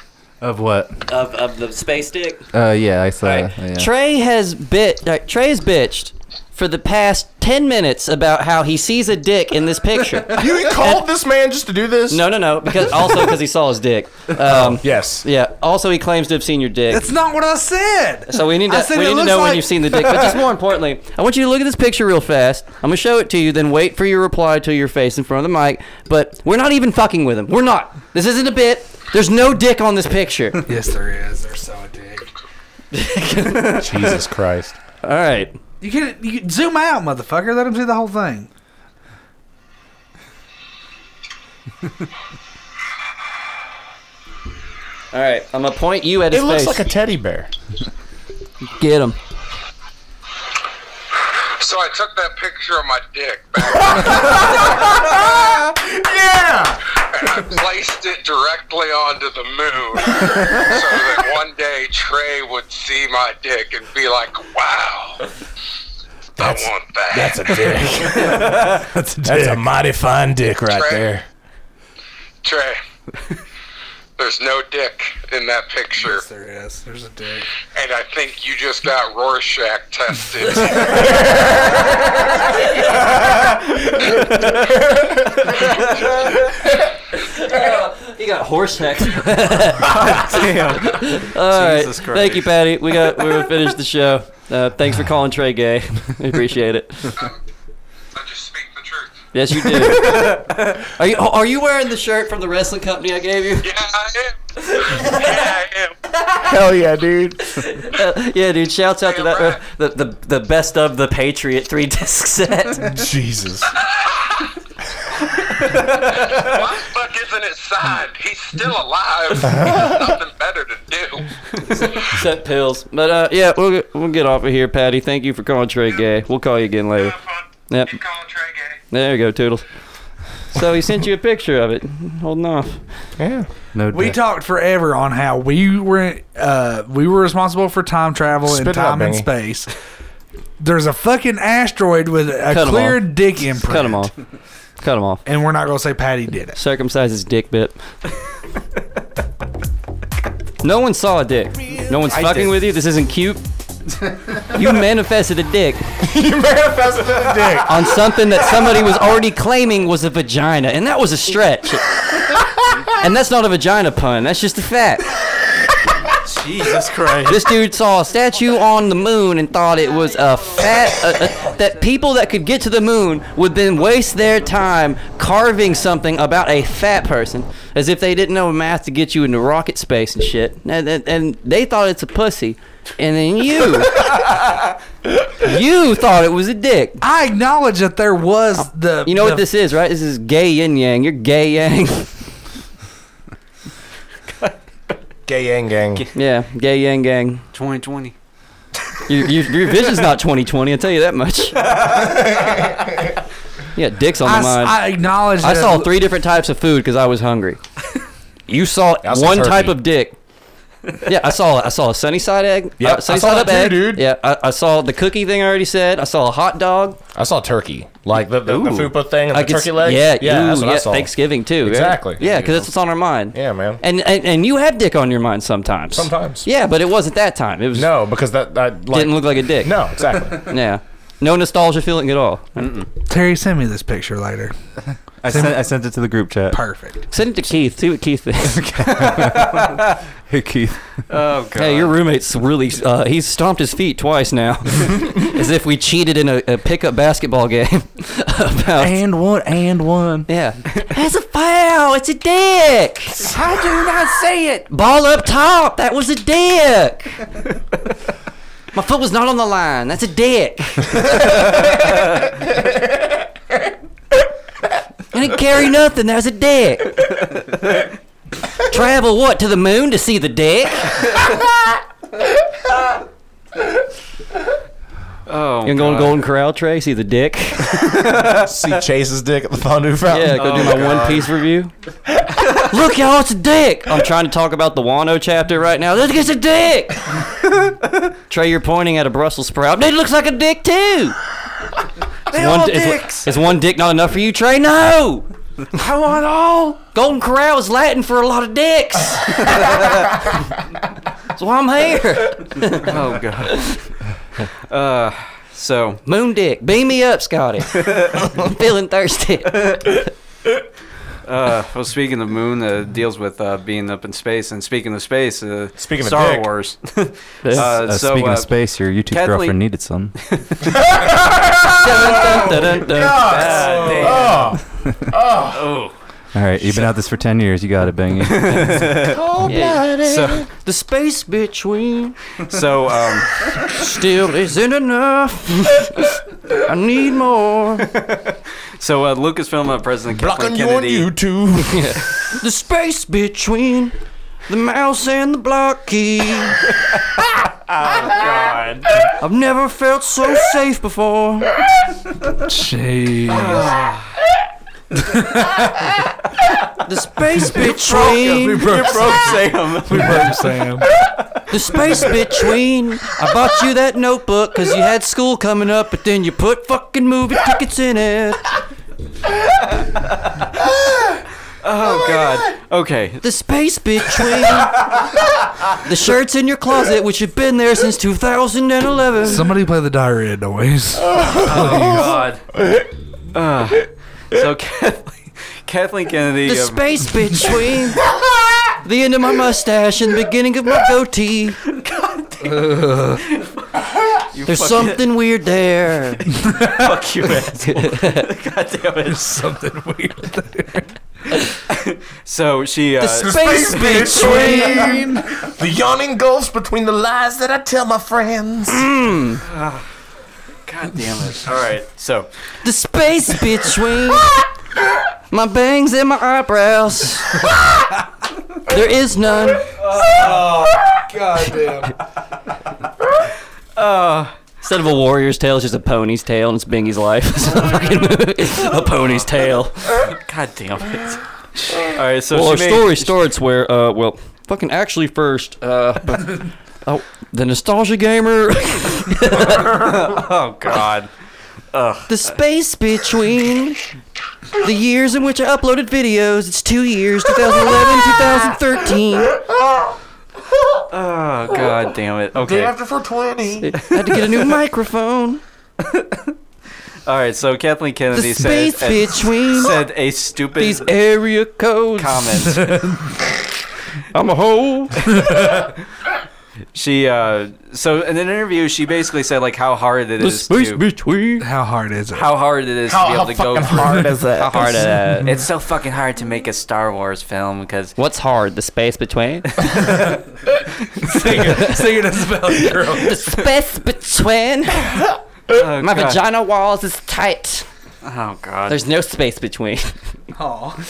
Speaker 5: Of what?
Speaker 2: of, of the space dick?
Speaker 5: Uh, yeah, I saw. yeah.
Speaker 2: Trey has bit. Uh, Trey has bitched for the past ten minutes about how he sees a dick in this picture.
Speaker 3: You called this man just to do this?
Speaker 2: no, no, no. Because also because he saw his dick. Um,
Speaker 3: Yes.
Speaker 2: yeah. Also, he claims to have seen your dick.
Speaker 1: That's not what I said.
Speaker 2: So we need
Speaker 1: I
Speaker 2: to,
Speaker 1: said
Speaker 2: we
Speaker 1: it
Speaker 2: need to
Speaker 1: looks
Speaker 2: know when
Speaker 1: like-
Speaker 2: you've seen the dick. But just more importantly, I want you to look at this picture real fast. I'm gonna show it to you, then wait for your reply to your face in front of the mic. But we're not even fucking with him. We're not. This isn't a bit. There's no dick on this picture.
Speaker 1: Yes, there is. There's so a dick.
Speaker 3: Jesus Christ.
Speaker 2: All right.
Speaker 1: You can you can zoom out, motherfucker. Let him see the whole thing.
Speaker 2: All right. I'm gonna point you at
Speaker 3: It
Speaker 2: his
Speaker 3: looks
Speaker 2: face.
Speaker 3: like a teddy bear.
Speaker 2: Get him.
Speaker 13: so I took that picture of my dick
Speaker 3: yeah.
Speaker 13: and I placed it directly onto the moon so that one day Trey would see my dick and be like, wow. I want that.
Speaker 3: That's a dick.
Speaker 5: That's a
Speaker 3: That's a mighty fine dick right there.
Speaker 13: Trey, There's no dick in that picture. Yes,
Speaker 1: there is. There's a dick.
Speaker 13: And I think you just got Rorschach tested.
Speaker 2: you got horse heck. damn. All right.
Speaker 4: Jesus Christ.
Speaker 2: Thank you, Patty. We got we're finished the show. Uh, thanks for calling Trey gay. we appreciate it. I just speak the truth. Yes, you do. are you oh, are you wearing the shirt from the wrestling company I gave you? Yeah, I
Speaker 3: Hell yeah, dude.
Speaker 2: Uh, yeah, dude. Shouts out to that uh, the, the the best of the Patriot three disc set.
Speaker 3: Jesus.
Speaker 13: Why the fuck isn't it signed? He's still alive. Nothing better to do.
Speaker 2: set pills. But uh, yeah, we'll get, we'll get off of here, Patty. Thank you for calling Trey Gay. We'll call you again later. Yep. There you go, Toodles. So he sent you a picture of it. Holding off.
Speaker 3: Yeah.
Speaker 5: No.
Speaker 1: We talked forever on how we were uh, we were responsible for time travel
Speaker 3: Spit
Speaker 1: in
Speaker 3: it out,
Speaker 1: time and
Speaker 3: Bingy.
Speaker 1: space. There's a fucking asteroid with a
Speaker 2: Cut 'em
Speaker 1: clear
Speaker 2: off.
Speaker 1: dick imprint.
Speaker 2: Cut him off. Cut him off.
Speaker 1: And we're not gonna say Patty did it.
Speaker 2: Circumcise his dick bit. no one saw a dick. No one's
Speaker 1: I
Speaker 2: fucking
Speaker 1: did.
Speaker 2: with you. This isn't cute. You manifested a dick
Speaker 3: you manifested a dick.
Speaker 2: on something that somebody was already claiming was a vagina, and that was a stretch. and that's not a vagina pun. That's just a fact.
Speaker 4: Jesus Christ.
Speaker 2: This dude saw a statue on the moon and thought it was a fat. Uh, uh, that people that could get to the moon would then waste their time carving something about a fat person as if they didn't know math to get you into rocket space and shit. And, and, and they thought it's a pussy. And then you. you thought it was a dick.
Speaker 1: I acknowledge that there was the.
Speaker 2: You know
Speaker 1: the-
Speaker 2: what this is, right? This is gay yin yang. You're gay yang.
Speaker 3: Gay yang gang.
Speaker 2: yeah, gay yang gang.
Speaker 4: 2020.
Speaker 2: Your, your, your vision's not 2020, I'll tell you that much. yeah, dicks on
Speaker 1: I,
Speaker 2: the
Speaker 1: s-
Speaker 2: mind.
Speaker 1: I acknowledge.
Speaker 2: I
Speaker 1: that-
Speaker 2: saw three different types of food because I was hungry. You saw
Speaker 1: saw
Speaker 2: one
Speaker 1: turkey.
Speaker 2: type of dick. Yeah, I saw I saw a sunny side egg. uh,
Speaker 3: Yeah, I
Speaker 2: sunny
Speaker 3: saw
Speaker 2: side
Speaker 3: that
Speaker 2: up
Speaker 3: too,
Speaker 2: egg.
Speaker 3: dude.
Speaker 2: Yeah, I, I saw the cookie thing I already said. I saw a hot dog.
Speaker 3: I saw turkey. Like the, the, the
Speaker 2: Ooh.
Speaker 3: fupa thing and
Speaker 2: I
Speaker 3: the
Speaker 2: could
Speaker 3: turkey
Speaker 2: s-
Speaker 3: legs.
Speaker 2: Yeah,
Speaker 3: yeah,
Speaker 2: ooh,
Speaker 3: that's what
Speaker 2: yeah,
Speaker 3: I saw.
Speaker 2: Thanksgiving too. right?
Speaker 3: Exactly.
Speaker 2: Yeah, because that's what's on our mind.
Speaker 3: Yeah, man.
Speaker 2: And, and and you have dick on your mind sometimes.
Speaker 3: Sometimes.
Speaker 2: Yeah, but it wasn't that time. It was
Speaker 3: No, because that, that like,
Speaker 2: didn't look like a dick.
Speaker 3: No, Mm. exactly.
Speaker 2: Yeah. No nostalgia feeling at all.
Speaker 1: Terry, send me this picture later.
Speaker 5: I
Speaker 1: Send
Speaker 5: sent,
Speaker 1: me-
Speaker 5: I sent it to the group chat.
Speaker 1: Perfect.
Speaker 2: Send it to Keith. See what Keith thinks.
Speaker 5: Hey Keith.
Speaker 4: Oh, God.
Speaker 2: Hey, your roommate's really, uh, he's stomped his feet twice now. As if we cheated in a, a pickup basketball game. about,
Speaker 5: And one. And one.
Speaker 2: yeah. That's a foul. It's a dick.
Speaker 4: How do you not say it?
Speaker 2: Ball up top. That was a dick. My foot was not on the line. That's a dick. I didn't carry nothing. That was a dick. Travel what? To the moon to see the dick?
Speaker 4: Oh,
Speaker 2: You're going to Golden Corral, Trey? See the dick?
Speaker 3: See Chase's dick at the fondue fountain.
Speaker 2: Yeah, go do Oh my One Piece review. Look, y'all, it's a dick. I'm trying to talk about the Wano chapter right now. Look, it's a dick. Trey, you're pointing at a Brussels sprout. It looks like a dick too. Is one, is- Is, one dick not enough for you, Trey? No. I want all. Golden Corral is Latin for a lot of dicks. That's why I'm here.
Speaker 4: Oh, God. Uh, so,
Speaker 2: Moon dick, beam me up, Scotty. I'm feeling thirsty.
Speaker 4: uh, well, speaking of moon, uh, deals with uh, being up in space, and speaking of space, uh,
Speaker 3: Speaking of
Speaker 4: Star
Speaker 3: dick.
Speaker 4: Wars.
Speaker 5: Uh, speaking of space, your YouTube
Speaker 4: Kathleen-
Speaker 5: girlfriend needed some.
Speaker 2: Dun, dun, dun,
Speaker 9: Oh,
Speaker 2: dun.
Speaker 4: God damn. Oh.
Speaker 5: All right, you've been out this for ten years. You got it, Bingy.
Speaker 2: Yeah.
Speaker 4: So-
Speaker 2: the space between
Speaker 4: So, um,
Speaker 2: still isn't enough. I need more.
Speaker 4: so uh, Lucasfilm uh, President
Speaker 3: Blocking
Speaker 4: Kathleen
Speaker 3: you on
Speaker 4: Kennedy.
Speaker 3: YouTube.
Speaker 2: The space between the mouse and the block key.
Speaker 3: Oh.
Speaker 4: God.
Speaker 2: I've never felt so safe before.
Speaker 1: Jeez.
Speaker 2: The space
Speaker 1: We
Speaker 2: between
Speaker 1: broke,
Speaker 4: Broke Sam.
Speaker 1: we broke Sam.
Speaker 2: the space between. I bought you that notebook because you had school coming up, but then you put fucking movie tickets in it.
Speaker 4: Oh, God. Okay.
Speaker 2: The space between the shirts in your closet, which have been there since 2011.
Speaker 1: Somebody play the diarrhea noise.
Speaker 4: Oh God. Uh, so Kathleen, Kathleen Kennedy.
Speaker 2: The
Speaker 4: um,
Speaker 2: space between the end of my mustache and the beginning of my goatee.
Speaker 4: you
Speaker 2: There's
Speaker 4: fucking-
Speaker 2: something weird there.
Speaker 4: Fuck you, asshole. God damn it. something weird so she. Uh,
Speaker 9: the yawning gulfs between the lies that I tell my friends.
Speaker 4: God damn it. All right. So.
Speaker 2: The space between my bangs and my eyebrows. there is none.
Speaker 1: Oh, God damn.
Speaker 4: Uh,
Speaker 2: Instead of a warrior's tail, it's just a pony's tail, and it's Bingy's life. It's a fucking movie. a pony's tail.
Speaker 4: God damn it. All right. So
Speaker 2: well, our
Speaker 4: she made,
Speaker 2: story starts where, uh, well, fucking actually first, uh, oh, the nostalgia gamer,
Speaker 4: oh God. Ugh.
Speaker 2: the space between the years in which I uploaded videos. It's two years, 2011, 2013.
Speaker 4: Oh God damn it. Okay.
Speaker 9: Day after for 20.
Speaker 2: Had to get a new microphone.
Speaker 4: All right, so Kathleen Kennedy
Speaker 2: The
Speaker 4: said, uh,
Speaker 2: space between
Speaker 4: said a stupid
Speaker 2: These area codes.
Speaker 4: comment.
Speaker 2: I'm a hoe.
Speaker 4: she uh, so in an interview, she basically said like how hard it
Speaker 2: The
Speaker 4: is
Speaker 2: space
Speaker 4: to
Speaker 2: between.
Speaker 1: How hard is it?
Speaker 4: how hard it is
Speaker 1: How-
Speaker 4: to be
Speaker 1: how
Speaker 4: able to go
Speaker 1: fucking
Speaker 4: through-
Speaker 1: hard is it?
Speaker 4: How hard it
Speaker 1: Mhm.
Speaker 4: is. It's so fucking hard to make a Star Wars film because
Speaker 2: What's hard? The space between?
Speaker 1: Sing it. Sing it as a Valley Girl.
Speaker 2: the space between. My
Speaker 4: God.
Speaker 2: vagina walls is tight.
Speaker 4: oh god,
Speaker 2: There's no space between.
Speaker 1: Aw.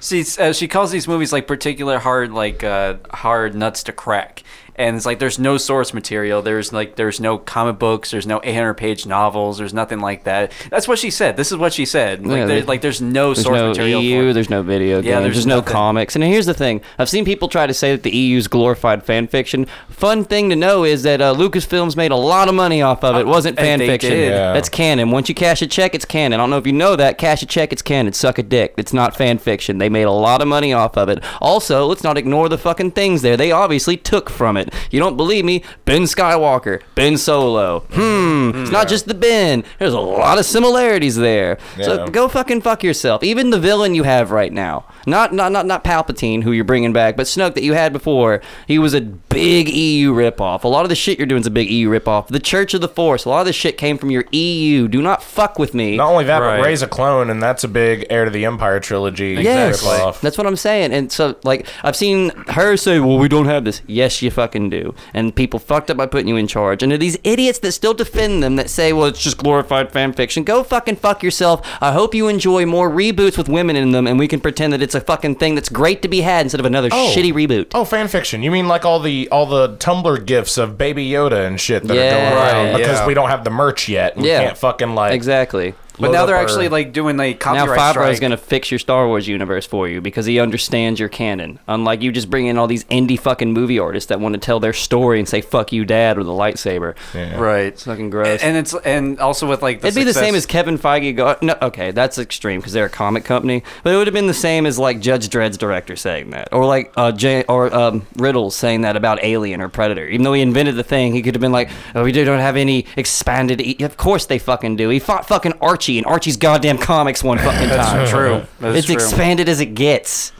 Speaker 4: She uh, she calls these movies like particular hard like uh, hard nuts to crack, and it's like there's no source material. There's like there's no comic books. There's no 800 page novels. There's nothing like that. That's what she said. This is what she said. Like,
Speaker 2: Yeah,
Speaker 4: there,
Speaker 2: there-
Speaker 4: like there's no
Speaker 2: There's
Speaker 4: source
Speaker 2: no
Speaker 4: material.
Speaker 2: EU.
Speaker 4: for it.
Speaker 2: There's no video game.
Speaker 4: Yeah,
Speaker 2: There's,
Speaker 4: there's
Speaker 2: no
Speaker 4: nothing.
Speaker 2: comics. And here's the thing: I've seen people try to say that the EU's glorified fan fiction. Fun thing to know is that uh, Lucasfilms made a lot of money off of it. It wasn't
Speaker 4: Uh,
Speaker 2: fan
Speaker 4: they
Speaker 2: fiction.
Speaker 4: did. Yeah.
Speaker 2: That's canon. Once you cash a check, it's canon. I don't know if you know that. Cash a check, it's canon. Suck a dick. It's not fan fiction. They made a lot of money off of it. Also, let's not ignore the fucking things there. They obviously took from it. You don't believe me? Ben Skywalker, Ben Solo. Hmm. It's not just the Ben. There's a lot of similarities there.
Speaker 9: Yeah.
Speaker 2: So go fucking fuck yourself. Even the villain you have right now, not not not not Palpatine, who you're bringing back, but Snoke that you had before. He was a big EU ripoff. A lot of the shit you're doing is a big EU ripoff. The Church of the Force. A lot of the shit came from your EU. Do not fuck with me.
Speaker 3: Not only that,
Speaker 4: Right.
Speaker 3: but Ray's a clone, and that's a big heir to the Empire trilogy.
Speaker 2: Yes,
Speaker 3: ripoff.
Speaker 2: that's what I'm saying. And so, like, I've seen her say, "Well, we don't have this." Yes, you fucking do. And people fucked up by putting you in charge. And there are these idiots that still defend them that say, "Well, it's just glorified fan fiction." Go fucking fuck yourself. I hope you enjoy more reboots with women in them, and we can pretend that it's a fucking thing that's great to be had instead of another
Speaker 3: Oh.
Speaker 2: shitty reboot.
Speaker 3: Oh, fan fiction. You mean like all the all the Tumblr gifs of Baby Yoda and shit that
Speaker 2: Yeah.
Speaker 3: are going around
Speaker 2: Right,
Speaker 3: because
Speaker 2: yeah.
Speaker 3: we don't have the merch yet. and We
Speaker 2: Yeah.
Speaker 3: can't fucking like
Speaker 2: Exactly.
Speaker 4: But
Speaker 3: load
Speaker 4: now
Speaker 3: up
Speaker 4: they're
Speaker 3: our-
Speaker 4: actually like doing like
Speaker 2: Now
Speaker 4: copyright
Speaker 2: Favreau
Speaker 4: strike.
Speaker 2: is going to fix your Star Wars universe for you because he understands your canon. Unlike you just bringing in all these indie fucking movie artists that want to tell their story and say "fuck you, dad" with a lightsaber.
Speaker 4: right.
Speaker 2: It's fucking gross.
Speaker 4: And it's and also with like the
Speaker 2: It'd be the
Speaker 4: success-
Speaker 2: same as Kevin Feige. Go, no, okay, that's extreme because they're a comic company. But it would have been the same as like Judge Dredd's director saying that, or like uh, J- or um, Riddle saying that about Alien or Predator. Even though he invented the thing, he could have been like, "Oh, we don't have any expanded." E-. Of course they fucking do. He fought fucking Archie, and Archie's goddamn comics one fucking
Speaker 4: That's
Speaker 2: time.
Speaker 4: true. That is
Speaker 2: it's
Speaker 4: true.
Speaker 2: expanded as it gets.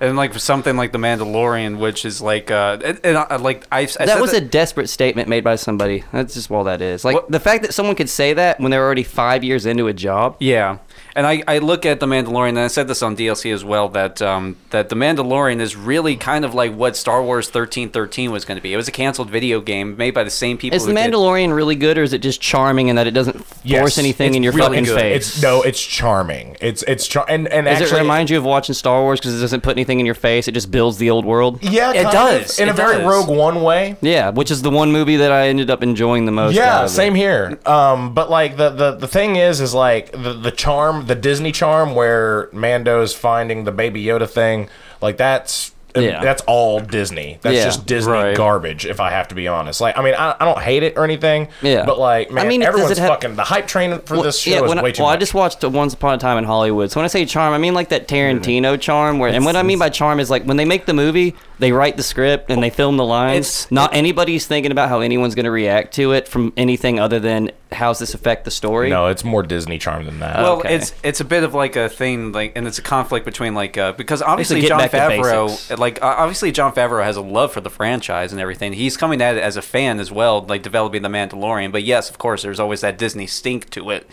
Speaker 4: and like something like the Mandalorian, which is like uh and, and I, like I, I
Speaker 2: that was a desperate statement made by somebody. That's just all that is. Like the fact that someone could say that when they're already five years into a job.
Speaker 4: Yeah, and I, I look at the Mandalorian, and I said this on DLC as well that um, that the Mandalorian is really kind of like what Star Wars thirteen thirteen was going to be. It was a canceled video game made by the same people.
Speaker 2: Is the
Speaker 4: who did-
Speaker 2: Mandalorian really good, or is it just charming in that it doesn't force
Speaker 3: Yes.
Speaker 2: anything
Speaker 3: It's
Speaker 2: in your
Speaker 3: really
Speaker 2: fucking
Speaker 3: good.
Speaker 2: face?
Speaker 3: It's no, it's charming. It's it's char- and and
Speaker 2: Does
Speaker 3: actually
Speaker 2: it remind you of watching Star Wars because it doesn't put anything in your face? It just builds the old world.
Speaker 3: yeah,
Speaker 4: It
Speaker 3: kind
Speaker 4: does.
Speaker 3: of, in
Speaker 4: It
Speaker 3: a very
Speaker 4: does.
Speaker 3: Rogue One way.
Speaker 2: Yeah, which is the one movie that I ended up enjoying the most. out
Speaker 3: Yeah,
Speaker 2: of it.
Speaker 3: same here. Um, but like the, the the thing is, is like the the charm, the Disney charm, where Mando's finding the Baby Yoda thing, like that's yeah. that's all Disney. That's
Speaker 2: Yeah.
Speaker 3: just Disney garbage. If I have to be honest, like I mean, I, I don't hate it or anything.
Speaker 2: Yeah.
Speaker 3: But like,
Speaker 2: I
Speaker 3: man,
Speaker 2: mean, it- does
Speaker 3: everyone's
Speaker 2: it have-
Speaker 3: fucking the hype train for
Speaker 2: Well,
Speaker 3: this show
Speaker 2: yeah,
Speaker 3: is
Speaker 2: when I-
Speaker 3: way too.
Speaker 2: well, I
Speaker 3: much.
Speaker 2: just watched the Once Upon a Time in Hollywood. So when I say charm, I mean like that Tarantino charm. Where and what I mean by charm is like when they make the movie, they write the script and they film the lines. Not anybody's thinking about how anyone's going to react to it from anything other than how's this affect the story.
Speaker 3: No, it's more Disney charm than that.
Speaker 4: Well, it's it's a bit of like a thing, like, and it's a conflict between like uh, because obviously
Speaker 2: get
Speaker 4: John
Speaker 2: back to
Speaker 4: Favreau,
Speaker 2: basics.
Speaker 4: like uh, obviously John Favreau has a love for the franchise and everything. He's coming at it as a fan as well, like developing the Mandalorian. But yes, of course, there's always that Disney stink to it,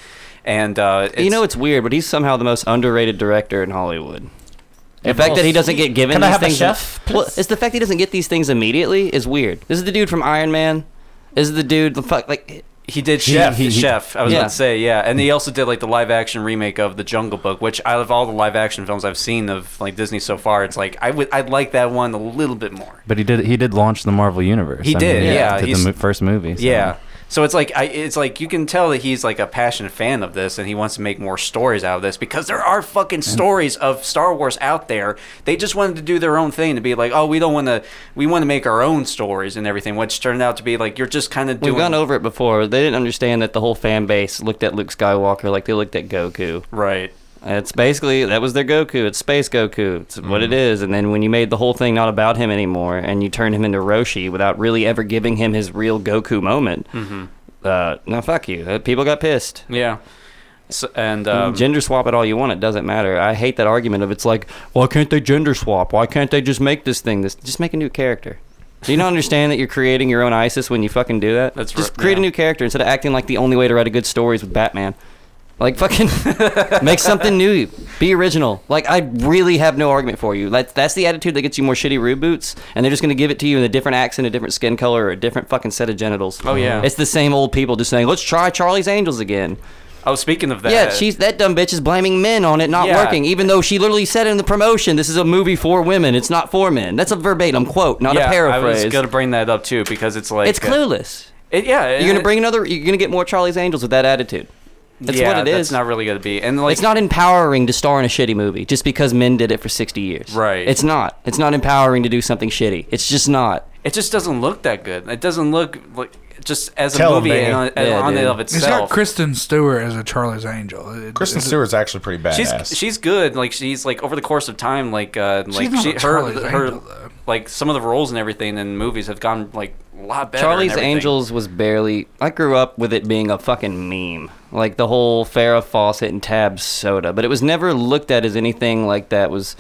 Speaker 4: and uh,
Speaker 2: you know it's weird, but he's somehow the most underrated director in Hollywood. The
Speaker 4: Yeah,
Speaker 2: fact
Speaker 4: well,
Speaker 2: that he doesn't get given
Speaker 4: can I
Speaker 2: these
Speaker 4: have a
Speaker 2: things,
Speaker 4: chef,
Speaker 2: well, it's the fact he doesn't get these things immediately is weird. This is the dude from Iron Man. This is the dude the fuck like
Speaker 4: he did Chef, Chef. I was
Speaker 2: yeah.
Speaker 4: about to say, yeah, and he also did like the live action remake of The Jungle Book, which out of all the live action films I've seen of like Disney so far, it's like I would I'd like that one a little bit more.
Speaker 5: But he did. He did launch the Marvel Universe.
Speaker 4: He did, yeah,
Speaker 5: did
Speaker 4: he's-
Speaker 5: the mo- first movie. so.
Speaker 4: Yeah. So it's like I, it's like you can tell that he's like a passionate fan of this, and he wants to make more stories out of this because there are fucking stories of Star Wars out there. They just wanted to do their own thing to be like, oh, we don't want to, we want to make our own stories and everything, which turned out to be like you're just kind of
Speaker 2: We've
Speaker 4: doing.
Speaker 2: gone over it before. They didn't understand that the whole fan base looked at Luke Skywalker like they looked at Goku.
Speaker 4: Right.
Speaker 2: It's basically that was their Goku. It's space Goku. It's what
Speaker 4: Mm-hmm.
Speaker 2: it is. And then when you made the whole thing not about him anymore, and you turned him into Roshi without really ever giving him his real Goku moment,
Speaker 4: Mhm.
Speaker 2: uh, no, fuck you. Uh, People got pissed.
Speaker 4: Yeah. So, and
Speaker 2: You
Speaker 4: um,
Speaker 2: can gender swap it all you want. It doesn't matter. I hate that argument of it's like, why can't they gender swap? Why can't they just make this thing? This just make a new character. Do you not understand that you're creating your own ISIS when you fucking do that? That's just
Speaker 4: right,
Speaker 2: create a new character instead of acting like the only way to write a good story is with Batman. Like fucking make something new. Be original. Like I really have no argument for you. Like that's the attitude that gets you more shitty reboots, and they're just gonna give it to you in a different accent, a different skin color, or a different fucking set of genitals.
Speaker 4: Oh, yeah.
Speaker 2: It's the same old people just saying, Let's try Charlie's Angels again.
Speaker 4: oh, speaking of that,
Speaker 2: Yeah, she's that dumb bitch is blaming men on it not
Speaker 4: Yeah.
Speaker 2: working, even though she literally said in the promotion, "This is a movie for women. It's not for men." That's a verbatim quote, not
Speaker 4: yeah,
Speaker 2: a paraphrase.
Speaker 4: I was gonna bring that up too because it's like
Speaker 2: it's clueless.
Speaker 4: It, yeah,
Speaker 2: you're gonna bring another. You're gonna get more Charlie's Angels with that attitude. That's
Speaker 4: yeah,
Speaker 2: what it is.
Speaker 4: That's not really gonna be, and like
Speaker 2: it's not empowering to star in a shitty movie just because men did it for 60 years.
Speaker 4: Right.
Speaker 2: It's not. It's not empowering to do something shitty. It's just not.
Speaker 4: It just doesn't look that good. It doesn't look like just as a
Speaker 2: Tell 'em,
Speaker 4: movie
Speaker 2: baby.
Speaker 4: and on, and
Speaker 2: Yeah,
Speaker 4: on
Speaker 2: dude.
Speaker 4: and of
Speaker 2: It's
Speaker 1: It's got
Speaker 4: itself.
Speaker 1: Kristen Stewart as a Charlie's Angel. It-
Speaker 3: Kristen
Speaker 1: it's-
Speaker 3: Stewart's actually pretty badass.
Speaker 4: she's she's good. Like she's like over the course of time, like uh,
Speaker 1: She's
Speaker 4: like
Speaker 1: not
Speaker 4: she,
Speaker 1: a
Speaker 4: her
Speaker 1: Charlie's
Speaker 4: her
Speaker 1: Angel,
Speaker 4: like some of the roles and everything in movies have gone like a lot better. and
Speaker 2: Charlie's
Speaker 4: everything.
Speaker 2: Angels was barely. I grew up with it being a fucking meme, like the whole Farrah Fawcett and Tab soda, but it was never looked at as anything like that was.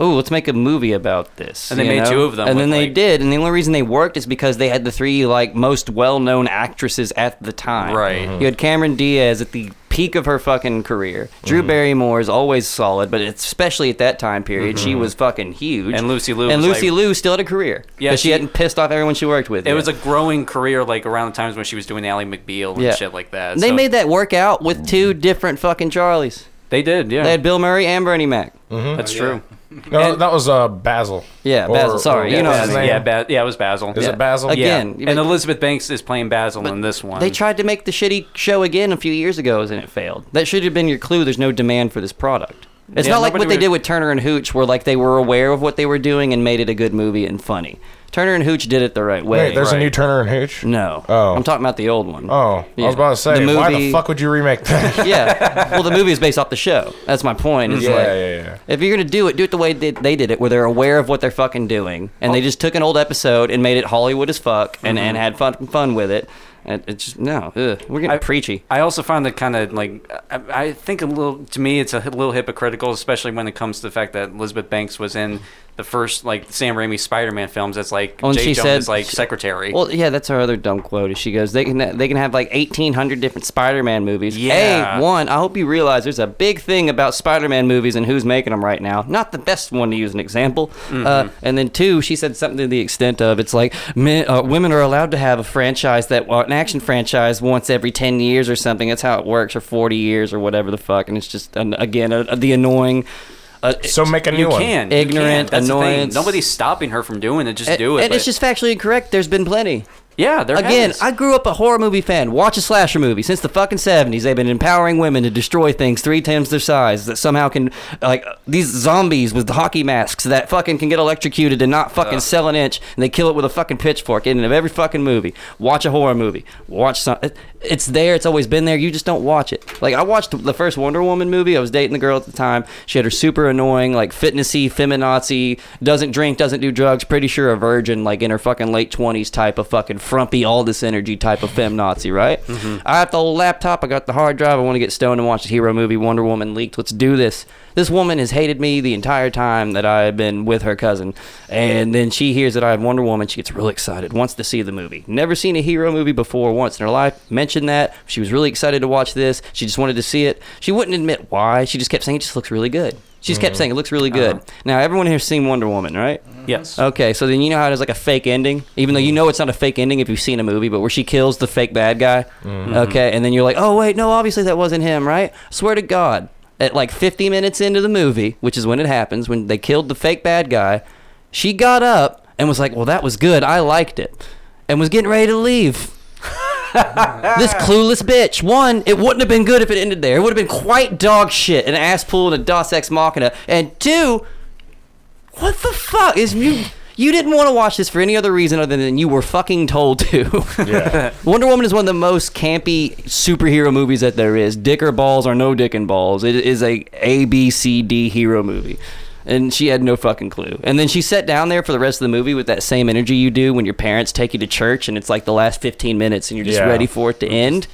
Speaker 2: Oh, let's make a movie about this.
Speaker 4: And they
Speaker 2: you
Speaker 4: made
Speaker 2: know?
Speaker 4: two of them
Speaker 2: and
Speaker 4: with,
Speaker 2: then they
Speaker 4: like-
Speaker 2: did. And the only reason they worked is because they had the three like most well-known actresses at the time.
Speaker 4: Right. Mhm.
Speaker 2: You had Cameron Diaz at the peak of her fucking career. Drew Barrymore is always solid, but especially at that time period, she
Speaker 4: Mhm.
Speaker 2: was fucking huge.
Speaker 4: And Lucy Liu
Speaker 2: And
Speaker 4: was,
Speaker 2: Lucy
Speaker 4: like-
Speaker 2: Liu still had a career.
Speaker 4: Yeah,
Speaker 2: 'cause she,
Speaker 4: she-
Speaker 2: hadn't pissed off everyone she worked with.
Speaker 4: It
Speaker 2: yet.
Speaker 4: was a growing career, like around the times when she was doing Ally McBeal and shit like that.
Speaker 2: They
Speaker 4: so-
Speaker 2: made that work out with two different fucking Charlies.
Speaker 4: They did, yeah.
Speaker 2: They had Bill Murray and Bernie Mac.
Speaker 3: Mhm.
Speaker 1: Oh,
Speaker 4: That's true.
Speaker 3: No, that was uh, Basil.
Speaker 2: Yeah,
Speaker 3: Or-
Speaker 2: Basil. Sorry,
Speaker 3: or-
Speaker 2: you know
Speaker 3: what's
Speaker 2: his name.
Speaker 4: Yeah, ba- yeah, it was Basil.
Speaker 3: Is it
Speaker 4: Yeah.
Speaker 3: Basil?
Speaker 2: Again,
Speaker 4: yeah. and Elizabeth Banks is playing Basil in this one.
Speaker 2: They tried to make the shitty show again a few years ago, and it failed. That should have been your clue. There's no demand for this product. It's
Speaker 4: Yeah,
Speaker 2: not like
Speaker 4: nobody
Speaker 2: what they
Speaker 4: would-
Speaker 2: did with Turner and Hooch, where like they were aware of what they were doing and made it a good movie and funny. Turner and Hooch did it the right way.
Speaker 3: Wait, there's a new Turner and Hooch.
Speaker 2: No.
Speaker 3: Oh.
Speaker 2: I'm talking about the old one.
Speaker 3: Oh, I
Speaker 2: Yeah.
Speaker 3: was about to say,
Speaker 2: The
Speaker 3: why
Speaker 2: movie-
Speaker 3: the fuck would you remake that?
Speaker 2: yeah. Well, the movie is based off the show. That's my point. It's
Speaker 3: Yeah,
Speaker 2: like,
Speaker 3: yeah, yeah.
Speaker 2: If you're gonna do it, do it the way they, they did it, where they're aware of what they're fucking doing, and they just took an old episode and made it Hollywood as fuck, and, and
Speaker 4: Mhm.
Speaker 2: had fun fun with it. And it's just no, ugh, we're getting
Speaker 4: I-
Speaker 2: preachy.
Speaker 4: I also find that kind of like I, I think a little to me it's a little hypocritical, especially when it comes to the fact that Elizabeth Banks was in the first like Sam Raimi Spider-Man films. That's like
Speaker 2: Oh, and
Speaker 4: Jay
Speaker 2: she
Speaker 4: Jones
Speaker 2: said-
Speaker 4: is, like secretary.
Speaker 2: Well, yeah, that's her other dumb quote. Is she goes, they can they can have like eighteen hundred different Spider-Man movies.
Speaker 4: Yeah.
Speaker 2: A one, I hope you realize there's a big thing about Spider-Man movies and who's making them right now. Not the best one to use an example. Uh,
Speaker 4: Mhm.
Speaker 2: and then two, she said something to the extent of it's like men, uh, women are allowed to have a franchise that well, an action franchise once every ten years or something. That's how it works, or forty years or whatever the fuck. And it's just an, again a, the annoying. Uh,
Speaker 3: so make a new
Speaker 4: you
Speaker 3: one.
Speaker 4: can you can.
Speaker 2: ignorant
Speaker 4: That's the thing.
Speaker 2: annoyance.
Speaker 4: Nobody's stopping her from doing it. Just
Speaker 2: And-
Speaker 4: do it.
Speaker 2: And it's
Speaker 4: but-
Speaker 2: just factually incorrect. There's been plenty.
Speaker 4: Yeah, there
Speaker 2: Again,
Speaker 4: has.
Speaker 2: I grew up a horror movie fan. Watch a slasher movie since the fucking seventies. They've been empowering women to destroy things three times their size that somehow can like these zombies with the hockey masks that fucking can get electrocuted and not fucking
Speaker 4: Ugh.
Speaker 2: sell an inch, and they kill it with a fucking pitchfork. In of every fucking movie, watch a horror movie. Watch some. it- It's there. It's always been there. You just don't watch it. Like I watched the first Wonder Woman movie. I was dating the girl at the time. She had her super annoying, like fitnessy, feminazi, doesn't drink, doesn't do drugs. Pretty sure a virgin, like in her fucking late twenties type of fucking frumpy, all this energy type of fem Nazi, right?
Speaker 14: Mhm.
Speaker 2: I got the old laptop. I got the hard drive. I want to get stoned and watch the hero movie Wonder Woman leaked. Let's do this. This woman has hated me the entire time that I've been with her cousin. And then she hears that I have Wonder Woman. She gets real excited, wants to see the movie. Never seen a hero movie before once in her life. Mentioned that. She was really excited to watch this. She just wanted to see it. She wouldn't admit why. She just kept saying, it just looks really good. She just kept
Speaker 7: Mhm.
Speaker 2: saying, it looks really good. Now, everyone here's seen Wonder Woman, right?
Speaker 7: Yes.
Speaker 2: Okay, so then you know how there's like a fake ending, even though you know it's not a fake ending if you've seen a movie, but where she kills the fake bad guy.
Speaker 14: Mhm.
Speaker 2: Okay, and then you're like, oh wait, no, obviously that wasn't him, right? Swear to God, at like 50 minutes into the movie, which is when it happens, when they killed the fake bad guy, she got up and was like, well, that was good, I liked it, and was getting ready to leave. this clueless bitch. One, it wouldn't have been good if it ended there. It would have been quite dog shit, an ass pool and a Dos Ex Machina. And two, what the fuck is you? You didn't want to watch this for any other reason other than you were fucking told to.
Speaker 14: Yeah.
Speaker 2: Wonder Woman is one of the most campy superhero movies that there is. Dick or balls or no dick and balls. It is a A B C D hero movie. And she had no fucking clue. And then she sat down there for the rest of the movie with that same energy you do when your parents take you to church and it's like the last 15 minutes and you're just
Speaker 4: Yeah.
Speaker 2: ready for it to end.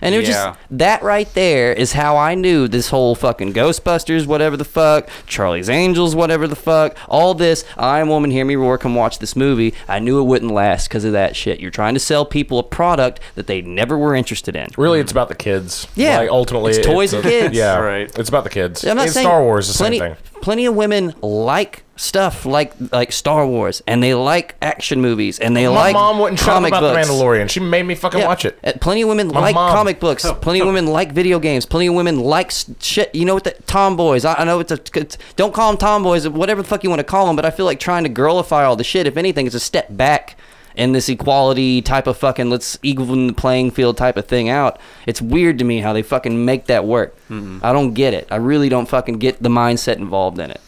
Speaker 2: And it was
Speaker 4: Yeah.
Speaker 2: just that right there is how I knew this whole fucking Ghostbusters, whatever the fuck, Charlie's Angels, whatever the fuck, all this. I am woman, hear me roar, come watch this movie. I knew it wouldn't last because of that shit. You're trying to sell people a product that they never were interested in.
Speaker 3: Really, it's about the kids.
Speaker 2: Yeah.
Speaker 3: like, ultimately,
Speaker 2: It's toys and kids.
Speaker 3: Yeah, right. It's about the kids.
Speaker 2: I'm not
Speaker 3: and
Speaker 2: saying
Speaker 3: Star Wars is the
Speaker 2: plenty,
Speaker 3: same thing.
Speaker 2: Plenty of women like stuff like like Star Wars, and they like action movies, and they
Speaker 3: My
Speaker 2: like
Speaker 3: mom wouldn't shut up
Speaker 2: comic
Speaker 3: about The
Speaker 2: books.
Speaker 3: Mandalorian. She made me fucking watch it.
Speaker 2: Uh, Plenty of women
Speaker 3: My
Speaker 2: like
Speaker 3: mom.
Speaker 2: comic books. Plenty of women like video games. Plenty of women like s- shit. You know what? The, tomboys. I, I know it's a. It's, don't call them tomboys. Whatever the fuck you want to call them. But I feel like trying to girlify all the shit. If anything, it's a step back in this equality type of fucking let's even the playing field type of thing out. It's weird to me how they fucking make that work.
Speaker 3: Mm-hmm.
Speaker 2: I don't get it. I really don't fucking get the mindset involved in it.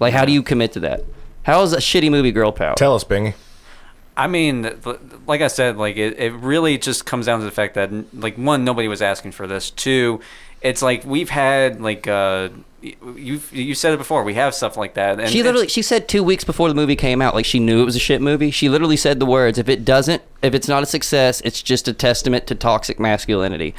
Speaker 2: Like, how do you commit to that? How is a shitty movie girl power?
Speaker 3: Tell us, Bingy.
Speaker 4: I mean, th- like I said, like it, it really just comes down to the fact that like one, nobody was asking for this. Two, it's like we've had like uh, y- you've you said it before. We have stuff like that. And
Speaker 2: she
Speaker 4: it's-
Speaker 2: literally she said two weeks before the movie came out like she knew it was a shit movie she literally said the words if it doesn't if it's not a success it's just a testament to toxic masculinity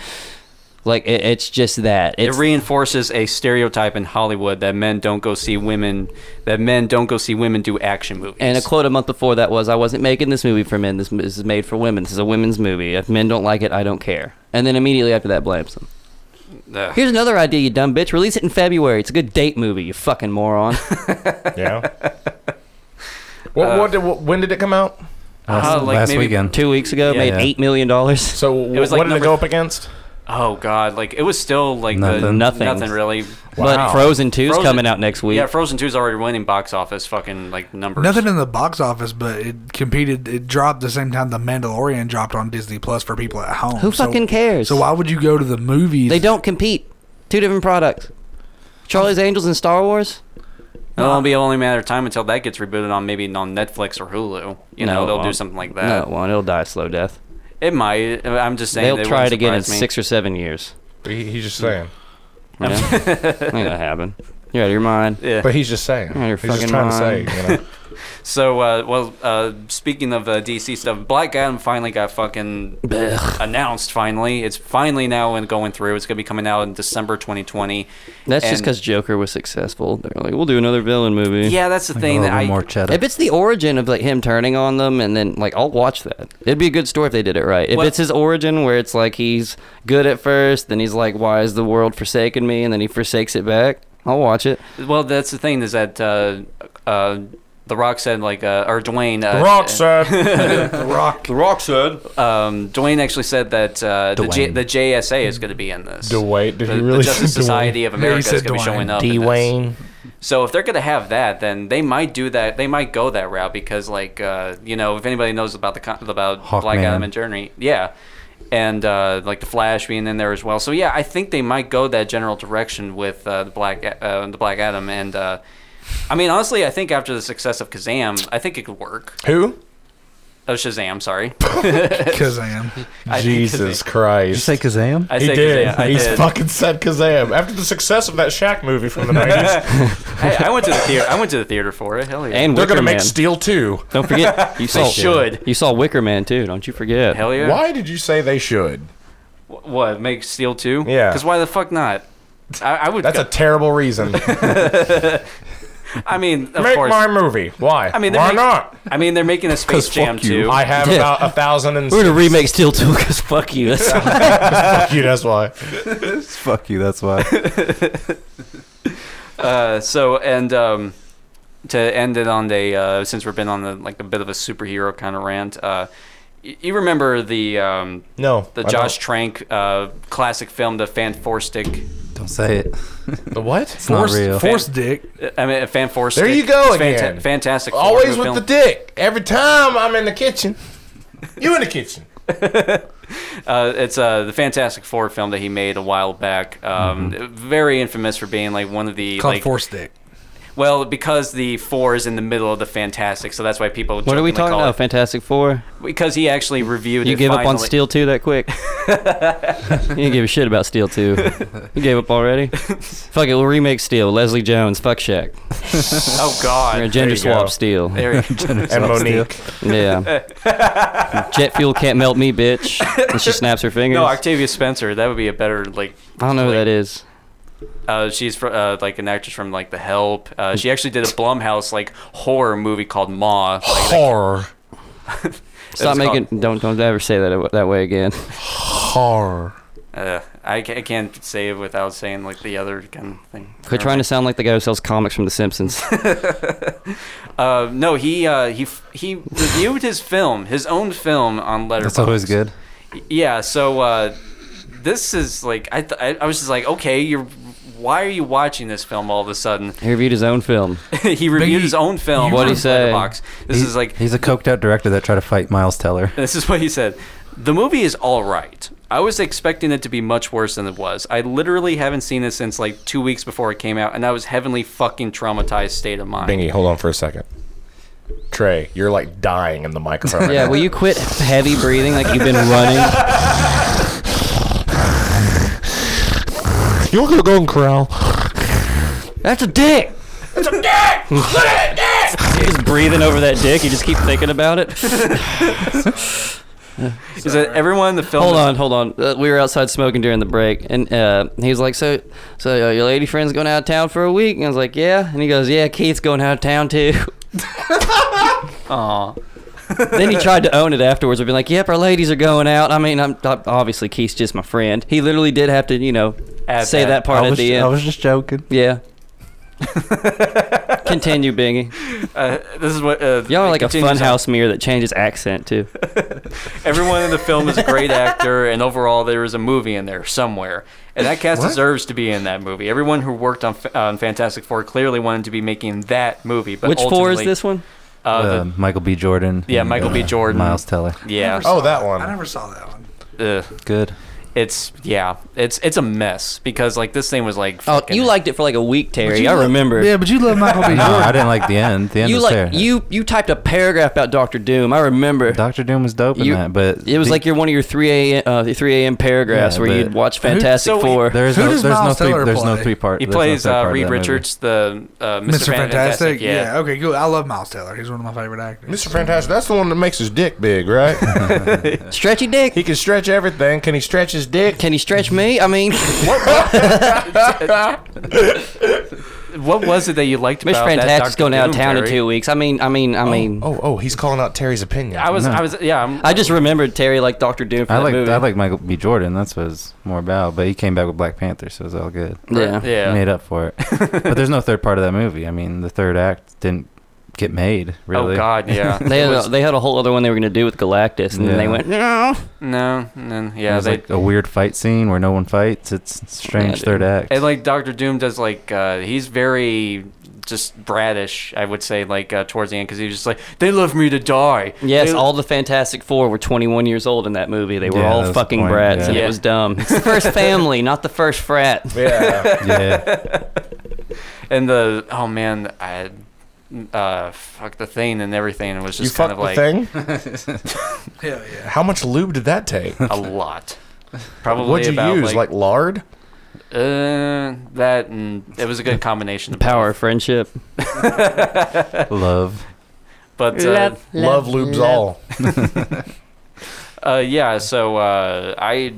Speaker 2: like it, it's just that
Speaker 4: it
Speaker 2: it's
Speaker 4: reinforces a stereotype in Hollywood that men don't go see women, that men don't go see women do action movies.
Speaker 2: and a quote a month before that was i wasn't making this movie for men this, m- this is made for women this is a women's movie if men don't like it i don't care and then immediately after that blames them
Speaker 4: Ugh.
Speaker 2: here's another idea you dumb bitch release it in february it's a good date movie you fucking moron
Speaker 3: yeah What, what did, what, when did it come out?
Speaker 2: Uh, like Last maybe weekend. two weeks ago, made $8 million
Speaker 3: So
Speaker 4: It was like
Speaker 3: what did
Speaker 4: number-
Speaker 3: it go up against?
Speaker 4: Oh God! Like it was still like nothing, the,
Speaker 2: Nothing. Nothing.
Speaker 4: nothing, really.
Speaker 2: But Wow. Frozen 2 's coming out next week.
Speaker 4: Yeah, Frozen 2's already winning box office fucking like numbers.
Speaker 1: Nothing in the box office, but it competed. It dropped the same time the Mandalorian dropped on Disney Plus for people at home.
Speaker 2: Who fucking cares?
Speaker 1: So why would you go to the movies?
Speaker 2: They don't compete. Two different products. Charlie's Angels and Star Wars.
Speaker 4: It'll
Speaker 2: Uh,
Speaker 4: be only a matter of time until that gets rebooted on maybe on Netflix or Hulu. You know,
Speaker 2: No,
Speaker 4: they'll
Speaker 2: it
Speaker 4: do
Speaker 2: won't.
Speaker 4: something like
Speaker 2: No,
Speaker 4: that.
Speaker 2: it won't. It'll die a slow death.
Speaker 4: It might. I'm just saying.
Speaker 2: They'll
Speaker 4: it
Speaker 2: try
Speaker 4: wouldn't
Speaker 2: it again in
Speaker 4: surprise me.
Speaker 2: six or seven years.
Speaker 3: He, he's just saying.
Speaker 2: Yeah. Ain't gonna happen. You're out of your mind.
Speaker 4: Yeah.
Speaker 3: But he's just saying.
Speaker 2: Oh, You're out of your
Speaker 3: He's just
Speaker 2: fucking
Speaker 3: trying to
Speaker 2: mind.
Speaker 3: say, you know.
Speaker 4: So, uh, well, uh, speaking of uh, DC stuff, Black Adam finally got fucking announced. Finally, it's finally now and going through. It's gonna be coming out in December 2020.
Speaker 2: That's just
Speaker 4: And-
Speaker 2: because Joker was successful. They're like, we'll do another villain movie.
Speaker 4: Yeah, that's the Like, thing oh, that one I- more cheddar.
Speaker 2: If it's the origin of like him turning on them, and then like I'll watch that. It'd be a good story if they did it right. If
Speaker 4: Well-
Speaker 2: it's his origin where it's like he's good at first, then he's like, why is the world forsaken me, and then he forsakes it back. I'll watch it.
Speaker 4: Well, that's the thing is that uh, uh, The Rock said, like, uh, or Dwayne. Uh,
Speaker 2: The Rock
Speaker 3: said.
Speaker 4: the
Speaker 3: Rock.
Speaker 4: The Rock said. Um, Dwayne actually said that uh, the, J-
Speaker 3: Dwayne.
Speaker 4: the JSA is going to be in this.
Speaker 3: Dwayne, did
Speaker 4: the,
Speaker 3: he
Speaker 4: the
Speaker 3: really
Speaker 4: Justice
Speaker 3: say Dwayne?
Speaker 4: Society of
Speaker 3: Yeah, he
Speaker 4: America is
Speaker 3: said
Speaker 4: going to be
Speaker 3: Dwayne.
Speaker 4: showing up.
Speaker 3: Dwayne.
Speaker 4: So if they're gonna have that, then they might do that. They might go that route because, like, uh, you know, if anybody knows about the con- about Black
Speaker 5: Hawkman.
Speaker 4: Adam and Journey, yeah, and uh, like the Flash being in there as well. So yeah, I think they might go that general direction with uh, the Black uh, the Black Adam. And uh, I mean, honestly, I think after the success of Kazam, I think it could work.
Speaker 3: Who?
Speaker 4: Oh, Shazam! Sorry,
Speaker 1: Kazam.
Speaker 4: I think
Speaker 3: Jesus Christ.
Speaker 5: Did you say Kazam?
Speaker 4: I
Speaker 3: he
Speaker 4: said
Speaker 3: did.
Speaker 4: Kazam. I
Speaker 3: He's
Speaker 4: did.
Speaker 3: fucking said Kazam. After the success of that Shaq movie from the 90s.
Speaker 4: hey, I went to the theater. I went to the theater for it. Hell yeah!
Speaker 2: And
Speaker 3: They're
Speaker 2: Wicker
Speaker 3: gonna make
Speaker 2: Man.
Speaker 3: Steel 2.
Speaker 2: Don't forget, you saw
Speaker 4: They should.
Speaker 2: You saw Wicker Man too. Don't you forget?
Speaker 4: Hell yeah!
Speaker 3: Why did you say they should?
Speaker 4: Wh- What make Steel two?
Speaker 3: Yeah.
Speaker 4: Because why the fuck not? I, I would.
Speaker 3: That's a terrible reason.
Speaker 4: I mean, of
Speaker 3: Make
Speaker 4: course.
Speaker 3: my movie. Why?
Speaker 4: I mean, they're
Speaker 3: why
Speaker 4: make-
Speaker 3: not?
Speaker 4: I mean, they're making a Space Jam too.
Speaker 3: I have
Speaker 2: Yeah.
Speaker 3: about a thousand and
Speaker 2: We're gonna remake Steel Two because fuck you. That's
Speaker 3: fuck you. That's why.
Speaker 5: Fuck you. That's why.
Speaker 4: Uh, so and um, to end it on the uh, since we've been on the like a bit of a superhero kind of rant. Uh, y- you remember the um,
Speaker 3: No,
Speaker 4: the
Speaker 3: I
Speaker 4: Josh Trank uh, classic film, the Fan Stick.
Speaker 5: Don't say it.
Speaker 3: The what?
Speaker 5: It's not real.
Speaker 1: Force dick.
Speaker 4: uh, I mean, Fan Force.
Speaker 3: There you go again.
Speaker 4: fantastic.
Speaker 3: Always
Speaker 4: foreign
Speaker 3: with
Speaker 4: film.
Speaker 3: the dick. Every time I'm in the kitchen. You in the kitchen.
Speaker 4: Uh, it's uh, the Fantastic Four film that he made a while back. Um,
Speaker 2: Mm-hmm.
Speaker 4: Very infamous for being like one of the
Speaker 1: Called
Speaker 4: like
Speaker 1: force dick.
Speaker 4: well because the four is in the middle of the Fantastic, so that's why people.
Speaker 2: what are we
Speaker 4: jokingly
Speaker 2: talking
Speaker 4: call
Speaker 2: about? Fantastic Four.
Speaker 4: it- Because he actually reviewed.
Speaker 2: You
Speaker 4: it
Speaker 2: gave up on
Speaker 4: finally.
Speaker 2: Steel Two that quick. you didn't give a shit about Steel Two. You gave up already. Fuck it. We'll remake Steel. Leslie Jones. Fuck Shaq.
Speaker 4: Oh
Speaker 2: We're
Speaker 4: God.
Speaker 2: gonna gender
Speaker 3: you go.
Speaker 2: swap Steel.
Speaker 4: There you go.
Speaker 3: And Monique.
Speaker 2: Yeah. Jet fuel can't melt me, bitch. And she snaps her fingers.
Speaker 4: no,
Speaker 2: I
Speaker 4: Octavia Spencer. That would be a better like.
Speaker 2: don't know who that is.
Speaker 4: Uh, she's fr- uh, like an actress from like The Help. Uh, she actually did a Blumhouse like horror movie called Ma. Like,
Speaker 3: Horror.
Speaker 2: Stop
Speaker 4: it's
Speaker 2: making. Don't don't ever say that that way again.
Speaker 3: Horror.
Speaker 4: Uh, I, ca- I can't say it without saying like the other kind of thing.
Speaker 2: Quit trying to sound like the guy who sells comics from The Simpsons.
Speaker 4: Uh, no, he uh, he f- he reviewed his film, his own film on Letterboxd.
Speaker 5: That's always good.
Speaker 4: Yeah. So uh, this is like I, th- I I was just like, okay, you're why are you watching this film all of a sudden?
Speaker 2: He reviewed his own film.
Speaker 4: he reviewed his own film.
Speaker 2: What'd he
Speaker 4: on
Speaker 2: say?
Speaker 4: Letterboxd. This is like
Speaker 5: He's a coked out director that tried to fight Miles Teller.
Speaker 4: This is what he said. The movie is all right. I was expecting it to be much worse than it was. I literally haven't seen it since like two weeks before it came out, and I was heavenly fucking traumatized state of mind.
Speaker 3: Bingy, hold on for a second. Trey, you're like dying in the microphone.
Speaker 2: Yeah, will you quit heavy breathing like you've been running?
Speaker 3: You want to go and corral?
Speaker 2: That's a dick. You're just breathing over that dick. You just keep thinking about it.
Speaker 4: Is it everyone in the film?
Speaker 2: Hold on, hold on. Uh, we were outside smoking during the break, and uh, he was like, "So, so uh, your lady friend's going out of town for a week?" And I was like, "Yeah." And he goes, "Yeah, Keith's going out of town too."
Speaker 4: Aw.
Speaker 2: then he tried to own it afterwards. I've been like, "Yep, our ladies are going out." I mean, I'm, i obviously Keith's just my friend. He literally did have to, you know,
Speaker 4: Add
Speaker 2: say
Speaker 4: that.
Speaker 2: that, part
Speaker 5: I
Speaker 2: at
Speaker 5: was,
Speaker 2: the end.
Speaker 5: I was just joking.
Speaker 2: yeah. Continue, Bingy.
Speaker 4: Uh, this is what uh,
Speaker 2: Y'all are
Speaker 4: it
Speaker 2: like a
Speaker 4: continues on.
Speaker 2: funhouse mirror that changes accent too.
Speaker 4: Everyone in the film is a great actor, and overall, there is a movie in there somewhere. And that cast deserves to be in that movie. Everyone who worked on, F- on Fantastic Four clearly wanted to be making that movie. But
Speaker 2: Which four is
Speaker 4: ultimately-
Speaker 2: this one?
Speaker 4: Uh, the-
Speaker 5: Uh, Michael B. Jordan.
Speaker 4: yeah,
Speaker 5: and,
Speaker 4: Michael B.
Speaker 5: uh,
Speaker 4: Jordan.
Speaker 5: Miles Teller.
Speaker 4: Yeah.
Speaker 3: Oh, that
Speaker 1: I
Speaker 3: one.
Speaker 1: never saw that one.
Speaker 4: Ugh.
Speaker 5: Good.
Speaker 4: it's yeah, it's it's a mess because like this thing was like.
Speaker 2: Oh,
Speaker 4: fucking-
Speaker 2: you liked it for like a week, Terry.
Speaker 1: you
Speaker 2: I
Speaker 1: love-
Speaker 2: remember.
Speaker 1: Yeah, but you love Michael B.
Speaker 5: No, I
Speaker 1: Jordan.
Speaker 5: didn't like the end. The end
Speaker 2: you
Speaker 5: was
Speaker 2: like
Speaker 5: there.
Speaker 2: you you typed a paragraph about Doctor Doom. I remember.
Speaker 5: Doctor Doom was dope in
Speaker 2: You-
Speaker 5: that, but
Speaker 2: it was
Speaker 5: the-
Speaker 2: like your one of your three a uh, three a.m. paragraphs
Speaker 5: Yeah,
Speaker 2: where
Speaker 5: but-
Speaker 2: you'd watch Fantastic
Speaker 4: so he-
Speaker 2: Four.
Speaker 5: there is
Speaker 1: Who
Speaker 5: no
Speaker 1: does
Speaker 5: there's no
Speaker 1: Miles
Speaker 5: three
Speaker 1: Teller
Speaker 5: there's no
Speaker 1: play?
Speaker 5: three part.
Speaker 4: He
Speaker 5: there's no
Speaker 4: plays
Speaker 5: third
Speaker 4: uh,
Speaker 5: part of
Speaker 4: Reed
Speaker 5: that movie.
Speaker 4: Richards, the uh, Mr.
Speaker 1: Mr.
Speaker 4: Fantastic.
Speaker 1: Fantastic.
Speaker 4: Yeah.
Speaker 1: yeah. Okay. Cool. I love Miles Taylor. He's one of my favorite actors.
Speaker 3: Mr. Fantastic, that's the one that makes his dick big, right?
Speaker 2: Stretchy dick.
Speaker 3: he can stretch everything. Can he stretch his dick?
Speaker 2: Can he stretch me? I mean, Mr.
Speaker 4: What was it that you liked about that
Speaker 2: Fantastic's
Speaker 4: Dr.
Speaker 2: going out of
Speaker 4: Doom,
Speaker 2: town in
Speaker 4: Terry?
Speaker 2: two weeks. I mean, I mean, I mean.
Speaker 3: Oh, oh, he's calling out Terry's opinion.
Speaker 4: I was, I was, yeah. I'm,
Speaker 2: E. I just remembered Terry like Doctor Doom from
Speaker 5: I
Speaker 2: that
Speaker 5: like
Speaker 2: movie.
Speaker 5: I like Michael B. Jordan. That's what it's more about. But he came back with Black Panther, so it's all good.
Speaker 2: yeah.
Speaker 4: yeah.
Speaker 5: Made up for it. but there's no third part of that movie. I mean, the third act didn't get
Speaker 4: Oh,
Speaker 5: made. Really?
Speaker 2: they had a, they had a whole other one they were going to do with Galactus, and then they
Speaker 5: Yeah.
Speaker 2: went no,
Speaker 4: no, no, yeah,
Speaker 5: There's
Speaker 4: they
Speaker 5: like a weird fight scene where no one fights. It's a strange
Speaker 4: Yeah,
Speaker 5: third
Speaker 4: dude.
Speaker 5: act.
Speaker 4: And like Doctor Doom does, like uh, he's very just bratish, I would say, like uh, towards the end, because he was just like, "They love me to die."
Speaker 2: Yes,
Speaker 4: They-
Speaker 2: all the Fantastic Four were 21 years old in that movie. They were
Speaker 4: Yeah, that
Speaker 2: all
Speaker 4: was the
Speaker 2: fucking
Speaker 4: point,
Speaker 2: brats,
Speaker 4: yeah.
Speaker 2: and
Speaker 4: Yeah.
Speaker 2: it was dumb. It's the first family, not the first frat.
Speaker 4: Yeah. and the oh man, I uh fuck the thing and everything. It was
Speaker 3: You
Speaker 4: just kind
Speaker 3: fucked
Speaker 4: of
Speaker 3: the
Speaker 4: like
Speaker 3: thing?
Speaker 1: Hell yeah.
Speaker 3: How much lube did that take?
Speaker 4: a lot. Probably
Speaker 3: What'd you
Speaker 4: about,
Speaker 3: use?
Speaker 4: like-
Speaker 3: Like, lard?
Speaker 4: Uh, that and it was a good combination. of
Speaker 2: Power of friendship.
Speaker 5: Love.
Speaker 4: But uh,
Speaker 2: Love, love, Love lubes love.
Speaker 4: all. uh, yeah. So uh, I,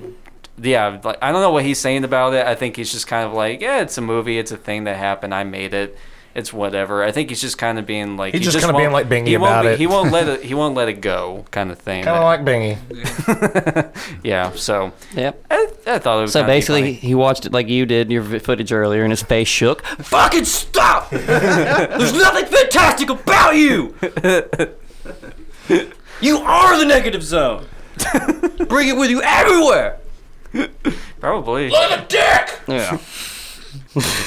Speaker 4: yeah, like, I don't know what he's saying about it. I think he's just kind of like, yeah, it's a movie. It's a thing that happened. I made it. It's whatever. I think he's just kind of being like
Speaker 3: He's just kinda being,
Speaker 4: won't-
Speaker 3: like, bingy
Speaker 4: he won't
Speaker 3: about
Speaker 4: be-
Speaker 3: it.
Speaker 4: He won't let it. He won't let it go, kind of thing.
Speaker 3: Kind of like Bingy.
Speaker 4: yeah. So
Speaker 2: Yep.
Speaker 4: I, I thought it was
Speaker 2: So
Speaker 4: kinda be
Speaker 2: basically,
Speaker 4: funny.
Speaker 2: he watched it like you did your vi- footage earlier, and his face shook. Fucking stop! There's nothing fantastic about you. You are the negative zone. Bring it with you everywhere.
Speaker 4: probably
Speaker 2: Love a dick. Yeah.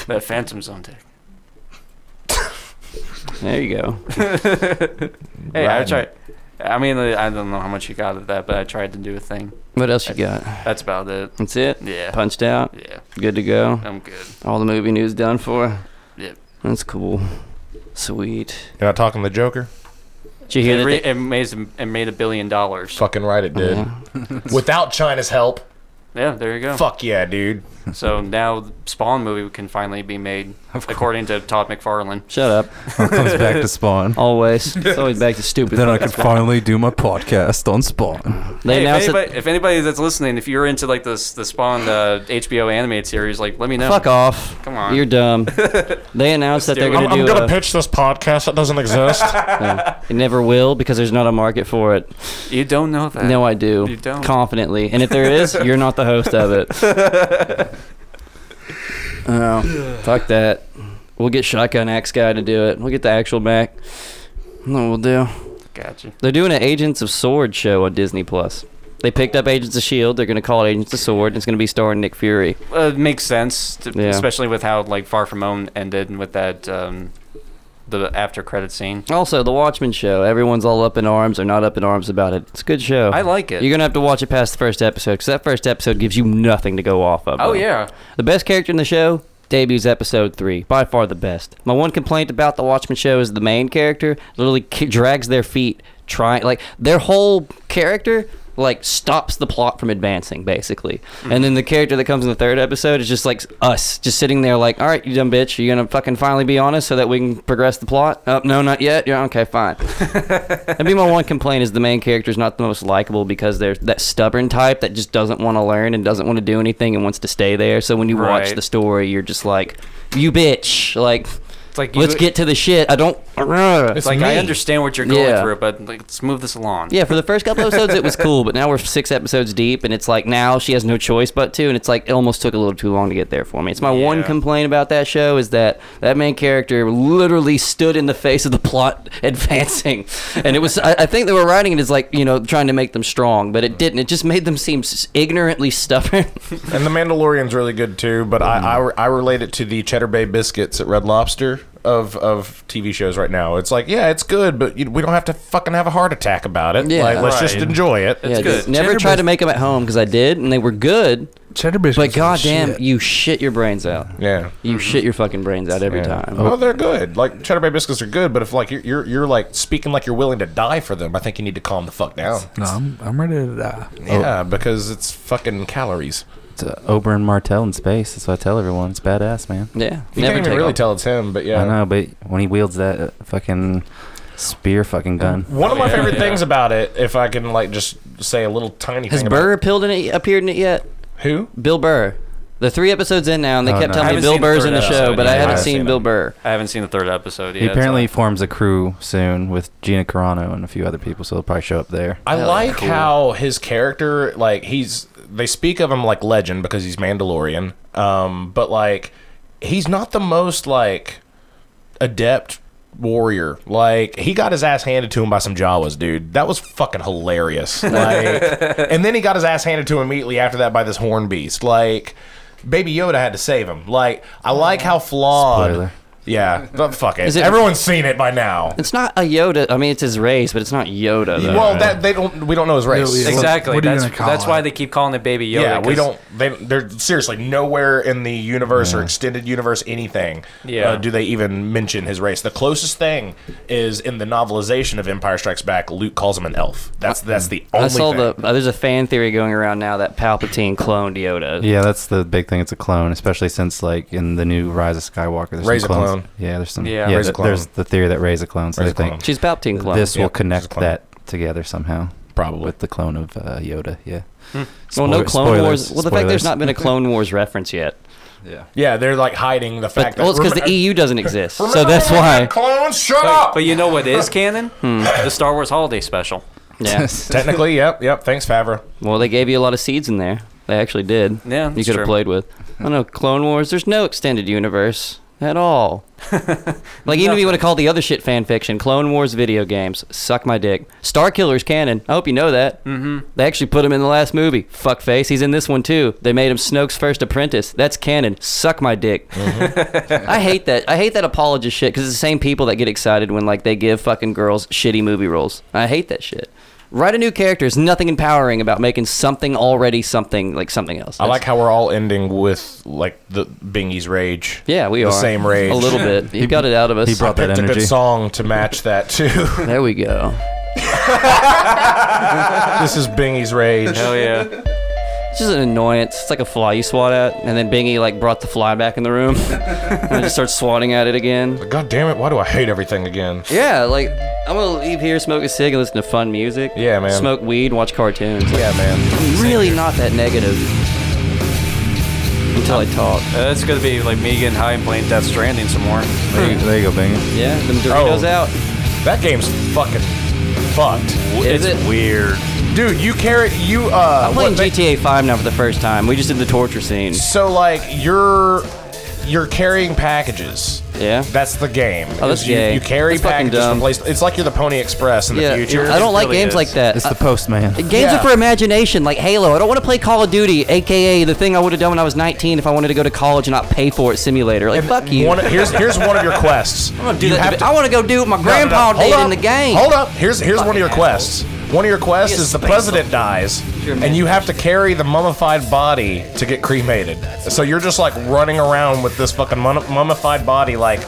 Speaker 4: that Phantom Zone dick.
Speaker 2: There you go.
Speaker 4: Hey, I
Speaker 2: Rotten.
Speaker 4: tried. I mean, uh, I don't know how much you got of that, but I tried to do a thing.
Speaker 2: What else you got?
Speaker 4: That's about it.
Speaker 2: That's it.
Speaker 4: Yeah.
Speaker 2: Punched out.
Speaker 4: Yeah.
Speaker 2: Good to go.
Speaker 4: I'm good.
Speaker 2: All the movie news done for.
Speaker 4: Yep.
Speaker 2: That's cool. Sweet.
Speaker 3: You're not talking the Joker?
Speaker 2: Did you hear
Speaker 4: it,
Speaker 2: that?
Speaker 4: re-
Speaker 2: they-
Speaker 4: it, made, it made a billion dollars.
Speaker 3: Fucking right, it did. Without China's help.
Speaker 4: Mm-hmm. Yeah, there you go.
Speaker 3: Fuck yeah, dude.
Speaker 4: So now the Spawn movie can finally be made, according to Todd McFarlane.
Speaker 2: Shut up.
Speaker 5: comes back to Spawn.
Speaker 2: Always. It's always back to stupid.
Speaker 5: Then I could
Speaker 2: fucking
Speaker 5: finally do my podcast on Spawn.
Speaker 2: They
Speaker 4: Hey, if,
Speaker 2: announced that-
Speaker 4: anybody, if anybody that's listening, if you're into like this the Spawn uh, HBO animated series, like let me know.
Speaker 2: Fuck off.
Speaker 4: Come on.
Speaker 2: You're dumb. they announced that
Speaker 4: Let's
Speaker 2: they're
Speaker 4: do
Speaker 2: going
Speaker 4: it.
Speaker 2: to do.
Speaker 4: I'm- I'm
Speaker 3: gonna
Speaker 2: a-
Speaker 3: pitch this podcast that doesn't exist.
Speaker 2: Yeah. It never will because there's not a market for it.
Speaker 4: You don't know that.
Speaker 2: No, I do.
Speaker 4: You don't.
Speaker 2: Confidently. And if there is, you're not the host of it. oh, fuck that. We'll get Shotgun Axe Guy to do it. We'll get the actual back. No, we'll do.
Speaker 4: Gotcha.
Speaker 2: They're doing an Agents of Sword show on Disney Plus. They picked up Agents of Shield. E They're going to call it Agents of Sword. And it's going to be starring Nick Fury.
Speaker 4: Uh, it makes sense, to,
Speaker 2: Yeah.
Speaker 4: especially with how like Far From Home ended and with that um, the after credit scene.
Speaker 2: Also, the Watchmen show. Everyone's all up in arms or not up in arms about it. It's a good show.
Speaker 4: I like it.
Speaker 2: You're gonna have to watch it past the first episode because that first episode gives you nothing to go off of.
Speaker 4: Oh,
Speaker 2: though.
Speaker 4: yeah.
Speaker 2: The best character in the show debuts episode three, by far the best. My one complaint about the Watchmen show is the main character literally ki- drags their feet, trying like their whole character. Like stops the plot from advancing, basically, and then the character that comes in the third episode is just like us, just sitting there, like, "All right, you dumb bitch, are you gonna fucking finally be honest so that we can progress the plot?" Oh, no, not yet. Yeah, okay, fine. That'd be my one complaint is the main character is not the most likable because they're that stubborn type that just doesn't want to learn and doesn't want to do anything and wants to stay there. So when you watch
Speaker 4: Right.
Speaker 2: the story, you're just like, you bitch. Like,
Speaker 4: It's like
Speaker 2: let's
Speaker 4: you-
Speaker 2: get to the shit. I don't.
Speaker 4: It's like I understand what you're going
Speaker 2: Yeah.
Speaker 4: through, but like, let's move this along.
Speaker 2: Yeah, for the first couple episodes it was cool, but now we're six episodes deep, and it's like now she has no choice but to, and it's like it almost took a little too long to get there for me. It's my one
Speaker 4: Yeah.
Speaker 2: complaint about that show is that that main character literally stood in the face of the plot advancing, and it was I, I think they were writing it as like you know trying to make them strong, but it didn't. It just made them seem s- ignorantly stubborn.
Speaker 3: and The Mandalorian's really good too, but I, I I relate it to the Cheddar Bay biscuits at Red Lobster of of TV shows right now. It's like, yeah, it's good, but you, we don't have to fucking have a heart attack about it.
Speaker 2: Yeah.
Speaker 3: like, let's
Speaker 2: Right.
Speaker 3: just enjoy it.
Speaker 2: yeah, just Never try to make them at home because I did, and they were good.
Speaker 1: Cheddar
Speaker 2: but goddamn, you shit your brains out.
Speaker 3: Yeah,
Speaker 2: you shit your fucking brains out every
Speaker 3: Yeah.
Speaker 2: time.
Speaker 3: Oh, they're good. Like Cheddar Bay biscuits are good, but if like you're, you're you're like speaking like you're willing to die for them, I think you need to calm the fuck down.
Speaker 1: No, I'm, I'm ready to die.
Speaker 3: Yeah, because it's fucking calories.
Speaker 5: It's uh, Oberyn Martell in space. That's what I tell everyone. It's badass, man.
Speaker 2: Yeah,
Speaker 3: You can't even really tell it's him, but yeah.
Speaker 5: I know, but when he wields that uh, fucking spear, fucking gun.
Speaker 3: One of my favorite things about it, if I can like just say a little tiny
Speaker 2: Has
Speaker 3: thing
Speaker 2: Burr appeared in it, appeared in it yet?
Speaker 3: Who?
Speaker 2: Bill Burr. The three episodes in now, and they
Speaker 5: Oh,
Speaker 2: kept
Speaker 5: no.
Speaker 2: telling
Speaker 5: Haven't
Speaker 2: me Bill
Speaker 5: seen the
Speaker 2: Burr's
Speaker 5: third
Speaker 2: in the show,
Speaker 5: episode yet.
Speaker 2: but I
Speaker 5: Yeah,
Speaker 2: haven't
Speaker 5: I've
Speaker 2: seen
Speaker 5: seen
Speaker 2: Bill
Speaker 5: it.
Speaker 2: Burr.
Speaker 4: I haven't seen the third episode yet.
Speaker 5: he
Speaker 4: so-
Speaker 5: apparently forms a crew soon with Gina Carano and a few other people, so they'll probably show up there.
Speaker 3: about. I like how his character, like he's, they speak of him like legend because he's Mandalorian, um, but like he's not the most like adept warrior. Like he got his ass handed to him by some Jawas, dude. That was fucking hilarious. Like, and then he got his ass handed to him immediately after that by this horn beast. Like, Baby Yoda had to save him. Like, I like how flawed.
Speaker 5: Spoiler.
Speaker 3: Yeah, but fuck it.
Speaker 2: Is it-
Speaker 3: Everyone's seen it by now.
Speaker 2: It's not a Yoda. I mean, it's his race, but it's not Yoda. Though.
Speaker 3: Well, that they don't. We don't know his race.
Speaker 4: Exactly. That's, that's why they keep calling it Baby Yoda.
Speaker 3: yeah, we
Speaker 4: 'cause-
Speaker 3: don't. They, they're seriously nowhere in the universe or extended universe anything.
Speaker 4: Yeah.
Speaker 3: uh, do they even mention his race? The closest thing is in the novelization of Empire Strikes Back. Luke calls him an elf. That's that's the only.
Speaker 2: I saw
Speaker 3: thing.
Speaker 2: the. Uh, there's a fan theory going around now that Palpatine cloned Yoda.
Speaker 5: Yeah, that's the big thing. It's a clone, especially since like in the new Rise of Skywalker, there's
Speaker 3: Rey's a
Speaker 5: some clones.
Speaker 3: clone.
Speaker 5: Yeah, there's some.
Speaker 3: Yeah,
Speaker 5: Yeah,
Speaker 3: Rey's a
Speaker 5: th- there's
Speaker 3: clone.
Speaker 5: the theory that Ray's a clone. So
Speaker 3: Rey's
Speaker 5: they
Speaker 3: a
Speaker 5: think
Speaker 3: clone. She's Palpatine clone.
Speaker 5: This will
Speaker 3: Yep, she's a
Speaker 5: connect
Speaker 3: clone.
Speaker 5: that together somehow, probably with the clone of uh, Yoda. Yeah.
Speaker 2: Hmm. Well, no
Speaker 5: Spoil-
Speaker 2: Clone Wars.
Speaker 5: spoilers,
Speaker 2: Well, the fact there's
Speaker 5: spoilers.
Speaker 2: not been a Clone Wars reference yet.
Speaker 5: Yeah.
Speaker 3: Yeah, they're like hiding the fact
Speaker 2: But, well, it's
Speaker 3: that
Speaker 2: because the
Speaker 3: Remember-
Speaker 2: EU doesn't exist, so
Speaker 3: Remember
Speaker 2: that's
Speaker 3: when we had
Speaker 2: why.
Speaker 3: clones shut
Speaker 4: But,
Speaker 3: up.
Speaker 4: but you know what is canon?
Speaker 2: Hmm.
Speaker 4: the Star Wars Holiday Special.
Speaker 2: Yeah.
Speaker 3: Technically, yep, yep. Thanks, Favreau.
Speaker 2: Well, they gave you a lot of seeds in there. They actually did.
Speaker 4: Yeah,
Speaker 2: you
Speaker 4: that's
Speaker 2: could
Speaker 4: true.
Speaker 2: have played with. I don't know Clone Wars. There's no extended universe at all. like even if you want to call the other shit fan fiction, Clone Wars video games suck my dick. Star Killer's canon. I hope you know that.
Speaker 4: Mhm.
Speaker 2: They actually put him in the last movie. Fuckface. He's in this one too. They made him Snoke's first apprentice. That's canon. Suck my dick.
Speaker 3: Mm-hmm.
Speaker 2: I hate that. I hate that apologist shit because it's the same people that get excited when like they give fucking girls shitty movie roles. I hate that shit. Write a new character. There's nothing empowering about making something already something like something else.
Speaker 3: I like how we're all ending with like the Bingy's rage.
Speaker 2: Yeah, we
Speaker 3: the
Speaker 2: are.
Speaker 3: same rage.
Speaker 2: A little bit. You He- got it out of us. he brought that
Speaker 3: I picked a
Speaker 2: energy.
Speaker 3: good song to match that too.
Speaker 2: there we go.
Speaker 3: this is Bingy's rage.
Speaker 4: Hell yeah.
Speaker 2: It's just an annoyance. It's like a fly you swat at, and then Bingy like brought the fly back in the room, and I just starts swatting at it again.
Speaker 3: God damn it! Why do I hate everything again?
Speaker 2: Yeah, like I'm gonna leave here, smoke a cig, and listen to fun music.
Speaker 3: Yeah, man.
Speaker 2: Smoke weed, watch cartoons.
Speaker 3: Yeah, man.
Speaker 2: Really not that negative. Until I talk.
Speaker 4: Uh, it's gonna be like me getting high and playing Death Stranding some more.
Speaker 5: There you, there you go, Bingy.
Speaker 2: Yeah, them Doritos
Speaker 3: Oh.
Speaker 2: out.
Speaker 3: That game's fucking fucked.
Speaker 2: Is
Speaker 3: it's
Speaker 2: it?
Speaker 3: weird, dude. You carry you. uh
Speaker 2: I'm playing GTA 5 now for the first time. We just did the torture scene.
Speaker 3: So like you're you're carrying packages.
Speaker 2: Yeah.
Speaker 3: That's the game.
Speaker 2: Oh, that's
Speaker 3: you,
Speaker 2: gay.
Speaker 3: you carry
Speaker 2: That's fucking
Speaker 3: packages from
Speaker 2: dumb.
Speaker 3: place. It's like you're the Pony Express in
Speaker 2: Yeah,
Speaker 3: the future.
Speaker 2: I don't like games like that.
Speaker 5: It's the
Speaker 2: I-
Speaker 5: postman.
Speaker 2: Games are for imagination, like Halo. I don't want to play Call of Duty, aka the thing I would have done when I was 19 if I wanted to go to college and not pay for it. Simulator, like fuck you.
Speaker 3: One, here's here's one of your quests.
Speaker 2: I'm gonna do
Speaker 3: You
Speaker 2: that
Speaker 3: have
Speaker 2: to- I want to go do what my
Speaker 3: No, no, no.
Speaker 2: grandpa
Speaker 3: Hold
Speaker 2: did
Speaker 3: up.
Speaker 2: in the game.
Speaker 3: Hold up. Here's here's one of
Speaker 2: Fucking
Speaker 3: your quests. One of your quests is the president dies, and you have to carry the mummified body to get cremated. So you're just like running around with this fucking mum- mummified body like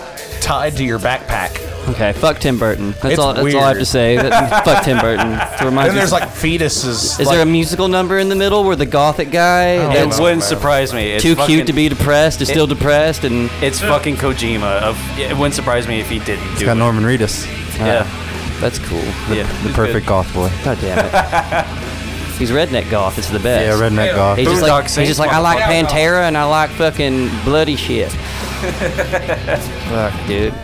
Speaker 3: tied to your backpack.
Speaker 2: Okay, fuck Tim Burton. That's
Speaker 3: It's
Speaker 2: all. That's all I have to
Speaker 3: weird.
Speaker 2: say. That- fuck Tim Burton. To remind
Speaker 3: Then
Speaker 2: you-
Speaker 3: there's like fetuses.
Speaker 2: Is
Speaker 3: like,
Speaker 2: there a musical number in the middle where the gothic guy
Speaker 4: It
Speaker 2: that's
Speaker 4: wouldn't surprise me. It's
Speaker 2: too
Speaker 4: fucking-
Speaker 2: cute to be depressed is
Speaker 4: it-
Speaker 2: still depressed and
Speaker 4: It's fucking Kojima. Of it wouldn't surprise me if he didn't
Speaker 5: It's
Speaker 4: do
Speaker 5: got
Speaker 4: it.
Speaker 5: Norman Reedus.
Speaker 4: Yeah.
Speaker 2: that's cool.
Speaker 5: The,
Speaker 4: Yeah,
Speaker 5: the
Speaker 4: it's
Speaker 5: perfect
Speaker 4: good.
Speaker 5: goth boy.
Speaker 2: God damn it. He's redneck goth. It's the best.
Speaker 5: Yeah, redneck goth.
Speaker 2: He's just
Speaker 5: Boondock
Speaker 2: like, he's
Speaker 5: Saints
Speaker 2: just like I like
Speaker 5: motherfucker.
Speaker 2: Pantera and I like fucking bloody shit. Fuck, dude.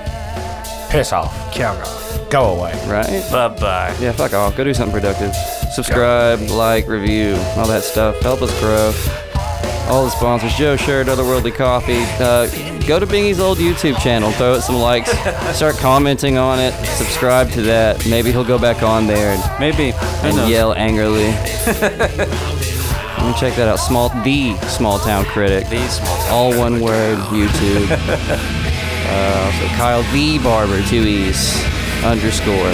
Speaker 3: Piss off. Calgary. Go away.
Speaker 2: Right?
Speaker 4: Bye bye.
Speaker 2: Yeah, fuck off. Go do something productive. Subscribe, like, review, all that stuff. Help us grow. All the sponsors, Joe Shirt, Otherworldly Coffee. Uh, go to Bingy's old YouTube channel, throw it some likes, start commenting on it, subscribe to that. Maybe he'll go back on there and,
Speaker 4: Maybe.
Speaker 2: and
Speaker 4: knows?
Speaker 2: yell angrily. Let me check that out. Small the small town critic. The
Speaker 4: small town
Speaker 2: all one word YouTube. uh, so Kyle the barber two e's underscore.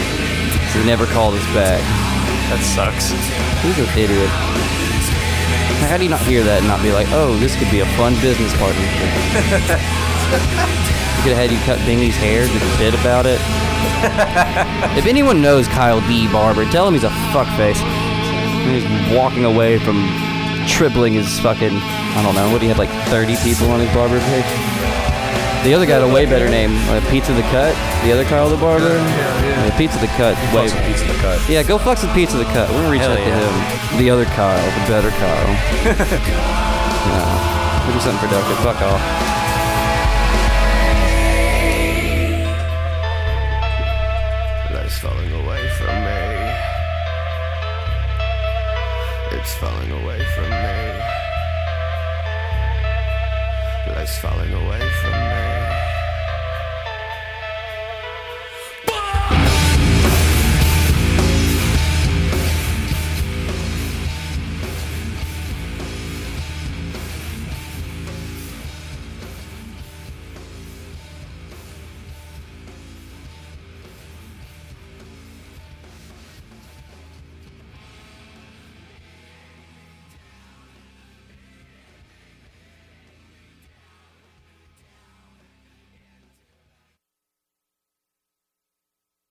Speaker 2: He never called us back.
Speaker 4: That sucks.
Speaker 2: He's an idiot. How do you not hear that and not be like, oh, this could be a fun business partnership? we could have had you cut Bingy's hair, did a bit about it. if anyone knows Kyle the barber, tell him he's a fuckface. He's walking away from tripling his fucking, I don't know, what, he had like 30 people on his barber page? The other guy had a way better name, uh, Pizza the Cut. The other Kyle the barber? Yeah, yeah. Pizza the Cut. Way
Speaker 3: Pizza the Cut.
Speaker 2: yeah, go fuck some pizza the cut. We're gonna reach
Speaker 4: Hell
Speaker 2: out
Speaker 4: yeah.
Speaker 2: to him. The other Kyle, the better Kyle. no. We'll do something productive. Fuck off.
Speaker 14: Love's falling away from me. It's falling away from me. Love's falling away from me.